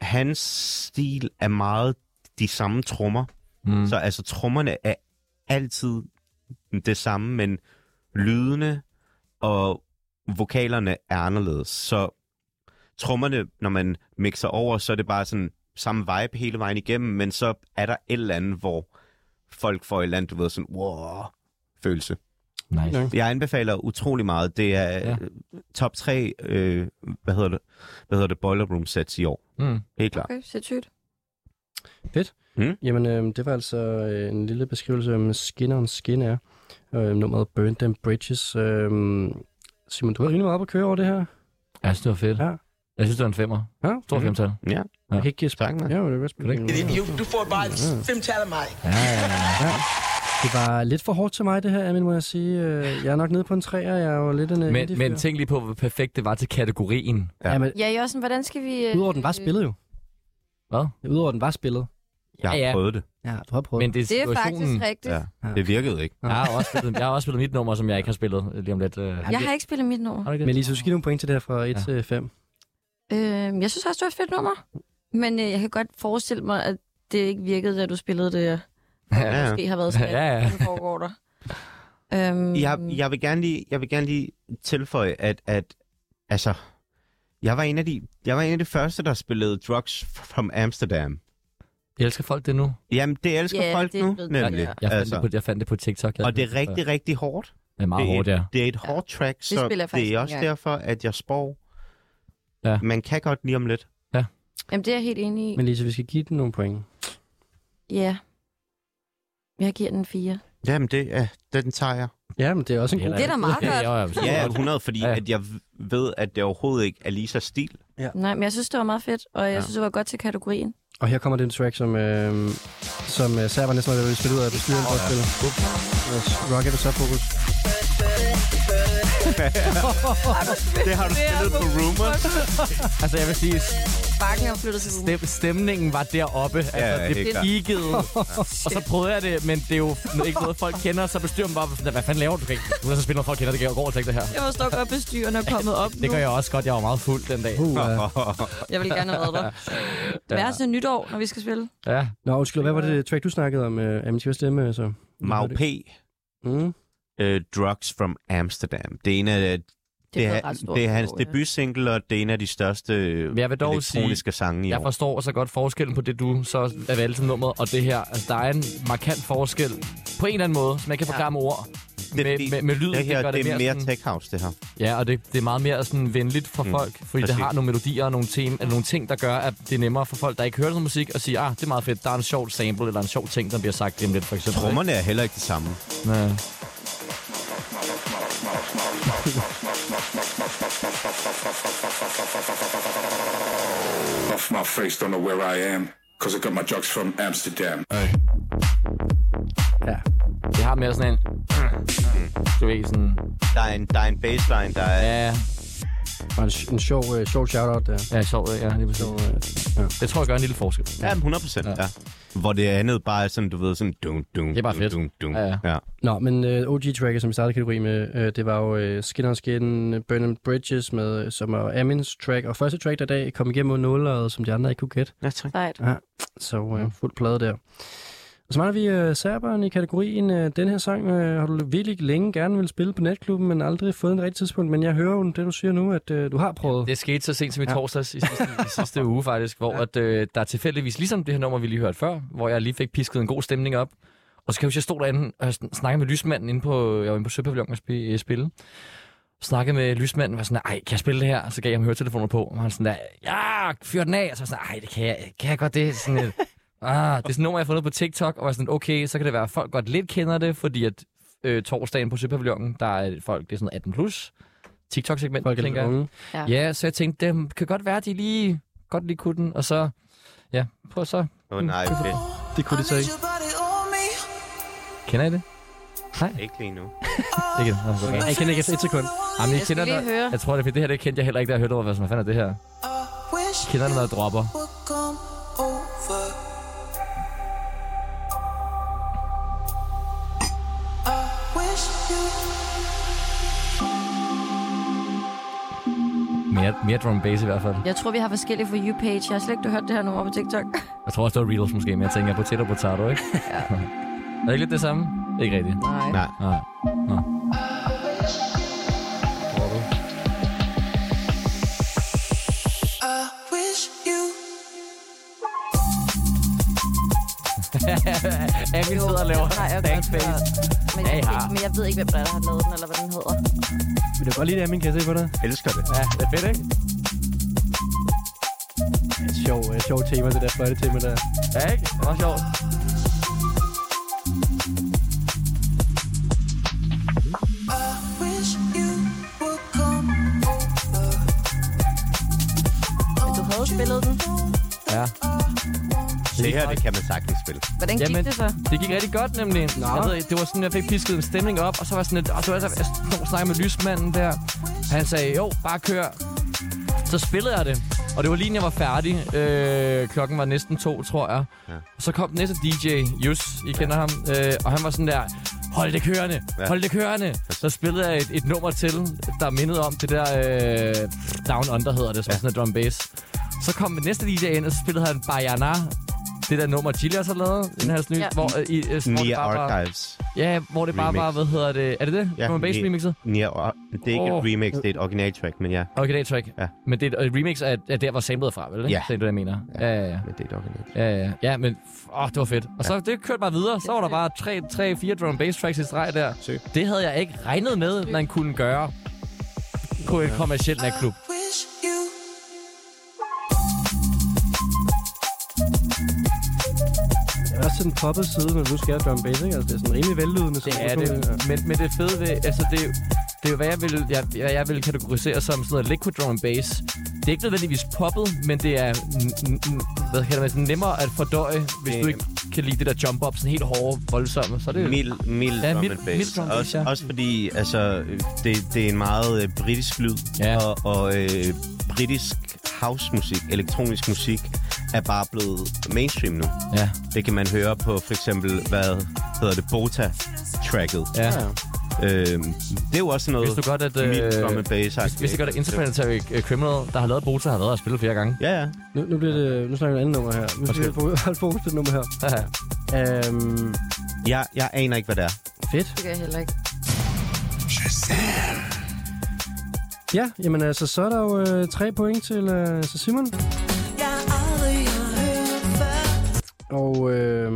S3: hans stil er meget de samme trommer.
S5: Mm.
S3: Mm. Så altså, trommerne er altid det samme, men lydene og vokalerne er anderledes. Så trommerne, når man mixer over, så er det bare sådan samme vibe hele vejen igennem, men så er der et eller andet, hvor folk får et eller andet, du ved, sådan, wow, følelse.
S5: Nice.
S2: Ja.
S3: Jeg anbefaler utrolig meget. Det er
S5: Ja.
S3: ja. top 3, øh, hvad hedder det, hvad hedder det, Boiler Room sets i år.
S5: Mm.
S3: Helt klart.
S4: Okay, sindssygt.
S2: Jamen, øh, det var altså øh, en lille beskrivelse om Skin on Skin er. Øh, nummeret Burn Them Bridges. Øh, Simon, du har rimelig meget på at køre over det her.
S5: Jeg synes, det var fedt.
S2: Ja.
S5: Jeg synes, det var en femmer.
S2: Ja,
S5: Stor mm. femtal.
S2: Jeg kan ikke spille.
S3: Tak, mand.
S2: Ja, det er godt spille.
S9: Mm.
S5: Kan
S2: Ja.
S10: du får bare fem tal af mig.
S5: Ja, ja, ja.
S2: Det var lidt for hårdt til mig, det her, Amin, må jeg sige. Øh, Jeg er nok nede på en træer, jeg er jo lidt en øh,
S5: Men,
S2: indie-fyr.
S5: men tænk lige på, hvor perfekt det var til kategorien.
S3: Ja.
S2: Ja, men
S4: Ja, Jossen, hvordan skal vi... øh,
S2: udover den var spillet jo.
S5: Hvad?
S2: Udover den var spillet.
S3: Jeg har
S5: Ja, ja.
S3: prøvet det.
S2: Ja, du har prøvet.
S5: Men det er
S4: Det er faktisk
S5: situationen.
S4: rigtigt.
S3: Ja. Det virkede ikke.
S5: Jeg har, også spillet, jeg har også spillet mit nummer, som jeg ikke har spillet øh, lige om lidt. Øh,
S4: Jeg har ikke spillet mit nummer.
S5: Har du ikke det?
S2: Men Lise, du skal give nogle point til det her fra 1
S5: Ja.
S2: til 5.
S4: Øh, jeg synes også, det var et fedt nummer. Men øh, jeg kan godt forestille mig, at det ikke virkede, da du spillede det.
S5: Ja,
S3: ja.
S4: Måske har været sådan,
S5: Ja,
S4: ja,
S5: ja.
S4: ja. foregår der. Øhm,
S3: Jeg, jeg, vil gerne lige, jeg vil gerne lige tilføje, at, at altså, jeg var, en af de, jeg var en af de første, der spillede Drugs from Amsterdam.
S5: Jeg elsker folk det nu.
S3: Jamen, det elsker
S4: Ja,
S3: folk
S4: det
S3: nu,
S4: ved jeg.
S3: nemlig.
S4: Jeg-
S5: Jeg fandt, altså. det, på, jeg fandt det på TikTok. Jeg
S3: Og det er rigtig, rigtig hårdt.
S5: Det er meget
S3: det er
S5: hårdt, ja.
S3: Det er et hårdt track, så
S4: spiller jeg
S3: det,
S4: faktisk
S3: er også
S4: ikke engang.
S3: derfor, at jeg spår.
S5: Ja.
S3: Man kan godt lige om lidt.
S4: Jamen, det er jeg helt enig i.
S2: Men Lise, vi skal give den nogle point.
S4: Ja. Jeg giver den fire.
S3: Jamen, det er, den tager jeg.
S2: Ja, men det er også en god...
S4: Det er da meget
S5: Ja,
S4: godt.
S5: ja, ja,
S3: Ja, 100, fordi
S5: Ja.
S3: ja. at jeg ved, at det overhovedet ikke er Lisas stil.
S4: Nej, men jeg synes, det var meget fedt, og jeg
S3: Ja.
S4: ja. synes, det var godt til kategorien.
S2: Og her kommer den track, som, øh, som øh, Serber næsten var ved at spille ud af bestyret for at spille. Yes. Rocket og Subfocus.
S3: Det har du spillet på Rumors.
S5: Altså, jeg vil sige,
S4: Bakken er flyttet til
S5: stem, stemningen var deroppe. Altså,
S3: ja,
S5: det
S3: helt klart.
S5: peakede. og så prøvede jeg det, men det er jo ikke noget, folk kender. Så bestyrer man bare, sådan, hvad fanden laver du? Du kan ikke du kan så spille noget, folk kender. Det går over til det her.
S4: Jeg forstår godt, bestyreren er kommet op
S5: Det
S4: nu.
S5: gør jeg også godt. Jeg var meget fuld den dag.
S2: Uh, uh.
S4: Jeg vil gerne have været der. Hvad er så nytår, når vi skal spille?
S5: Ja.
S2: Nå, undskyld, hvad var det track, du snakkede om, øh, Amin, skal jeg stemme? Så?
S3: Mau P.
S2: Mm.
S3: Uh, Drugs from Amsterdam. Det er en af det
S4: blevet
S3: er,
S4: ret stort
S3: det er hans
S4: nytår, ja.
S3: debutsingle, og det er en af de største øh,
S5: Men jeg vil dog
S3: elektroniske sange i
S5: Jeg
S3: år.
S5: forstår så godt forskellen på det, du så er valgt som nummeret, og det her. Altså, der er en markant forskel på en eller anden måde, som jeg ikke kan forklare med ord.
S3: Det
S5: Med,
S3: er fordi,
S5: med, med, med lyd,
S3: det her
S5: gør
S3: det
S5: det,
S3: er mere
S5: sådan-
S3: tech house, det her.
S5: Ja, og det, det er meget mere sådan venligt for mm, folk, fordi præcis. det
S3: præcis.
S5: har nogle melodier og nogle, tema, eller nogle ting, der gør, at det er nemmere for folk, der ikke hører sådan musik, at sige, ah, det er meget fedt, der er en sjov sample, eller en sjov ting, der bliver sagt lige om lidt, for eksempel.
S3: Trommerne er heller ikke det samme.
S5: ikke? Ja.
S7: Off my face, don't know where I am. Cause I got my drugs from Amsterdam.
S2: Ja.
S5: Det har mere sådan en... Du ved, sådan...
S3: Der er en, der er en bassline, der er...
S5: Ja,
S2: Og en, en sjov, øh, sjov shout-out der.
S5: ja, sjov, ja, lige præcis.
S2: Så, øh,
S5: Det tror jeg gør en lille forskel.
S3: Ja, 100 procent, ja. Hvor det andet bare er sådan, du ved, sådan... Dum, dum,
S5: Det er bare fedt.
S3: Dum, dum,
S5: Ja,
S3: ja,
S5: ja.
S3: ja. ja.
S2: Nå, men øh, OG-tracket, som vi startede kategori med, øh, det var jo øh, Skin on Skin, Burn and Bridges, med, øh, som var Amins track, og første track der i dag kom igennem mod nulleret, som de andre ikke kunne gætte.
S3: ja tak.
S4: Sejt.
S2: Så øh, fuld plade der. Og så mangler vi øh, serberen i kategorien. Øh, den her sang øh, har du virkelig længe gerne vil spille på netklubben, men aldrig fået en rigtig tidspunkt. Men jeg hører jo det, du siger nu, at øh, du har prøvet.
S5: Det skete så sent som i
S2: Ja.
S5: torsdags i sidste, i sidste uge faktisk, hvor at, øh, der tilfældigvis, ligesom det her nummer, vi lige hørte før, hvor jeg lige fik pisket en god stemning op, og så kan jeg huske, jeg stod derinde og sn- snakkede med lysmanden inde på, jeg var inde på Søpavillon og spi- øh, spille. Snakkede med lysmanden, var sådan, ej, kan jeg spille det her? Så gav jeg ham høretelefoner på, og han sådan der, ja, fyr den af. Og så var jeg sådan, ej, det kan jeg, kan jeg godt det? Sådan et, ah, det er sådan et nummer, jeg har fundet på TikTok, og var sådan, okay, så kan det være, at folk godt lidt kender det, fordi at øh, torsdagen på Søpavillonen, der er folk, det er sådan 18 plus, TikTok-segment,
S2: Folk er lidt
S5: tænker jeg.
S2: unge.
S5: Ja, så jeg tænkte, det kan godt være, at de lige godt lige kunne den, og så... Ja, prøv så. Mm.
S3: Åh oh, nej, fedt.
S2: Det kunne de så ikke.
S5: Kender I det?
S3: Ikke lige nu.
S5: Det kan det. Okay.
S2: Jeg kender ikke efter et sekund.
S5: Jamen, jeg,
S4: Jeg skal
S5: kender
S4: lige
S5: det.
S4: høre.
S5: jeg tror, det er fordi, det her det kendte jeg heller ikke, da jeg hørte over, hvad som fanden er det her. Kender det, når jeg dropper? Mere, mere drum and bass i hvert fald.
S4: Jeg tror, vi har forskellige for YouPage. Jeg har slet ikke du hørt det her nummer på TikTok.
S5: Jeg tror også, det var Reels måske, men jeg tænker potato potato, ikke? er det ikke lidt det samme? Ikke rigtigt.
S4: Nej.
S3: Nej.
S5: Nej. Nå. Amin sidder og laver
S4: den har jeg
S5: dank
S4: godt
S5: face.
S4: hørt. Men
S5: Ja,
S4: jeg,
S5: I
S4: ja,
S5: har.
S4: men jeg ved ikke, hvem der har lavet den, eller hvad den hedder.
S2: Vil du godt lide det, Amin? Kan jeg se på dig?
S3: Elsker det.
S5: Ja, det er fedt, ikke?
S2: Sjov, øh, sjov tema, det der fløjte tema der.
S5: Ja, ikke? Det var sjovt.
S4: Men du havde spillet den.
S5: Ja.
S3: Det her, det kan man sagtens spille.
S4: Hvordan gik
S5: Jamen,
S4: det så?
S5: Det gik rigtig godt, nemlig. Nå. Jeg ved, ikke, det var sådan, jeg fik pisket en stemning op, og så var jeg sådan lidt... Og så var jeg, så- jeg stod og snakkede med lysmanden der. Han sagde, jo, bare kør. Så spillede jeg det. Og det var lige, inden jeg var færdig. Øh, klokken var næsten to, tror jeg. Ja. Og så kom den næste DJ, Jus, I kender ja. ham. Øh, og han var sådan der, hold det kørende, ja.
S3: Ja.
S5: hold det kørende. Så spillede jeg et, et nummer til, der mindede om det der øh, Down Under, hedder det, som ja. sådan et drum and bass. Så kom den næste DJ ind, og så spillede han Bayana. Det der nummer, Chili også har lavet, den her sny, ja.
S4: Ja.
S5: hvor, øh, i, øh, hvor det
S3: Near
S5: bare var,
S3: Archives.
S5: ja, hvor det bare
S3: Remix.
S5: var, hvad hedder det, er det det? Ja, drum and bass
S3: ne-
S5: remixet?
S3: Near, Ar- det er ikke
S5: Åh.
S3: et remix, det er et original track, men ja,
S5: Originaltrack.
S3: Ja.
S5: Men det er et et remix af, af der, hvor samlet er fra, vel?
S3: Ja.
S5: Det er det, jeg mener. Ja, ja, ja.
S3: men det er et original track.
S5: Ja, ja, ja, men f- åh, det var fedt. Og så det kørte bare videre. Så var der bare tre, tre, fire drum and bass tracks i streg der.
S3: Sygt.
S5: Det havde jeg ikke regnet med, man kunne gøre på en kommersiel natklub.
S2: Jeg er også til den poppede side, men nu skal jeg drum and bass, ikke? Altså, det er sådan rimelig vellydende.
S5: Det er det. Men, men det fede ved, altså det er jo, det er jo, hvad jeg vil, jeg, jeg, jeg vil kategorisere som sådan noget liquid drum and bass. Det er ikke nødvendigvis poppet, men det er n- n- n- hvad kalder man, det, nemmere at fordøje, hvis
S3: Det-
S5: du ikke kan lide det der jump up, sådan helt hårde, voldsomme. Så er det
S3: Mild, mild
S5: Ja,
S3: drum
S5: mild-
S3: and bass.
S5: mild drum and bass,
S3: også,
S5: ja.
S3: også fordi altså, det, det er en meget øh, britisk lyd,
S5: Ja.
S3: og, og øh, britisk housemusik, elektronisk musik, er bare blevet mainstream nu.
S5: Ja,
S3: Det kan man høre på for eksempel, hvad hedder det, Bota-tracket.
S5: ja.
S3: Øhm, det er jo også noget
S5: Vidste du godt, at, øh,
S3: mild drum and bass
S5: Hvis, hvis det gør det Interplanetary øh, Criminal, der har lavet Bota, har været og spillet flere gange.
S3: Ja, ja.
S2: Nu, nu, bliver det, nu snakker vi et andet nummer her. Nu skal vi fo- holde fokus på det nummer her.
S5: Ja.
S2: Øhm,
S3: Jeg, jeg aner ikke, hvad det er.
S2: fedt.
S4: Det gør jeg heller ikke.
S2: Ja, jamen altså, så er der jo øh, tre point til øh, så Simon. Og øh,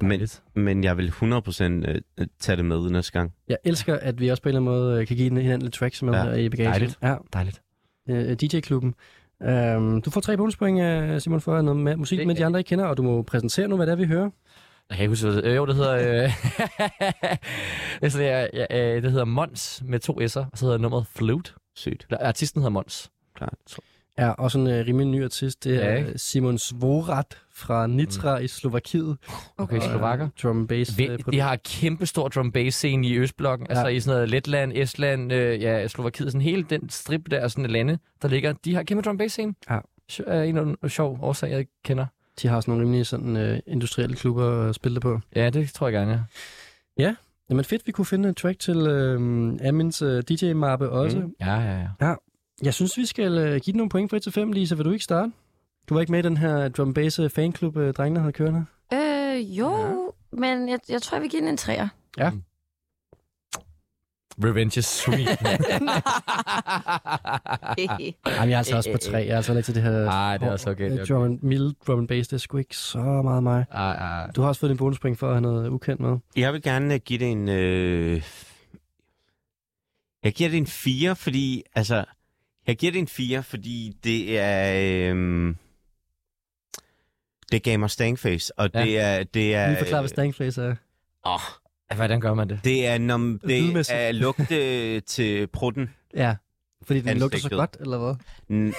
S3: Men, men jeg vil 100% øh, øh, tage det med næste gang.
S2: jeg elsker, at vi også på en eller anden måde øh, kan give hinanden lidt tracks med
S3: Ja,
S2: ja, her i bagagen.
S5: dejligt.
S2: Ja,
S5: Dejligt.
S2: øh, DJ-klubben. Øhm, du får tre bonuspoint, øh, Simon, for noget med musik,
S5: Det-
S2: det, med de andre ikke kender, og du må præsentere nu, hvad det er, vi hører.
S5: Jeg kan ikke huske, hvad det øh, Jo, det hedder... Øh, det, er sådan, jeg, jeg, øh, det hedder Mons med to S'er, og så hedder nummeret Flute.
S3: Sygt.
S5: Eller, artisten hedder Mons.
S2: Ja, også en øh, rimelig ny artist. Det er
S5: Ja,
S2: ja, Simon Svorat fra Nitra mm. i Slovakiet.
S5: Okay,
S2: Og, øh,
S5: slovakker.
S2: Drum and bass. øh,
S5: Vi- De har kæmpe stor drum bass scene i Østblokken, ja. altså i sådan noget Letland, Estland, øh, ja, Slovakiet, sådan hele den strip der, sådan lande, der ligger, de har kæmpe drum bass scene.
S2: Ja.
S5: Sj- er en af de sjove årsager, jeg ikke kender.
S2: De har også nogle rimelig sådan, øh, industrielle klubber at spille det på.
S5: Ja, det tror jeg gerne, ja.
S2: Jamen fedt, vi kunne finde et track til øh, Amins øh, DJ-mappe også. Mm.
S5: Ja, ja, ja.
S2: Jeg synes, vi skal øh, give den nogle point fra 1 til 5, Lisa. Vil du ikke starte? Du var ikke med i den her drum bass øh, fanklub, øh, drengene havde kørende.
S4: Øh, jo, ja. men jeg, jeg tror, jeg vil give den en træer.
S5: Mm. Revenge is sweet.
S2: Jamen, jeg er altså også på 3. Jeg er altså heller ikke til det her
S5: Ej, det er også okay.
S2: øh,
S5: Det er okay.
S2: drum and, mild drum and bass. Det er sgu ikke så meget mig.
S5: Ej, ej.
S2: Du har også fået din bonuspoint for at have noget ukendt med.
S3: Jeg vil gerne øh, give det en... Øh... Jeg giver det en 4, fordi... Altså, jeg giver det en 4, fordi det er... Øh... Det gav mig Stangface, og
S5: Ja.
S3: det er... Det er øh,
S2: Lige forklare, hvad stangflæs er.
S5: Hvordan gør man det?
S3: Det er, når det
S2: Lydmæssigt.
S3: er lugte til prutten.
S2: Ja, fordi den lugter så
S3: Ansigtet.
S2: godt, eller hvad?
S3: N-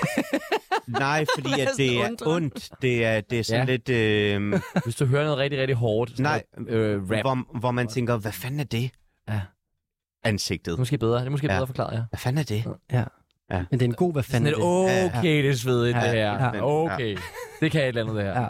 S3: Nej, fordi at det er ondt. Det er, det er sådan
S5: Ja.
S3: ja. lidt... Øh...
S5: Hvis du hører noget rigtig, rigtig hårdt. sådan
S3: Nej,
S5: Noget, øh, rap.
S3: Hvor, hvor man tænker, hvad fanden er det?
S5: Ja.
S3: Ansigtet.
S5: Det er måske bedre. Det er måske
S3: Ja.
S5: bedre forklaret, ja.
S3: Hvad fanden er det?
S2: Men det er en god, hvad fanden
S5: Sådan
S2: er
S5: lidt,
S2: det?
S5: okay, det er svedigt, det
S3: Ja,
S5: her.
S3: ja.
S5: Okay. Det kan et eller andet, det her.
S2: Ja.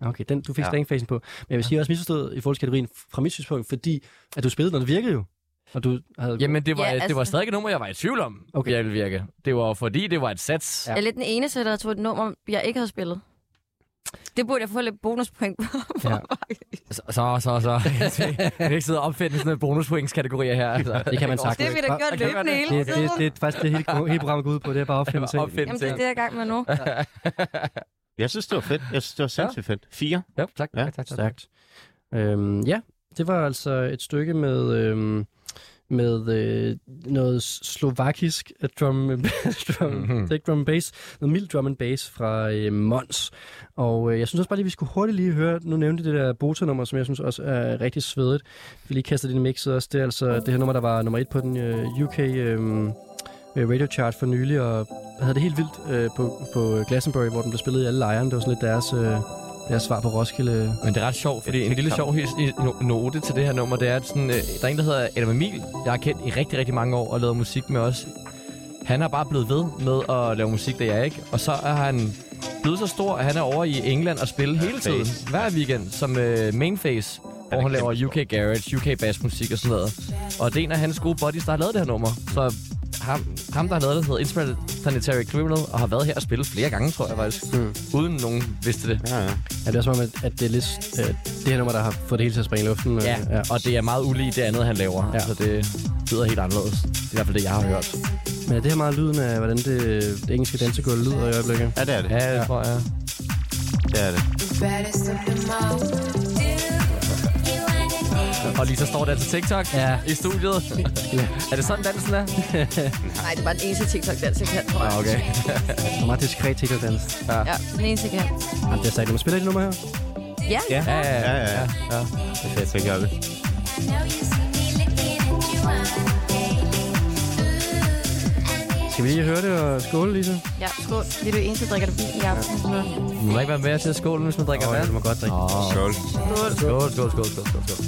S2: Okay, den, du fik
S3: Ja.
S2: ja. stangfasen på. Men jeg vil sige, jeg er også misforstået i forhold til kategorien fra mit synspunkt, fordi at du spillede, når det virkede jo. Og du havde...
S5: Jamen, det var,
S4: Ja,
S5: det
S4: altså-
S5: var stadig et nummer, jeg var i tvivl om, okay.
S2: Okay.
S5: jeg ville virke. Det var fordi, det var et sats.
S2: Ja.
S4: Jeg er lidt den eneste, der tog et nummer, jeg ikke havde spillet. Det burde jeg få lidt bonuspoint på.
S2: Ja.
S5: Så, så, så. så. jeg kan ikke sidde og opfinde sådan en bonuspointskategorier her. Altså.
S2: Det kan man
S4: Det
S2: sagtens.
S4: har vi da gjort
S5: kan man
S4: løbende
S5: det.
S4: hele
S2: Det, det,
S4: tiden.
S2: det, det er faktisk det hele, hele programmet går ud på, det er bare at opfinde ting.
S5: Opfinde
S4: Jamen, det er
S5: ting.
S4: det, jeg er i gang med nu.
S3: Jeg synes, det var fedt. Jeg synes, det var sindssygt ja. fedt. Fire.
S5: Ja, tak.
S3: Ja,
S5: tak, tak, tak.
S2: Stærkt. Øhm, ja, det var altså et stykke med, øhm, med øh, noget slovakisk øh, drum, drum,
S5: Mhm.
S2: mm-hmm. det er ikke drum and bass, noget mild drum and bass fra øh, Mons. Og øh, jeg synes også bare lige, vi skulle hurtigt lige høre, nu nævnte det der Bota-nummer, som jeg synes også er rigtig svedigt. Vi lige kaster det ind i mixet også. Det er altså det her nummer, der var nummer et på den øh, UK øh, øh, radio chart for nylig, og havde det helt vildt øh, på, på Glastonbury, hvor den blev spillet i alle lejrene. Det var sådan lidt deres, øh, deres svar på Roskilde.
S5: Men det er ret sjovt, fordi en lille sjov his, i- no- note til det her nummer, det er, at sådan, øh, der er en, der hedder Adam Emil, jeg har kendt i rigtig, rigtig mange år og lavet musik med os. Han er bare blevet ved med at lave musik, det er jeg ikke. Og så er han blevet så stor, at han er over i England og spille hele tiden,
S3: face.
S5: hver weekend, som øh, mainface, hvor han laver UK Garage, UK Bass musik og sådan noget. Og det er en af hans gode buddies, der har lavet det her nummer. Så ham, ham der har lavet det, hedder Interplanetary Criminal, og har været her og spillet flere gange, tror jeg faktisk. Mm. Uden nogen vidste det.
S3: Hmm. Ja, ja.
S2: Ja, det er som om, at, at det er lidt øh, det her nummer, der har fået det hele til at springe i luften. øh,
S5: Ja,
S2: ja.
S5: og det er meget ulig det andet, han laver. Ja. Altså, det lyder helt anderledes. Det er i hvert fald det, jeg har hørt.
S2: Men er det her meget lyden af, hvordan det, det engelske dansegulv lyder i øjeblikket?
S3: ja, det er det.
S5: Ja, det tror jeg.
S3: det, er det.
S5: Og lige så står der til TikTok ja. i studiet. er det sådan, dansen er?
S4: Nej, det var den eneste TikTok-dans, jeg kan, tror jeg.
S5: Okay.
S2: Det er meget diskret TikTok-dans.
S4: Ja, den eneste, jeg kan.
S2: Jamen, det er sagt, når man spiller det nummer her.
S4: Ja,
S3: Ja,
S5: Ja, ja,
S3: ja, ja.
S5: ja.
S3: Det er fedt, det gør vi.
S2: Skal vi lige høre det og skåle, Lisa?
S4: ja. Skål. Det er det eneste, der drikker det vin i aften.
S5: Man må ikke være med til at skåle, hvis man drikker
S2: Åh,
S5: vand.
S2: det må godt drikke.
S5: Åh,
S1: Skål.
S5: Skål, skål, skål, skål, skål, skål.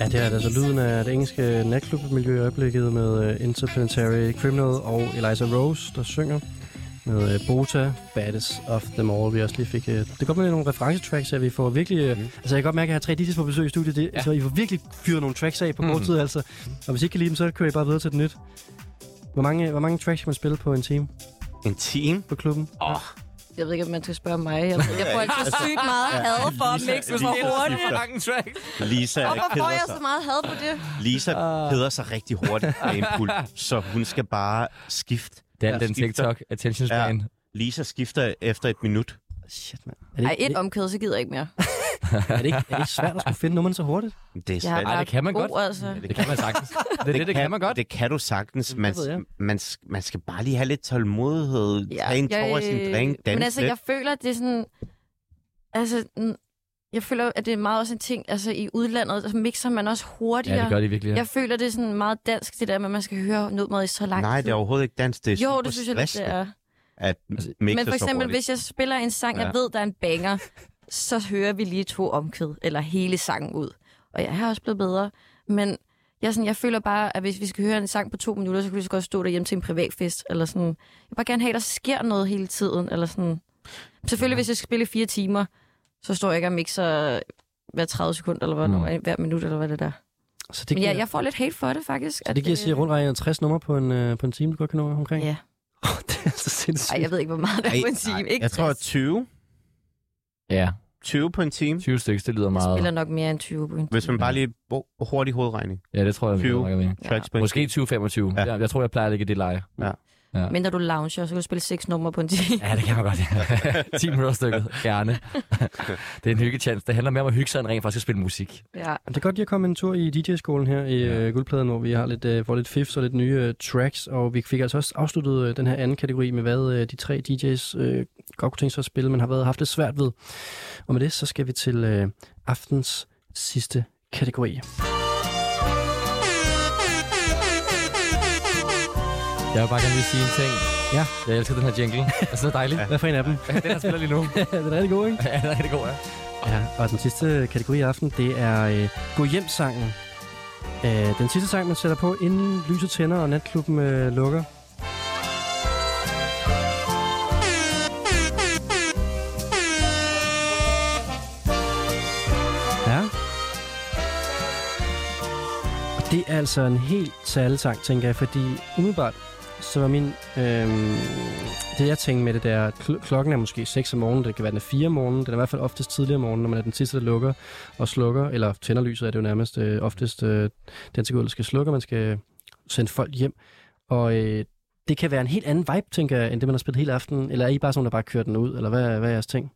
S2: Ja, det er altså lyden af det engelske natklubmiljø i øjeblikket med uh, Interplanetary Criminal og Eliza Rose, der synger med uh, Bota, Baddest of Them All, vi også lige fik. Uh, det går godt med nogle referencetracks her, vi får virkelig... Uh, mm. Altså, jeg kan godt mærke, at jeg har tre DJ's på besøg i studiet, det, ja. så I får virkelig fyret nogle tracks af på kort tid, altså. Og hvis I ikke kan lide dem, så kører I bare videre til det nyt. Hvor mange, hvor mange tracks kan man spille på en time
S3: En time?
S2: på klubben?
S4: Jeg ved ikke, om man skal spørge mig. Jeg, jeg får altså sygt meget had for at mixe så hurtigt.
S3: Lisa
S4: Hvorfor får
S3: keder
S4: jeg så
S3: sig.
S4: meget had på det?
S3: Lisa
S5: Ah.
S3: keder sig rigtig hurtigt af impul, så hun skal bare skifte.
S5: Det er den TikTok attention span. Ja.
S3: Lisa skifter efter et minut.
S2: Shit, mand. Er det,
S4: Ej,
S2: ikke,
S4: et omkød, så gider jeg ikke mere.
S2: er, det ikke, er det ikke svært at skulle finde nummeren så hurtigt?
S3: Det er
S4: Jeg har
S3: sandt.
S5: Ej, det
S4: bare
S5: kan man
S4: god,
S5: godt.
S4: Altså.
S5: Det kan man sagtens. Det er det, det kan man godt.
S3: Det kan du sagtens. Man,
S2: ved jeg.
S3: man, man skal bare lige have lidt tålmodighed. Ja. Tag en tår af sin drink. Dans
S4: Men altså,
S3: lidt.
S4: jeg føler, at det er sådan... Altså, n- jeg føler, at det er meget også en ting, altså i udlandet, så mixer man også hurtigere.
S5: Ja, det gør det virkelig. Ja.
S4: Jeg føler, det er sådan meget dansk, det der med, at man skal høre nummeret i så lang
S3: Nej,
S4: tid.
S3: det er overhovedet ikke dans. Det er
S4: jo,
S3: super
S4: det synes jeg lidt, det
S3: stressende,
S4: er.
S3: At
S4: Men
S5: Altså,
S3: mixe
S4: for
S3: så
S4: eksempel,
S3: hurtigt.
S4: hvis jeg spiller en sang,
S3: Ja.
S4: jeg ved, der er en banger, så hører vi lige to omkød, eller hele sangen ud. Og jeg er også blevet bedre, men jeg, er sådan, jeg føler bare, at hvis vi skal høre en sang på to minutter, så kan vi så godt stå derhjemme til en privatfest, eller sådan. Jeg vil bare gerne have, at der sker noget hele tiden, eller sådan. Selvfølgelig, hvis jeg skal spille i fire timer, så står jeg ikke og mixer hver 30 sekunder, eller hvad, mm. hver minut, eller hvad det der.
S2: Så det
S4: Men
S2: giver,
S4: jeg, jeg får lidt hate for det, faktisk. øh,
S2: så det giver cirka rundt regnet 60 numre på en, øh, på en time, du godt kan nå omkring?
S4: Ja.
S2: Oh, det er så sindssygt.
S4: Ej, jeg ved ikke, hvor meget der er på en time.
S3: nej,
S4: ikke
S3: jeg tror, at
S4: 60.
S3: 20,
S5: ja.
S3: 20 på en time.
S5: 20 stykker, det lyder
S4: jeg
S5: meget.
S4: spiller nok mere end 20 på en
S3: Hvis man bare lige bo- hurtig hovedregning.
S5: Ja, det tror jeg, vi
S3: 20.
S5: snakker mere.
S3: Tracks på en
S5: Måske 20-25.
S3: Ja.
S5: Ja. Jeg, jeg tror, jeg plejer at lægge det i leje. Ja.
S4: Men når du lounger, så kan du spille seks numre på en time.
S5: Ja, det kan man godt. 10 minutter stykket. Gerne. det er en hyggechance. Det handler mere om at hygge sig, end rent faktisk at spille musik.
S4: Ja.
S2: Det er godt lige at komme en tur i DJ-skolen her i ja. øh, Guldpladen, hvor vi har lidt, øh, får lidt fifs og lidt nye øh, tracks, og vi fik altså også afsluttet øh, den her anden kategori med, hvad øh, de tre DJ's øh, godt kunne tænke sig at spille, men har været, haft det svært ved. Og med det, så skal vi til øh, aftens sidste kategori.
S5: Jeg vil bare gerne lige sige en ting.
S2: Ja.
S5: Jeg elsker den her jingle. Det er så dejligt.
S2: Hvad for en af dem?
S5: den her spiller lige nu.
S2: den er rigtig god, ikke?
S5: ja, den er rigtig god, ja.
S2: Ja, og den sidste kategori i aften, det er øh, Gå hjem-sangen. Øh, den sidste sang, man sætter på, inden lyset tænder og natklubben øh, lukker. Ja. Det er altså en helt talsang, tænker jeg, fordi umiddelbart, så var min... Øhm, det, jeg tænkte med det, der kl- klokken er måske 6 om morgenen, det kan være den er 4 om morgenen, den er i hvert fald oftest tidligere om morgenen, når man er den sidste, der lukker og slukker, eller tænder lyset, er det jo nærmest øh, oftest øh, den sekund, der skal slukke, og man skal sende folk hjem. Og øh, det kan være en helt anden vibe, tænker jeg, end det, man har spillet hele aftenen. Eller er I bare sådan, der bare kører den ud, eller hvad, hvad er jeres ting?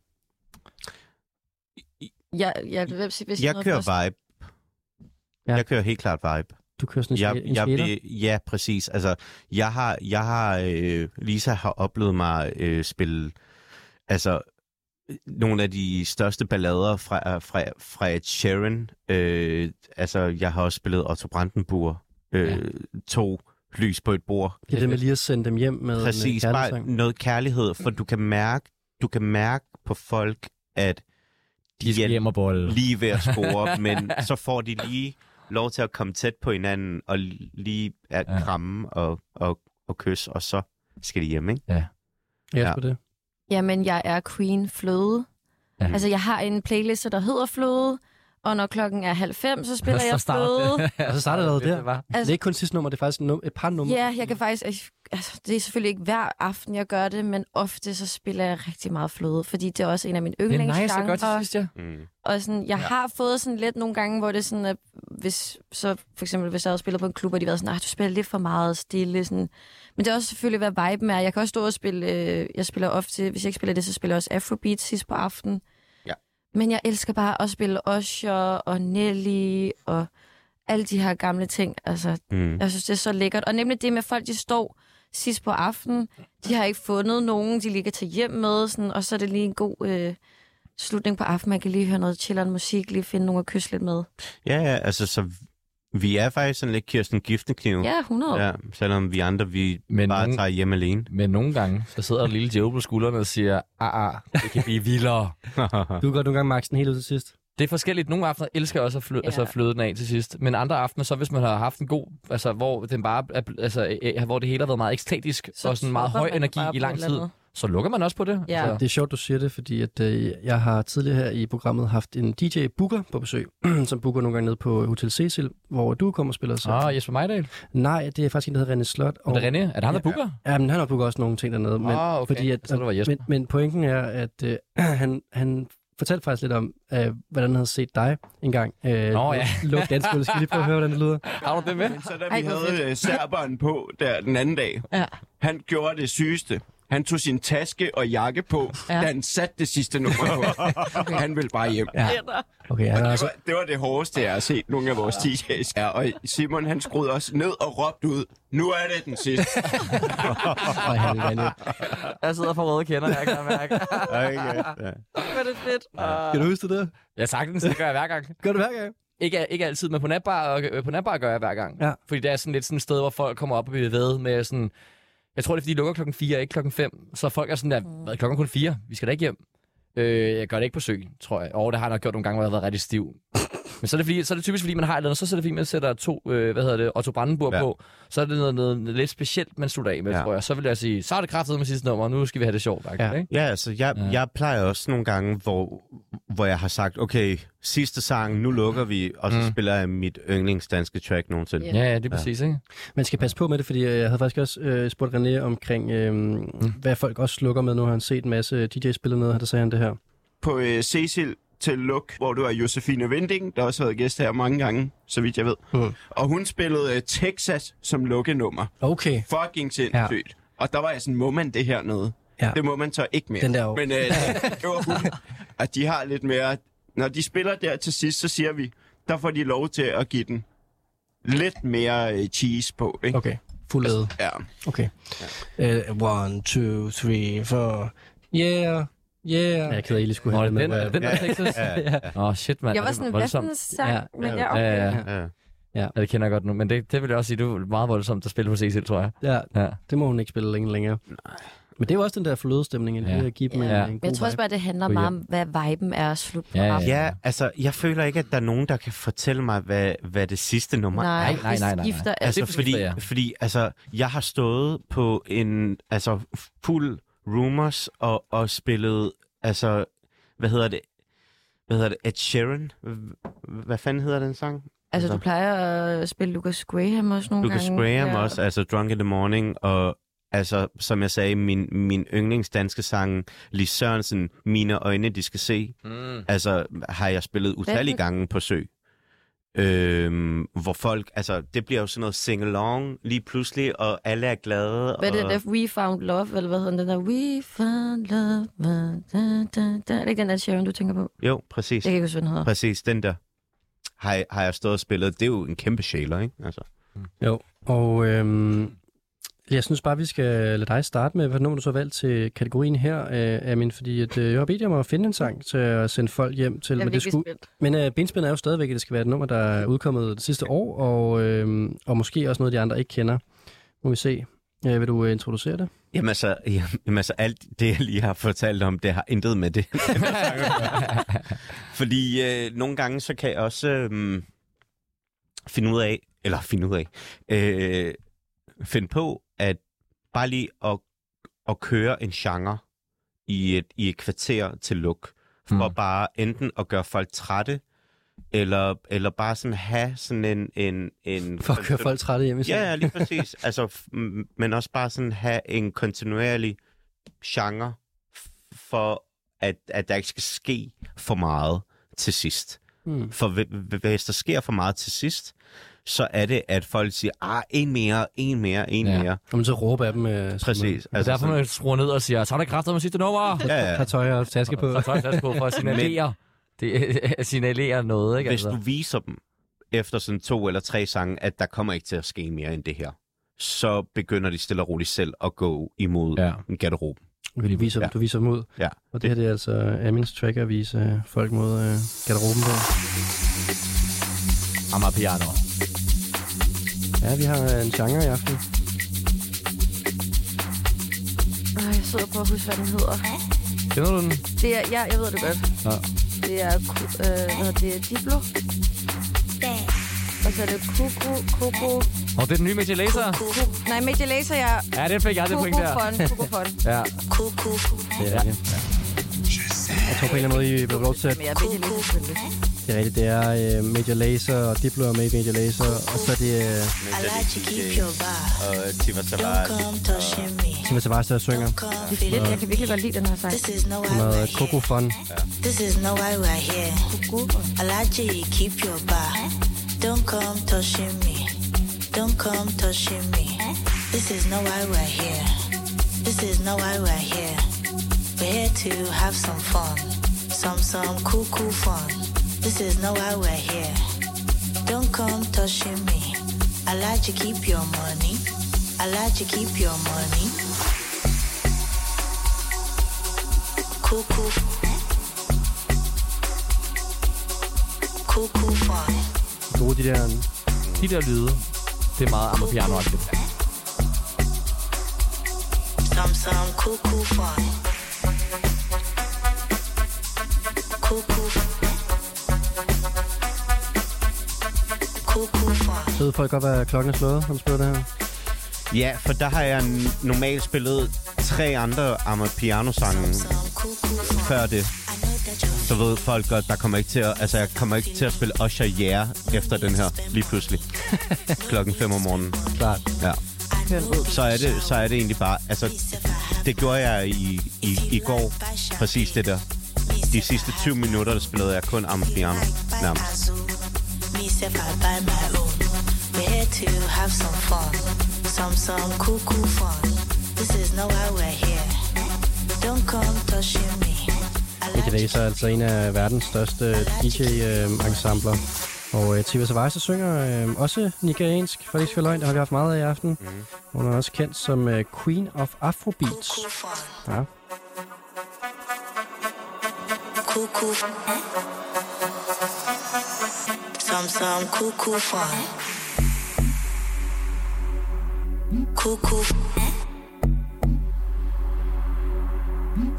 S4: Jeg, jeg, hvis, hvis
S3: Jeg
S4: noget
S3: kører
S4: først-
S3: vibe.
S2: Ja.
S3: Jeg kører helt klart vibe.
S2: Du kører sådan en,
S3: jeg,
S2: jeg, en
S3: jeg,
S2: jeg,
S3: vil- ja, præcis. Altså, jeg har, jeg har øh, Lisa har oplevet mig øh, spille altså, nogle af de største ballader fra, fra, fra Ed Sheeran. Øh, altså, jeg har også spillet Otto Brandenburg. Øh, To lys på et bord.
S2: Det er det med lige at sende dem hjem med
S3: Præcis,
S2: en
S3: bare
S2: kærlighed.
S3: noget kærlighed, for du kan mærke, du kan mærke på folk, at
S5: De skal hjem og bolle.
S3: lige ved at score, men så får de lige lov til at komme tæt på hinanden og lige at
S5: Ja.
S3: ja. kramme og, og, og kysse, og så skal de hjem, ikke?
S2: Ja, det.
S4: Jamen, jeg er Queen Fløde.
S5: Ja.
S4: Ja. Altså, jeg har en playliste, der hedder Fløde, og når klokken er halv fem, så spiller
S5: Så
S4: jeg
S5: starter
S4: Fløde.
S2: Og så starter det allerede der.
S5: var.
S2: Altså, det er ikke kun sidste nummer, det er faktisk num- et par numre.
S4: Ja, jeg kan faktisk... Altså, det er selvfølgelig ikke hver aften, jeg gør det, men ofte så spiller jeg rigtig meget Fløde, fordi det er også en af mine
S5: Det er nice og godt,
S4: yndlingsgenre.
S5: synes jeg.
S3: Mm.
S4: Og sådan, jeg ja. har fået sådan lidt nogle gange, hvor det er sådan, at hvis, så for eksempel, hvis jeg havde spillet på en klub, og de var sådan, at du spiller lidt for meget stille. Sådan. Men det er også selvfølgelig, hvad viben er. Jeg kan også stå og spille, øh, jeg spiller ofte, hvis jeg ikke spiller det, så spiller jeg også Afrobeat sidst på aftenen.
S3: Ja.
S4: Men jeg elsker bare at spille Usher og Nelly og alle de her gamle ting. Altså,
S3: Mm.
S4: jeg synes, det er så lækkert. Og nemlig det med folk, de står sidst på aftenen. De har ikke fundet nogen, de ligger til hjem med. Sådan, og så er det lige en god øh, slutning på aftenen. Man kan lige høre noget chilleren musik, lige finde nogen at kysse lidt med.
S3: Ja, ja, altså, så vi er faktisk sådan lidt Kirsten Giftekniv.
S4: Ja, 100. Ja.
S3: Ja, selvom vi andre, vi
S5: Men
S3: bare
S5: nogen-
S3: tager hjem alene.
S5: Men nogle gange, så sidder der en lille djævel på skuldrene og siger, ah, ah, det kan blive vildere.
S2: Du går nogle gange max den helt ud til sidst.
S5: Det er forskelligt. Nogle aftener elsker jeg også at fløde,
S4: Ja.
S5: ja. altså at fløde den af til sidst. Men andre aftener, så hvis man har haft en god, altså hvor, den bare er, bl- altså, øh, hvor det hele har været meget ekstatisk så og sådan meget høj energi i lang tid, så lukker man også på det.
S4: Ja.
S5: Altså,
S2: Det er sjovt, du siger det, fordi at, øh, jeg har tidligere her i programmet haft en DJ Booker på besøg, som booker nogle gange ned på Hotel Cecil, hvor du kommer og spiller. Så.
S5: Ah, Jesper Mejdal.
S2: Nej, det er faktisk en, der hedder René Slot.
S5: Er det René? Er det ham, der
S2: Ja.
S5: booker?
S2: Ja, men han har booket også nogle ting dernede. Men,
S5: Ah, okay.
S2: fordi at,
S5: Jeg troede, det var Jesper.
S2: men, men pointen er, at øh, han, han fortalte faktisk lidt om, øh, hvordan han havde set dig engang. Øh,
S5: Nå, ja.
S2: Luk dansk gulv. Skal lige prøve at høre, hvordan det lyder?
S5: Har du det med?
S11: Så da
S4: Ej,
S11: vi
S4: hvor
S11: havde
S4: fedt.
S11: øh, serberen på der den anden dag,
S4: Ja.
S11: han gjorde det sygeste. Han tog sin taske og jakke på, ja.
S4: Ja.
S11: da han satte det sidste nummer på. Han ville bare hjem. Ja.
S2: Okay, han er
S11: Det,
S2: altså,
S11: var, det var det hårdeste, jeg har set nogle af vores DJ's. Ja, og Simon han skruede også ned og råbte ud, nu er det den sidste.
S2: Ej, han er vanvittig.
S5: Jeg sidder for røde kender, jeg kan mærke.
S3: okay, ja.
S4: Var det fedt.
S2: Kan du huske det der?
S5: Ah. Ja, sagtens. Det gør jeg hver gang.
S2: Gør det hver gang?
S5: Ikke, ikke altid, men på natbar, og, øh, på natbar gør jeg hver gang.
S2: Ja.
S5: Fordi det er sådan lidt sådan et sted, hvor folk kommer op og bliver ved med sådan... Jeg tror, det er, fordi de lukker klokken 4, ikke klokken 5. Så folk er sådan der, hvad, klokken er kun 4? Vi skal da ikke hjem. Øh, jeg gør det ikke på søen, tror jeg. Og det har jeg nok gjort nogle gange, hvor jeg har været rigtig stiv. Men så er, det fordi, så er det typisk, fordi man har et eller andet, så er det fordi, man sætter to, øh, hvad hedder det, Otto Brandenburg ja.
S3: Ja.
S5: på. Så er det noget, noget, noget lidt specielt, man slutter af med, ja.
S3: Ja.
S5: tror jeg. Så vil jeg sige, så er det kraftet med sidste nummer, nu skal vi have det sjovt. Ja. Ikke?
S3: Ja, altså, jeg,
S5: Ja.
S3: ja. jeg plejer også nogle gange, hvor, hvor jeg har sagt, okay, sidste sang, nu lukker vi, og så
S5: Mm.
S3: mm. spiller jeg mit yndlingsdanske track nogensinde.
S4: Ja.
S5: Ja, ja, det er præcis, ikke?
S2: Man skal passe på med det, fordi jeg havde faktisk også øh, spurgt René omkring, øh, hvad folk også slukker med. Nu har han set en masse øh, DJ spille noget, og der sagde han det her.
S11: På øh, Cecil til Luk, hvor du er Josefine Vending, der også har været gæst her mange gange, så vidt jeg ved.
S2: Mhm.
S11: Mm. Og hun spillede øh, Texas som lukkenummer.
S2: Okay.
S11: Fucking sindssygt. Ja. Og der var jeg sådan, må man det her noget?
S2: Ja.
S11: Det må man så ikke mere.
S2: Den der jo.
S11: Men øh, det var hun. Og de har lidt mere... Når de spiller der til sidst, så siger vi, der får de lov til at give den lidt mere øh, cheese på, ikke?
S2: Okay. Fuld lade.
S11: Ja.
S2: Okay. Uh, one, two, three, four. Yeah. Yeah. Ja, jeg er ked af, at I lige skulle
S5: Nå,
S2: have
S5: er det
S2: det
S5: den,
S2: med.
S5: er det den der Texas?
S3: Ja,
S5: Åh, oh, shit, mand.
S4: Jeg
S5: er
S4: var
S5: det
S4: sådan, hvad for
S5: voldsomt.
S4: en sang?
S5: Ja.
S4: Men jeg,
S5: Ja, ja,
S4: okay.
S5: ja.
S3: Ja.
S5: Ja, det kender jeg godt nu, men det, det vil jeg også sige, det er meget voldsomt at spille på Cecil, tror jeg.
S2: Ja,
S5: Ja.
S2: det må hun ikke spille længe længere. Nej. Men det er jo også den der flødestemning, at
S5: Ja.
S2: lige at give dem
S5: Ja.
S2: ja. en, en
S4: Men jeg
S2: god
S4: tror også
S2: vibe.
S4: bare, det handler
S5: Gå
S4: meget om, hvad viben er at slutte på
S5: Ja, ja.
S4: aftenen.
S3: Ja, altså, jeg føler ikke, at der er nogen, der kan fortælle mig, hvad, hvad det sidste nummer er.
S4: Nej,
S5: nej, nej, nej.
S4: det skifter
S3: Altså,
S5: det forstår
S3: fordi,
S5: jeg.
S3: fordi altså, jeg har stået på en altså, fuld rumors og, og spillet, altså, hvad hedder det? Hvad hedder det? Ed Sheeran? H- Hvad fanden hedder den sang?
S4: Altså,
S3: Altså.
S4: du plejer at spille Lucas Graham også nogle
S3: Lucas
S4: gange.
S3: Graham ja. også, altså Drunk in the Morning, og altså, som jeg sagde, min, min yndlingsdanske sang, Lis Sørensen, Mine øjne, de skal se,
S5: Mm.
S3: altså har jeg spillet utallige gange på Sø. Øhm, hvor folk, altså det bliver jo sådan noget sing-along lige pludselig, og alle er glade.
S4: Hvad er det
S3: og...
S4: der? We Found Love, eller hvad hedder den der? We Found Love. Da, da, da. Er det ikke den der Sharon, du tænker på?
S3: Jo, præcis.
S4: Jeg kan ikke huske, hvad den hedder.
S3: Præcis, den der har, jeg- har jeg stået og spillet. Det er jo en kæmpe sjæler, ikke? Altså.
S2: Jo, og øhm, jeg synes bare, vi skal lade dig starte med, hvad nummer du så har valgt til kategorien her, øh, Amin, fordi at, øh, jeg har bedt jer om at finde en sang til at sende folk hjem til.
S4: Jeg
S2: men
S4: vil
S2: det
S4: ikke
S2: skulle,
S4: blive spændt.
S2: men øh, benspænd er jo stadigvæk, at det skal være et nummer, der er udkommet det sidste år, og, øh, og måske også noget, de andre ikke kender. Må vi se. Øh, vil du øh, introducere det?
S3: Jamen altså, jamen altså, alt det, jeg lige har fortalt om, det har intet med det. Fordi øh, nogle gange, så kan jeg også øh, finde ud af, eller finde ud af, øh, finde på, at bare lige at, at køre en genre i et, i et kvarter til luk, for
S5: Mm.
S3: mm. bare enten at gøre folk trætte, eller, eller bare sådan have sådan en... en, en
S2: For at køre folk trætte hjem i
S3: Ja,
S2: sengen.
S3: ja, lige præcis. altså, f- m- men også bare sådan have en kontinuerlig genre, f- for at, at der ikke skal ske for meget til sidst.
S2: Hmm.
S3: For hv- hv- hvis der sker for meget til sidst, så er det, at folk siger, ah, en mere, en mere, en
S5: Ja.
S3: ja. mere.
S2: Jamen, så råbe af dem. Øh,
S3: Præcis.
S5: Altså, derfor
S3: sådan-
S5: man skruer ned og siger, så er der kræfter med sidste nummer.
S3: ja, ja.
S2: Har tøj og taske på.
S5: Så tager jeg på for at signalere. Det øh, signalerer noget, ikke?
S3: Hvis du
S5: Altså.
S3: viser dem efter sådan to eller tre sange, at der kommer ikke til at ske mere end det her, så begynder de stille og roligt selv at gå imod
S5: Ja.
S3: ja. en garderob.
S2: Du viser, ja.
S3: Ja.
S2: du viser dem ud.
S3: Ja.
S2: Og det her det er altså Amins tracker at vise øh, folk mod øh, garderoben på.
S5: Amager Piano.
S2: Ja, vi har øh, en genre i aften.
S4: Åh, jeg sidder på at huske, hvad den hedder.
S5: Kender du den?
S4: Det er, ja, jeg ved det godt.
S5: Ja.
S4: Det er, ku- øh, hvad hedder det, Diplo. Og så er det Kuku, Kuku,
S5: Og det er den nye Mitchell Laser.
S4: Kuku. Nej, Media Laser, jeg er
S5: Ja, den fik jeg det
S4: Kuku
S5: point der.
S4: Fon, Kuku Fon.
S5: Ja,
S4: Kuku.
S5: det er det.
S2: Jeg tror på en eller anden måde, I bliver lov til at...
S4: Men jeg er Media Laser, selvfølgelig.
S2: Det er rigtigt, det er øh, Major Laser og Diplo og Major Major Laser. Og så er det øh,
S12: I like to keep your vibe.
S3: Og Tiva
S12: Don't come touching me.
S2: Tima Savas, der synger.
S12: Come
S4: Det er
S12: feel
S4: lidt, jeg kan virkelig godt lide den her sang.
S12: This is no why
S2: Hun hedder
S12: we're
S2: Coco
S12: here.
S2: Fun.
S12: This is no why we're here. I like to keep your vibe. Don't come touching me. Don't come touching me. This is no why we're here. This is no why we're here. We're here to have some fun. Some some cool cool fun. This is no why we're here. Don't come touching me. I like to keep your money. I like to keep your money. Cool cool cool cool fun.
S2: Gode de der...
S5: De der lyde, det er meget Amager piano -agtigt.
S12: Some some cool cool fun. Cool cool. Cool cool fun.
S2: Ved folk godt, hvad klokken er slået, når du spiller det her?
S3: Ja, for der har jeg n- normalt spillet tre andre Amapiano-sange
S12: Some cool cool fun.
S3: før det.
S12: I know that you're
S3: Så ved folk godt, der kommer ikke til at, altså, jeg kommer ikke til at spille Usher Yeah efter den her lige pludselig. Klokken 5 om morgenen.
S2: Klart.
S3: Ja. Så er det, så er det egentlig bare, altså, det gjorde jeg i, i, i går, præcis det der. De sidste 20 minutter, der spillede jeg kun Amapiano, nærmest.
S12: Me self, I buy my own. oh. We're here to have some fun, some some cool cool fun. This is not why we're here. Don't come touching me. I
S2: Major
S12: like
S2: Laser er altså en af verdens største DJ-ensembler. Og øh, Tiva Savajsa synger øh, også nigeriansk, for det ikke skal være løgn, det har vi haft meget af i aften. Hun er også kendt som øh, Queen of Afrobeats.
S12: cool fun,
S2: Ja.
S12: cool cool. Some some cool cool fun. Cool cool.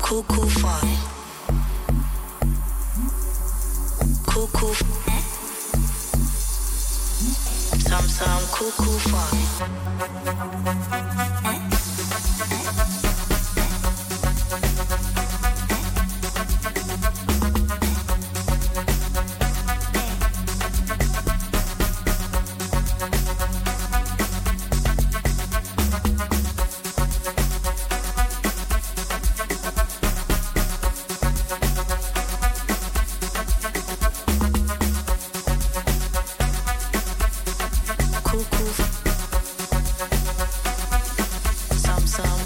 S12: Cool cool fun. Cool cool. Some some cool cool fun.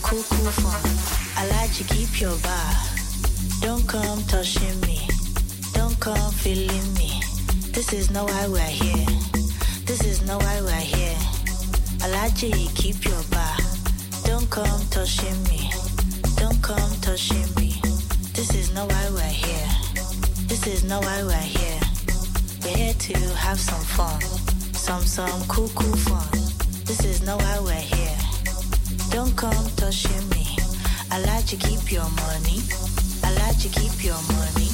S12: cuckoo for. I like you, keep your bar. Don't come touching me. Don't come feeling me. This is not why we're here. This is not why we're here. I like you, keep your bar. Don't come touching me. Don't come touching me. This is not why we're here. This is not why we're here. We're here to have some fun. Some, some cool, cool fun. This is not why we're here. Don't come touching me. I like you, keep your money. I like you, keep your money.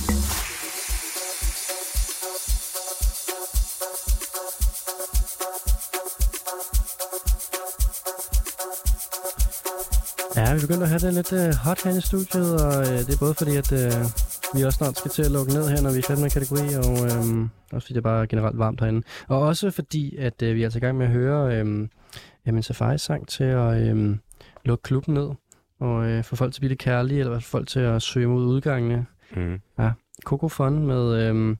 S2: Ja, vi begynder at have det lidt øh, hot her i studiet, og øh, det er både fordi, at øh, vi også snart skal til at lukke ned her, når vi er færdige med kategori, og øh, også fordi det er bare generelt varmt herinde. Og også fordi, at øh, vi er altså i gang med at høre øh, jamen, Safari-sang til at øh, lukke klubben ned, og øh, få folk til at blive lidt kærlige, eller i hvert fald folk til at søge mod udgangene.
S3: Mm.
S2: Ja, Coco Fun med øh,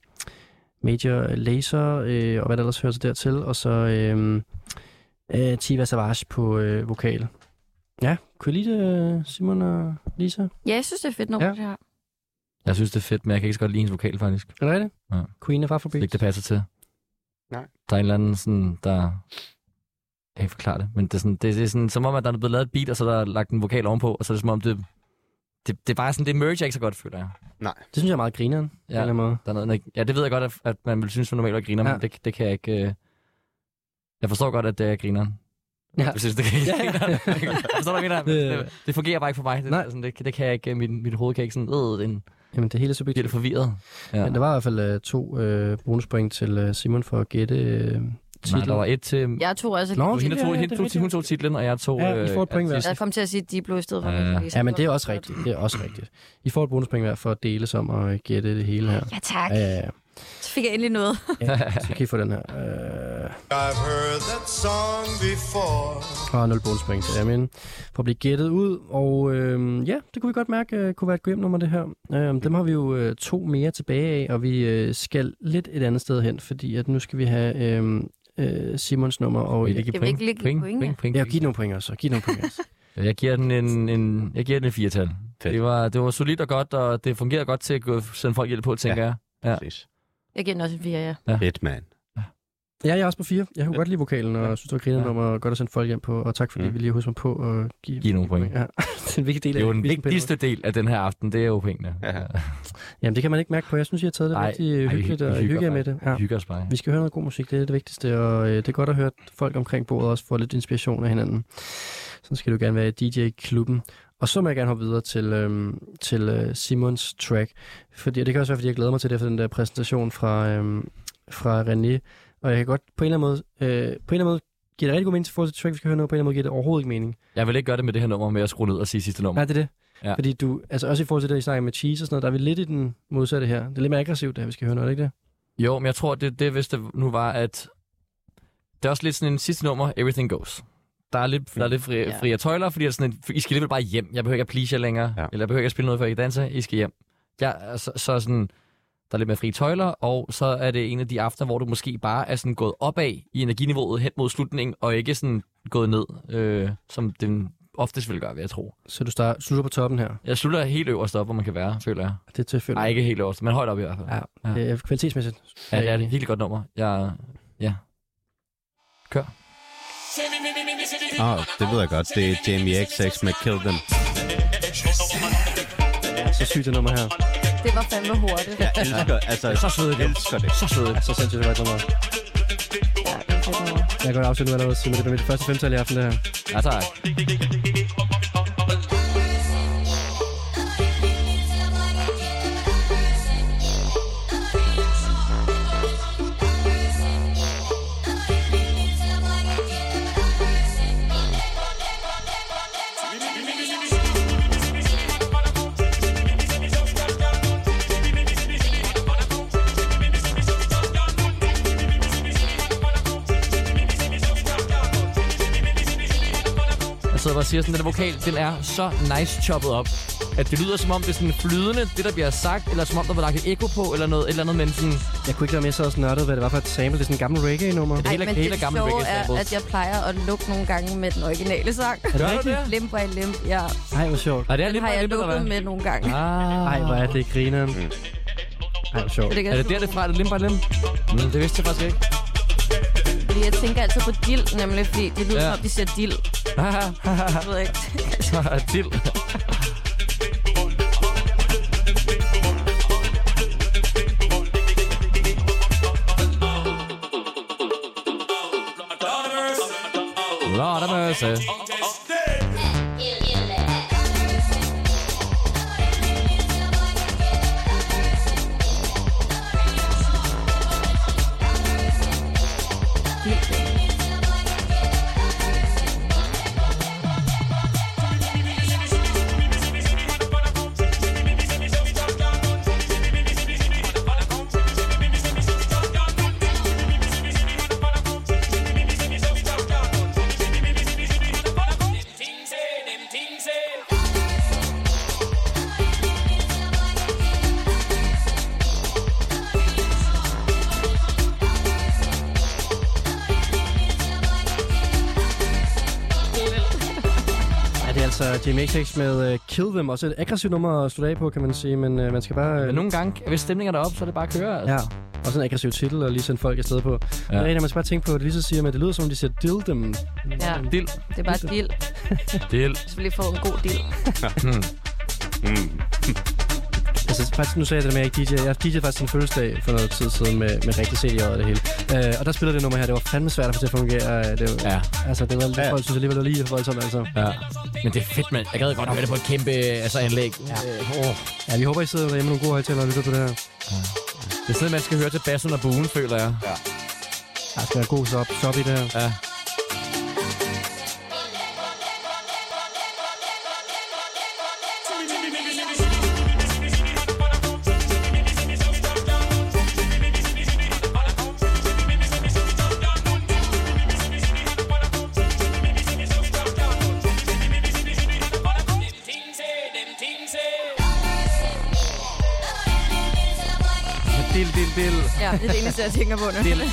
S2: Major Laser, øh, og hvad der ellers hører sig dertil, og så øh, øh, Tiva Savage på øh, vokal. Ja, kunne I lide det, øh, Simon og Lisa?
S4: Ja, jeg synes, det er fedt nummer,
S2: Ja.
S4: ja. det her.
S5: Jeg synes, det er fedt, men jeg kan ikke så godt lide hendes vokal, faktisk.
S2: Er det rigtigt?
S5: Ja.
S2: Queen of
S5: Det er
S2: Afrobeat.
S5: ikke, det passer til.
S3: Nej.
S5: Der er en eller anden sådan, der... Jeg kan ikke forklare det, men det er, sådan, det, det er sådan, som om, at der er blevet lavet et beat, og så er der lagt en vokal ovenpå, og så er det som om, det, det, det er bare sådan, det merge jeg ikke så godt, føler jeg.
S2: Det synes jeg er meget grineren. Ja. Eller anden måde.
S5: Der er noget, noget- ja, det ved jeg godt, at, at man vil synes, at normalt at griner, ja.
S2: Ja.
S5: men det, det kan jeg ikke... Øh... Jeg forstår godt, at det er grineren.
S2: Ja.
S5: Jeg synes, det kan ikke
S2: Ja, ja.
S5: ja. forstår du, hvad jeg mener?
S2: Det-
S5: Det, det, fungerer bare ikke for mig. Det,
S2: Nej.
S5: sådan, det, det kan jeg ikke, mit, mit hoved kan ikke sådan, øh, den
S2: Jamen, det hele er
S5: bliver lidt
S2: subjektivt.
S5: forvirret. Ja.
S2: Men der var i hvert fald øh, to øh, bonuspoint til øh, Simon for at gætte øh,
S5: Nej, der
S2: titlen.
S5: var et til... Ja.
S4: Jeg tog altså...
S2: Nå,
S4: Nå,
S5: Hende
S2: ja,
S5: tog,
S2: ja,
S5: hende
S2: det er
S5: tog,
S2: rigtigt.
S5: hun tog titlen, og jeg tog... øh,
S2: Ja, I får et point hver.
S4: jeg kom til at sige Diplo i stedet for.
S5: Ja.
S4: men-
S2: Ja, men det er også rigtigt. Det er også rigtigt. I får et bonuspoint hver for at dele som og øh, gætte det hele her.
S4: Ja, tak.
S2: Ja, ja, ja.
S4: Så fik jeg endelig noget.
S2: ja. Så kan I få den her. Øh,
S8: I've heard that song before.
S2: og 0 bonuspoint til Amin. For at blive gættet ud. Og øh, ja, det kunne vi godt mærke øh, kunne være et nummer det her. Øh, dem har vi jo øh, to mere tilbage af, og vi øh, skal lidt et andet sted hen, fordi at nu skal vi have øh, øh, Simons nummer. Og,
S5: Vil I ikke give
S4: Jeg vil
S5: point?
S4: ikke lige give
S5: Point,
S4: point,
S5: point, point,
S2: ja,
S5: point.
S2: giv nogle point også. Giv nogle point også.
S5: Jeg giver den en, en, jeg giver den en firetal. Det var, det var solidt og godt, og det fungerede godt til at gå- sende folk hjælp på, tænker ja. jeg. Ja.
S3: Præcis.
S4: Jeg giver den også en 4, ja.
S3: Fedt, mand.
S2: Ja, jeg er også på fire. Jeg kunne godt lide vokalen, og synes, det var grineren
S5: Ja.
S2: om at godt at sende folk hjem på. Og tak fordi
S3: Mm.
S2: vi lige husker mig på at give,
S5: Give nogle point.
S2: Ja. det er en vigtig del
S5: Det
S2: af
S5: er jo den
S2: quizzen på en
S5: vigtigste del af den her aften, det er jo pengene.
S3: Ja.
S2: måde. Jamen, det kan man ikke mærke på. Jeg synes, I har taget det
S5: Ej,
S2: rigtig øh,
S5: ej, vi
S2: hyggeligt,
S5: hy- vi
S2: og
S5: hygger
S2: hygger jer med det. Ja.
S5: Vi hygger os bare.
S2: Vi skal høre noget god musik, det er det vigtigste, og øh, det er godt at høre, at folk omkring bordet også får lidt inspiration af hinanden. Sådan skal du gerne være i DJ-klubben. Og så må jeg gerne hoppe videre til, øh, til øh, Simons track, fordi, og det kan også være, fordi jeg glæder mig til det efter den der præsentation fra, øh, fra René, og jeg kan godt på en eller anden måde, øh, på en eller anden måde giver det rigtig god mening til forhold til track, vi skal høre noget, på en eller anden måde giver det overhovedet ikke mening.
S5: Jeg vil ikke gøre det med det her nummer med at skrue ned og sige sidste nummer.
S2: Nej, det er det.
S5: Ja.
S2: Ja. Fordi du, altså også i forhold til det, I snakker med cheese og sådan noget, der er vi lidt i den modsatte her. Det er lidt mere aggressivt, det her, vi skal høre noget, er det ikke det?
S5: Jo, men jeg tror, det, det hvis det nu var, at det er også lidt sådan en sidste nummer, Everything Goes. Der er lidt, der er lidt fri,
S4: Ja.
S5: frie tøjler, fordi jeg er sådan, en, I skal alligevel bare hjem. Jeg behøver ikke at please jer længere,
S3: Ja.
S5: ja. eller jeg behøver ikke at spille noget, før I kan danse. I skal hjem. Ja, så, så er sådan, der er lidt mere frie tøjler, og så er det en af de aftener, hvor du måske bare er sådan gået opad i energiniveauet hen mod slutningen, og ikke sådan gået ned, øh, som den oftest vil gøre, vil jeg tro.
S2: Så du starter, slutter på toppen her.
S5: Jeg slutter helt øverst op, hvor man kan være, føler jeg.
S2: Det er tilfældigt.
S5: Nej, ikke helt øverst, men højt op i hvert fald.
S2: Ja,
S5: Ja.
S2: ja. Øh, kvalitetsmæssigt.
S5: Ja, det er det. Virkelig godt nummer. Jeg, ja. Kør.
S3: Åh, oh, det ved jeg godt. Det er Jamie XX med Kill Them.
S2: Altså, Så sygt det nummer her.
S4: Det var fandme hurtigt. Ja.
S3: Jeg elsker, altså,
S5: Så svedigt.
S3: jeg elsker det.
S5: Så svedigt.
S2: Så sindssygt godt nummer.
S4: det er fedt nummer.
S2: Jeg kan godt afslutte nu allerede, Simon. Det bliver mit første femtal i aften, det her.
S5: Ja, tak. Jeg sidder bare og siger sådan, den der vokal, den er så nice choppet op. At det lyder som om, det er sådan flydende, det der bliver sagt, eller som om, der var lagt et ekko på, eller noget, et eller andet, men sådan...
S2: Jeg kunne ikke lade med så snørtet, hvad det var for et sample. Det er sådan en gammel reggae-nummer.
S5: Det er heller,
S4: men
S5: heller
S4: det
S5: gammel
S4: sjove er,
S5: reggae
S4: at jeg plejer at lukke nogle gange med den originale sang.
S2: Er det rigtigt?
S4: Limp by limp, ja.
S2: Ej, hvor sjovt.
S5: Og det
S4: Den
S5: er lidt
S4: har
S5: bare
S4: jeg
S5: lidt, eller
S4: lukket
S5: hvad?
S4: med nogle gange.
S5: Ah,
S2: Ej, hvor er det grineren. Ej, hvor sjovt.
S4: Det kan
S5: er det der, det er fra? Er det limp by limp? Mm, det vidste jeg faktisk ikke.
S4: Fordi jeg tænker altid på dild, nemlig, fordi det lyder
S5: Ja.
S4: som om, de siger dild. Jeg ved ikke.
S5: Dild. Lord of mercy.
S2: Ja, det er altså Jamie XX med uh, Kill Them. Også et aggressivt nummer at slutte af på, kan man sige. Men uh, man skal bare...
S5: Men
S2: Uh,
S5: nogle gange, hvis stemningen er deroppe, så er det bare at køre. Altså.
S2: ja, også en aggressiv titel og lige sende folk afsted på. Ja. Men Rene, man skal bare tænke på, at lige så siger man, at det lyder som om, de siger Dill Them.
S4: Ja,
S5: Dild.
S4: det er bare dild.
S5: Dild.
S4: Så vi lige får en god dild.
S2: Mm. Altså, faktisk, nu sagde jeg det med, at jeg ikke DJ. Jeg DJ'ede faktisk en fødselsdag for noget tid siden med, med rigtig CD og det hele. Uh, og der spiller det nummer her. Det var fandme svært at få til at fungere. Øh, Det var,
S5: Ja.
S2: Altså, det var lidt, folk synes alligevel, det var lige voldsomt, altså.
S5: Ja. Men det er fedt, mand. Jeg gad godt høre det på et kæmpe altså, anlæg. Ja. Oh.
S2: Ja, vi håber, I sidder derhjemme med nogle gode højtalere og lytter til det her.
S5: Det er sådan, man skal høre til bassen og buen, føler jeg.
S2: Der skal være god stop, stop i det her.
S5: Ja. Dil, dil, dil.
S4: Ja, det er det eneste, jeg tænker på nu.
S5: Dild.
S4: Yes,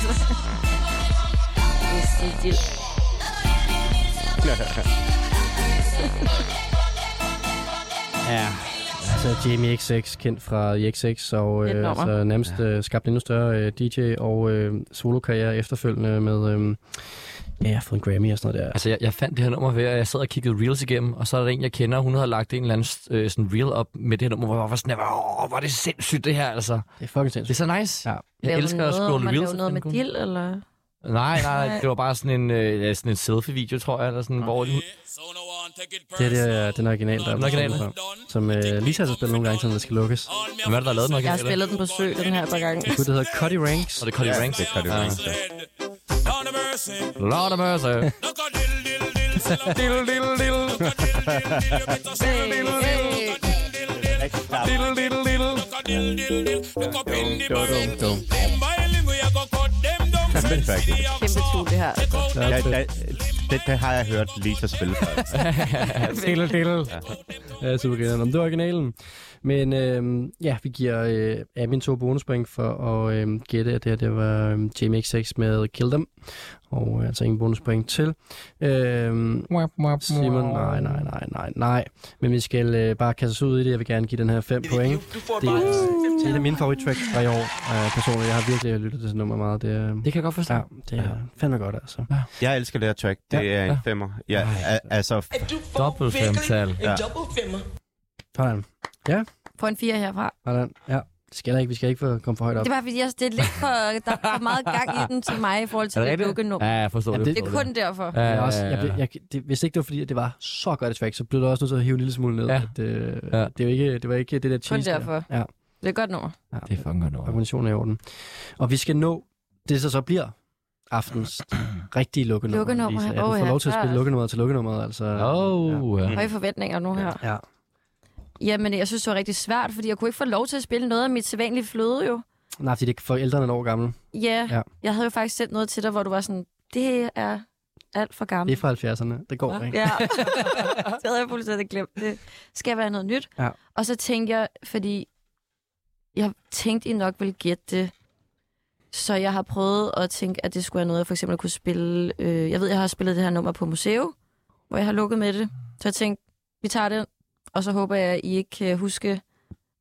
S4: det er dild.
S2: Ja. Altså Jamie XX, kendt fra The XX, og
S4: Et
S2: øh,
S4: nummer.
S2: altså, nærmest øh, skabt en endnu større øh, DJ og øh, solokarriere efterfølgende med, øh, ja, jeg har fået en Grammy og sådan noget der.
S5: Altså, jeg, jeg fandt det her nummer ved, at jeg sad og kiggede reels igennem, og så er der en, jeg kender, hun havde lagt en eller anden øh, sådan reel op med det her nummer, hvor jeg var sådan, her, åh, hvor er det sindssygt, det her, altså.
S2: Det er fucking
S5: Det er
S2: sindssygt.
S5: så nice.
S2: Ja.
S5: Jeg
S4: Laver
S5: elsker
S4: du
S5: at
S4: noget-
S5: scrolle
S4: man
S5: reels.
S4: laver noget med dild, eller?
S5: Nej, nej, nej, det var bare sådan en, øh, ja, sådan en selfie-video, tror jeg, eller sådan, hvor de...
S2: Det er det, øh, den original, der er
S5: Den original.
S2: fra, som øh, Lisa har spillet nogle gange, som der skal lukkes.
S5: Hvem er det, der har lavet den?
S4: Jeg har spillet den på sø den her par gange.
S2: Gud, det hedder Cuddy Ranks.
S5: Og det er Cody Ranks.
S3: Det kan det jo ikke.
S5: Lord of mercy. Dil, dil, dil.
S4: Hey, hey.
S5: Dil, dil, dil.
S3: Men faktisk.
S4: Kæmpe tool, det her.
S3: Ja, da, det, det, har jeg hørt lige så spille før.
S2: Dille, dille. Ja, super grineren. Om det var originalen. Men øhm, ja, vi giver øh, Amin to bonuspoint for at øhm, gætte, at det her det var øhm, Jamie XX med Kill Them. Og øh, altså ingen bonuspoint til. Øhm, Simon, nej, nej, nej, nej, nej. Men vi skal øh, bare kaste os ud i det. Jeg vil gerne give den her 5 point. Det er, det er et af mine favorittracks fra i år. Øh, personligt, jeg har virkelig lyttet til sådan nummer meget. Det, er,
S5: Det kan jeg godt forstå.
S2: ja, det er fandme godt, altså.
S3: Jeg elsker det her track. Det er en femmer. Ja, al- altså,
S5: Dobbelt femtal.
S2: Sådan.
S4: Få en fire herfra.
S2: Sådan. Ja, det skal der ikke. Vi skal ikke få- komme for højt op.
S4: Det er bare fordi, jeg, det er lidt for, der er for meget gang i den til mig i forhold til
S5: Er det
S4: det
S5: rigtigt?
S4: lukkenummer.
S5: Ja, jeg forstår
S2: Ja,
S5: det.
S2: det-
S4: Det er kun derfor.
S5: Ja,
S2: Jeg
S5: ja,
S2: også,
S5: ja,
S2: jeg, blev-
S5: ja.
S2: jeg, det, hvis ikke det var fordi, at det var så godt et track, så blev du også nødt til at hive en lille smule ned.
S5: Ja.
S2: At, øh,
S5: Ja.
S2: ja. det, var ikke, det var ikke det der cheese. der.
S4: derfor.
S2: Ja,
S4: Det er et godt nummer.
S2: ja.
S5: Det er fucking godt nummer.
S2: Organisationen er i orden. Og vi skal nå det, der så bliver aftens rigtige lukkenummer.
S4: Lukkenummer,
S2: Lisa. Ja, du
S4: åh
S2: får
S4: ja,
S2: lov til at
S4: der er
S2: spille
S4: også-
S2: lukkenummeret til lukkenummeret. Altså,
S5: Oh, ja.
S4: Høje forventninger nu her.
S2: ja. ja.
S4: Jamen, jeg synes, det var rigtig svært, fordi jeg kunne ikke få lov til at spille noget af mit sædvanlige fløde jo.
S2: Nej, fordi det er forældrene er et år gammel.
S4: Ja,
S2: Ja.
S4: jeg havde jo faktisk sendt noget til dig, hvor du var sådan, det er alt for gammel.
S2: Det er fra 70'erne. Det går ikke.
S4: Ja. det havde jeg fuldstændig glemt. Det skal være noget nyt.
S2: Ja.
S4: Og så tænkte jeg, fordi jeg tænkte, I nok ville gætte det. Så jeg har prøvet at tænke, at det skulle være noget, jeg for eksempel kunne spille. Øh, jeg ved, jeg har spillet det her nummer på museum, hvor jeg har lukket med det. Så jeg tænkte, vi tager det, og så håber jeg, at I ikke kan huske,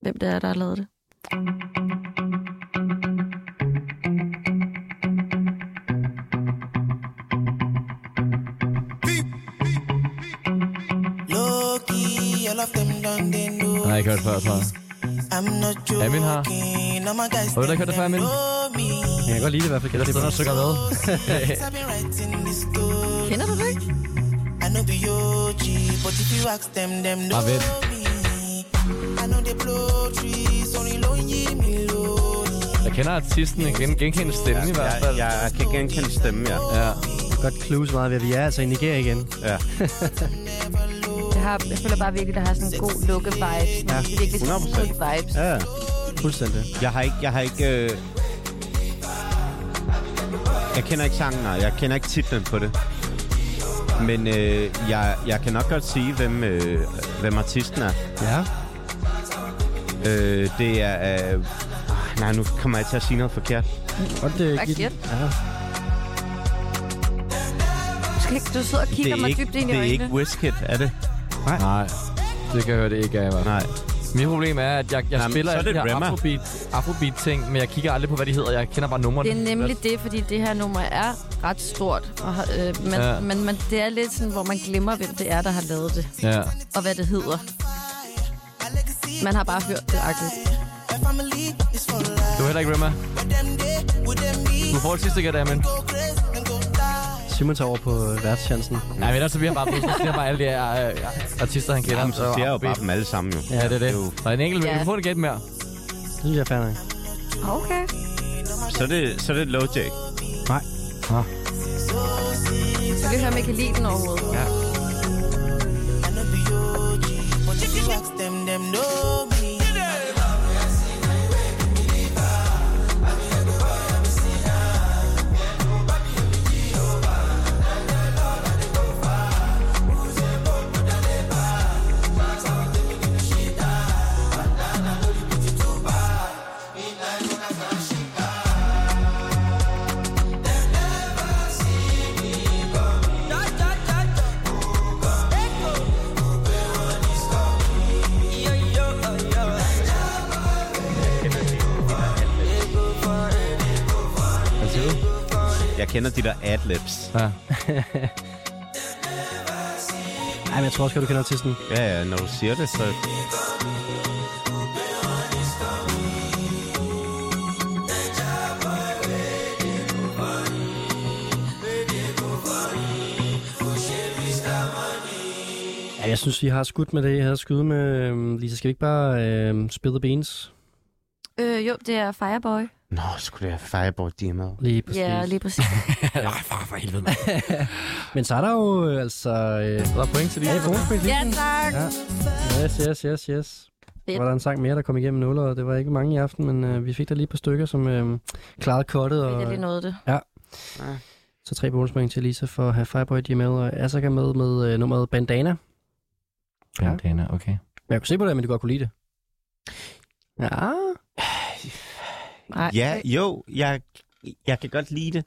S4: hvem det er, der har lavet det.
S9: Low key, all of them done they know.
S5: Nej, jeg har ikke hørt før, tror jeg.
S9: I'm not joking.
S5: Amin har.
S9: All my guys
S5: Har du heller ikke hørt det før, Amin?
S9: know me.
S2: Jeg kan godt lide det i hvert fald.
S5: Ellers den synger hvad?
S9: I've been writing this story.
S4: Kender du det ikke?
S9: I know be OG, but if you ask them, them know
S5: Ah, vel.
S9: me. I know they blow trees, only lonely me lonely.
S5: Jeg kender artisten, jeg kan genkende stemmen i hvert
S3: Jeg,
S5: fald.
S3: jeg kan genkende stemmen, ja.
S5: Ja.
S2: Godt clues meget ved, at vi er altså i Nigeria igen.
S3: ja.
S4: Jeg, har, jeg føler bare virkelig, der har sådan en god lukke-vibes. Ja, det er virkelig sådan
S3: 100%.
S4: good vibes. Ja.
S3: ja.
S2: Fuldstændig.
S3: Jeg har ikke... Jeg, har ikke øh... jeg kender ikke sangen, nej. Jeg kender ikke titlen på det. Men øh, jeg, jeg kan nok godt sige, hvem, øh, hvem artisten er.
S2: Ja.
S3: Øh, det er... Øh... ah, Nej, nu kommer jeg til at sige noget forkert.
S2: Godt uh,
S4: Bare
S2: give
S4: gæt.
S2: den. Ja.
S4: Skal ikke, du sidder og
S3: det
S4: kigger
S3: er
S4: mig
S3: ikke,
S4: dybt ind i
S3: det er
S4: øjnene.
S3: ikke Wizkid, er det?
S5: Nej, det kan jeg høre, det ikke er i hvert fald.
S3: Nej.
S5: Mit problem er, at jeg, jeg
S3: Jamen,
S5: spiller
S3: så er
S5: alle
S3: det
S5: de her
S3: Rema.
S5: afrobeat, afrobeat ting, men jeg kigger aldrig på, hvad de hedder. Jeg kender bare numrene.
S4: Det er nemlig det, fordi det her nummer er ret stort. Og, har- øh, men,
S5: Ja.
S4: ja. men, men det er lidt sådan, hvor man glemmer, hvem det er, der har lavet det.
S5: Ja.
S4: Og hvad det hedder. Man har bare hørt det, agtigt.
S9: My family is for
S5: Du er heller ikke Rema. Du får det sidste gæt, Amin.
S2: Simon tager over på øh, værtschancen.
S5: Nej, men ellers så vi har bare, vi har bare alle de her øh, artister, han kender.
S3: Jamen, så siger jeg jo bare
S5: afrobeat.
S3: dem alle sammen, jo.
S5: Ja, det er det. Der er en enkelt, men
S4: Ja.
S5: vi kan få en gæt mere.
S2: Det synes jeg er fair nok.
S4: Okay.
S3: Så er det, så er det Low Jack.
S2: Nej.
S4: Så vi hører, om I kan lide den overhovedet. Ja.
S9: But if you ask them, them know me.
S5: Hvad siger du?
S3: Jeg kender de der adlibs.
S5: Ja.
S2: Ej, men jeg tror også godt, du kender artisten.
S3: Ja, ja, når du siger det, så...
S2: Ja, jeg synes, vi har skudt med det, jeg havde skudt med. øhm, Lisa, skal vi ikke bare øh, spille the beans?
S4: Øh, jo, det er Fireboy.
S3: Nå, skulle det have Fireball Demon.
S2: Lige præcis.
S4: Ja, lige præcis.
S5: Nej, far for helvede, mand.
S2: Men så er der jo øh, altså... Øh,
S5: Der er point til de
S2: ja,
S5: her.
S2: bonuspoint lige.
S4: ja, tak.
S2: Ja. Yes, yes, yes, yes.
S4: Fedt.
S2: Der var der en sang mere, der kom igennem nuller, og det var ikke mange i aften, men øh, vi fik der lige et par stykker, som øh, klarede kottet,
S4: Men Jeg
S2: og
S4: lige nåede det.
S2: så tre bonuspoint til Lisa for at have Fireboy DML og Asaka med med øh, nummeret Bandana.
S5: Ja, Dana, okay.
S2: Men jeg kunne se på det, men du godt kunne lide det. Ja.
S4: Nej,
S3: Ja, jo, jeg, jeg kan godt lide det.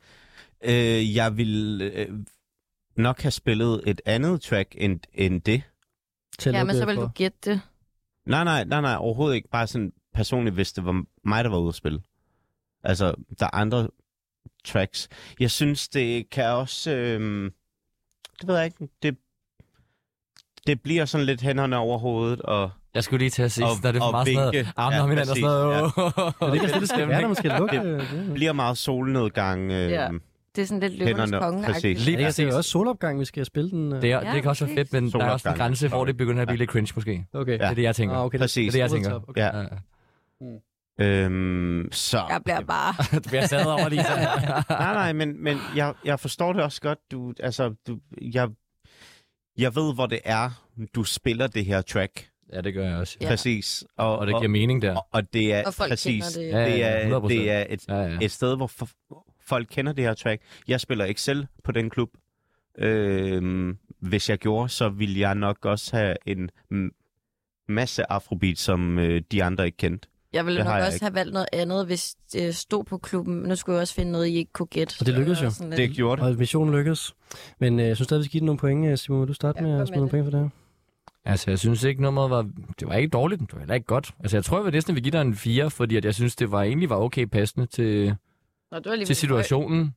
S3: Øh, jeg vil øh, nok have spillet et andet track end, end det.
S2: Til at
S4: ja,
S2: lukke
S4: men så vil
S2: for.
S4: du gætte det.
S3: Nej, nej, nej, nej, overhovedet ikke. Bare sådan personligt, hvis det var mig, der var ude at spille. Altså, der er andre tracks. Jeg synes, det kan også... Øh, det ved jeg ikke. Det, det bliver sådan lidt hænderne over hovedet, og
S5: Jeg skulle lige til at sige,
S3: Og-
S5: når det er for
S3: og
S5: meget sådan noget. Ah,
S3: vinke.
S5: Armene
S3: Ja,
S5: om hinanden og sådan noget.
S3: præcis,
S5: Ja.
S2: Men det kan stille være, når man skal lukke.
S3: Det-
S2: øh, det.
S3: bliver meget solnedgang. Øh,
S4: Ja. Det er sådan lidt løvernes
S3: Hænderne,
S4: konge
S3: præcis.
S5: Lige
S2: Ja, det er
S5: præcis.
S2: jo også solopgang, vi skal spille den. øh.
S5: Det, er,
S4: Ja,
S5: det kan også være fedt, men der er også en
S3: Solopgang.
S5: grænse, hvor det begynder at blive
S3: Ja.
S5: lidt cringe måske.
S2: Okay.
S5: Det er det, jeg tænker.
S2: Ah, okay.
S3: Præcis.
S5: Det er det, jeg tænker.
S2: Okay.
S3: Ja.
S5: Ja.
S3: Mm. Øhm, så...
S4: Jeg bliver bare...
S5: Du bliver sad over lige så.
S3: nej, nej, men, men jeg, jeg forstår det også godt. Du, altså, du, jeg, jeg ved, hvor det er, du spiller det her track.
S5: Ja, det gør jeg også.
S3: Ja.
S4: Ja.
S3: Præcis.
S5: Og det giver
S3: og,
S5: mening der.
S3: og, og det er
S4: Og folk
S3: præcis,
S4: kender det.
S5: Ja,
S3: det
S5: ja,
S3: er,
S5: 100%.
S3: det er et,
S5: Ja, ja.
S3: et sted, hvor for, folk kender det her track. Jeg spiller ikke selv på den klub, Øh, hvis jeg gjorde, så ville jeg nok også have en m- masse afrobeat, som øh, de andre ikke kendte.
S4: Jeg ville
S3: Det
S4: nok
S3: har jeg
S4: også
S3: ikke.
S4: have valgt noget andet, hvis det stod på klubben. Nu skulle jeg også finde noget, I ikke kunne gætte.
S2: Og det lykkedes jo.
S4: Sådan lidt-
S3: Det gjorde det.
S2: Og missionen lykkedes. Men øh, jeg synes stadig, vi skal give den nogle point. Øh, Simon, vil du starte
S4: Ja,
S2: ja, med
S4: kom
S2: at smide nogle
S4: med
S2: point for det her?
S5: Altså, jeg synes ikke, nummeret var... Det var ikke dårligt, det var heller ikke godt. Altså, jeg tror, jeg vil næsten vil give dig en 4, fordi at jeg synes, det var egentlig var okay passende til,
S4: Nå, det var lige
S5: til situationen.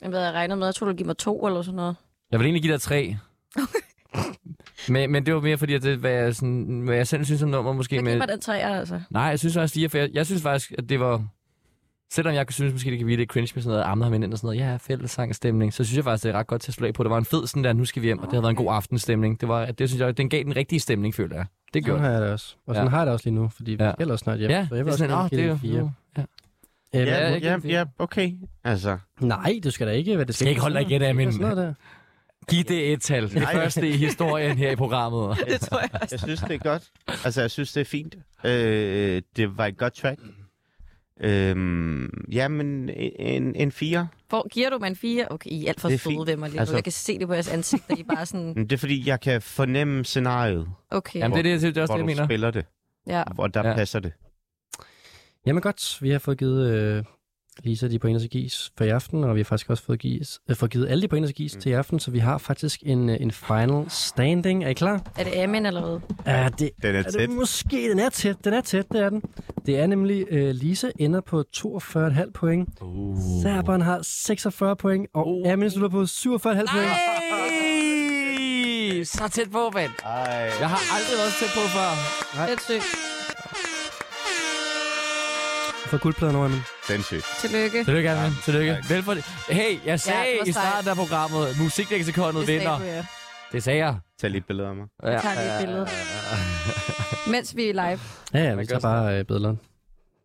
S4: Jeg havde jeg regnet med, jeg troede, du ville give mig to eller sådan noget.
S5: Jeg vil egentlig give dig 3. men, men det var mere fordi, at det, hvad, jeg sådan, hvad jeg selv synes om nummer måske...
S4: Jeg
S5: med-
S4: giver mig den træer, altså.
S5: Nej, jeg synes også 4, for jeg, jeg synes faktisk, at det var... Selvom jeg synes måske, det kan blive lidt cringe med sådan noget, amner ham ind og sådan noget, ja, fællessang og stemning, så synes jeg faktisk, det er ret godt til at slå af på. Det var en fed sådan der, nu skal vi hjem, og det har været en god aftenstemning. Det, var, det synes jeg, den gav den rigtige stemning, føler jeg. Det gjorde det.
S2: Sådan har jeg det også. Og sådan
S5: Ja.
S2: har jeg det også lige nu, fordi vi
S5: Ja.
S2: skal ellers snart hjem.
S5: Ja,
S2: så
S5: det
S2: jeg vil
S5: er
S2: også
S5: sådan,
S2: gerne
S5: ah,
S2: give
S5: det er
S2: den
S5: jo...
S2: fire.
S5: ja.
S2: Øh,
S5: Ja,
S2: men-
S5: jeg giver den fire.
S3: okay. Altså,
S2: Nej, du skal da ikke. Hvad det
S5: Skal ikke holde dig igen af
S2: Det er
S5: min-
S2: sådan noget der.
S5: Giv det et tal. Det
S3: Nej.
S5: første i historien her i programmet.
S4: Det tror jeg også.
S3: jeg synes, det er godt. Altså, jeg synes, det er fint. Øh, det var et godt track. Øhm, jamen, en, en 4.
S4: Hvor, giver du mig en fire? Okay, I er alt for
S3: Det er
S4: søde
S3: fint.
S4: ved mig lige nu.
S3: Altså-
S4: Jeg kan se det på jeres ansigt, at I bare er sådan,
S3: Det er, fordi jeg kan fornemme scenariet,
S4: okay.
S5: Jamen, det, er det, det er også det,
S3: hvor
S5: jeg
S3: du
S5: mener.
S3: spiller det.
S4: Ja.
S3: Hvor der
S5: Ja.
S3: ja. passer det.
S2: Jamen godt, vi har fået givet øh, Lisa de point, der skal gives for i aften, og vi har faktisk også fået, gives, øh, fået givet alle de point, der skal gives mm. til i aften, så vi har faktisk en, øh, en final standing. Er I klar?
S4: Er det Amin eller hvad?
S2: Ja, det
S3: Den er
S2: er det
S3: tæt.
S2: måske. Den er tæt, den er tæt, det er den. Det er nemlig, øh, Lisa ender på 42,5 point,
S5: Uh.
S2: Serberen har 46 point, og uh. Amin slutter på 47,5 point.
S5: Ej! Så tæt på, mand.
S3: Ej.
S5: Jeg har aldrig været så tæt på før.
S4: Det er sygt.
S2: For guldpladen over, Amin.
S3: Sindssygt.
S4: Tillykke.
S5: Tillykke, Alvin. Tillykke. Vel for det. Hey, jeg sagde
S4: det
S5: ja,
S4: var
S5: i starten af
S4: sejt.
S5: programmet, musikleksikonet
S4: Det
S5: vinder.
S4: sagde du, ja.
S5: Det sagde jeg.
S3: Tag lige et billede af mig.
S5: Ja.
S4: Jeg tager lige et billede. Mens vi er live.
S2: Ja, ja, vi
S5: gør
S2: tager
S5: sådan
S2: bare øh, billederne.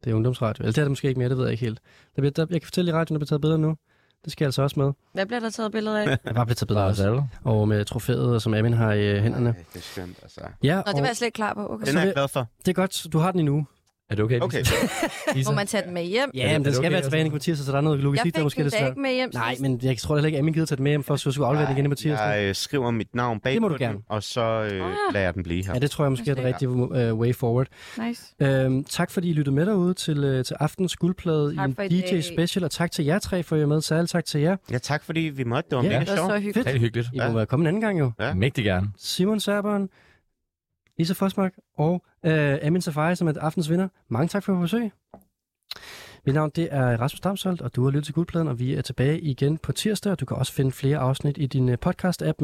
S2: Det er ungdomsradio. Eller det er det måske ikke mere, det ved jeg ikke helt. Der bliver, der, jeg kan fortælle i radioen, der bliver taget billeder nu. Det skal jeg altså også med.
S4: Hvad bliver der taget billeder af?
S2: Jeg bare bliver taget billeder også. Og med trofæet, som Amin har i øh, hænderne.
S3: Ej, det er skønt, altså.
S2: Ja,
S4: Nå,
S2: og
S4: det var jeg slet ikke klar på. Okay.
S3: Den
S2: Så
S3: er jeg
S2: det-
S3: glad for.
S2: det er godt. Du har den endnu.
S5: Er det okay?
S3: Okay.
S4: Må man tage den med hjem?
S2: Ja, men
S5: er
S2: den
S5: det
S2: skal
S5: okay,
S2: være
S5: altså?
S2: tilbage i Mathias, så der er noget
S4: Jeg
S2: logistik, der
S4: fik
S2: måske er
S4: den
S2: lidt
S4: da
S2: svært.
S4: ikke med hjem.
S2: Nej,
S4: sidst.
S2: men jeg tror heller ikke, at Amin gider tage den med hjem, for så jeg skulle aflevere den igen i Mathias.
S3: Jeg øh, skriver mit navn bag
S2: Det må
S3: på
S2: du gerne.
S3: Den, og så øh,
S4: Ah.
S3: lader jeg den blive her.
S2: Ja, det tror jeg måske er det rigtige øh, way forward.
S4: Nice.
S2: Øhm, tak fordi I lyttede med derude til, øh, til aftens guldplade i
S4: Tak
S2: en
S4: for i
S2: DJ
S4: dag.
S2: special, og tak til jer tre for at I er med. Særligt tak til jer.
S3: Ja, tak fordi vi måtte. Det var
S2: Ja.
S3: mega
S4: Det var
S3: sjovt.
S4: så hyggeligt.
S5: Det er hyggeligt.
S2: I må være kommet en anden gang jo.
S3: Ja.
S5: Mægtig gerne.
S2: Simon Serberen, Lisa Fosmark og øh, Amin Safari, som er aftens vinder. Mange tak for at besøg. Mit navn det er Rasmus Damsholdt, og du har lyttet til Guldpladen, og vi er tilbage igen på tirsdag, og du kan også finde flere afsnit i din øh, podcast-app.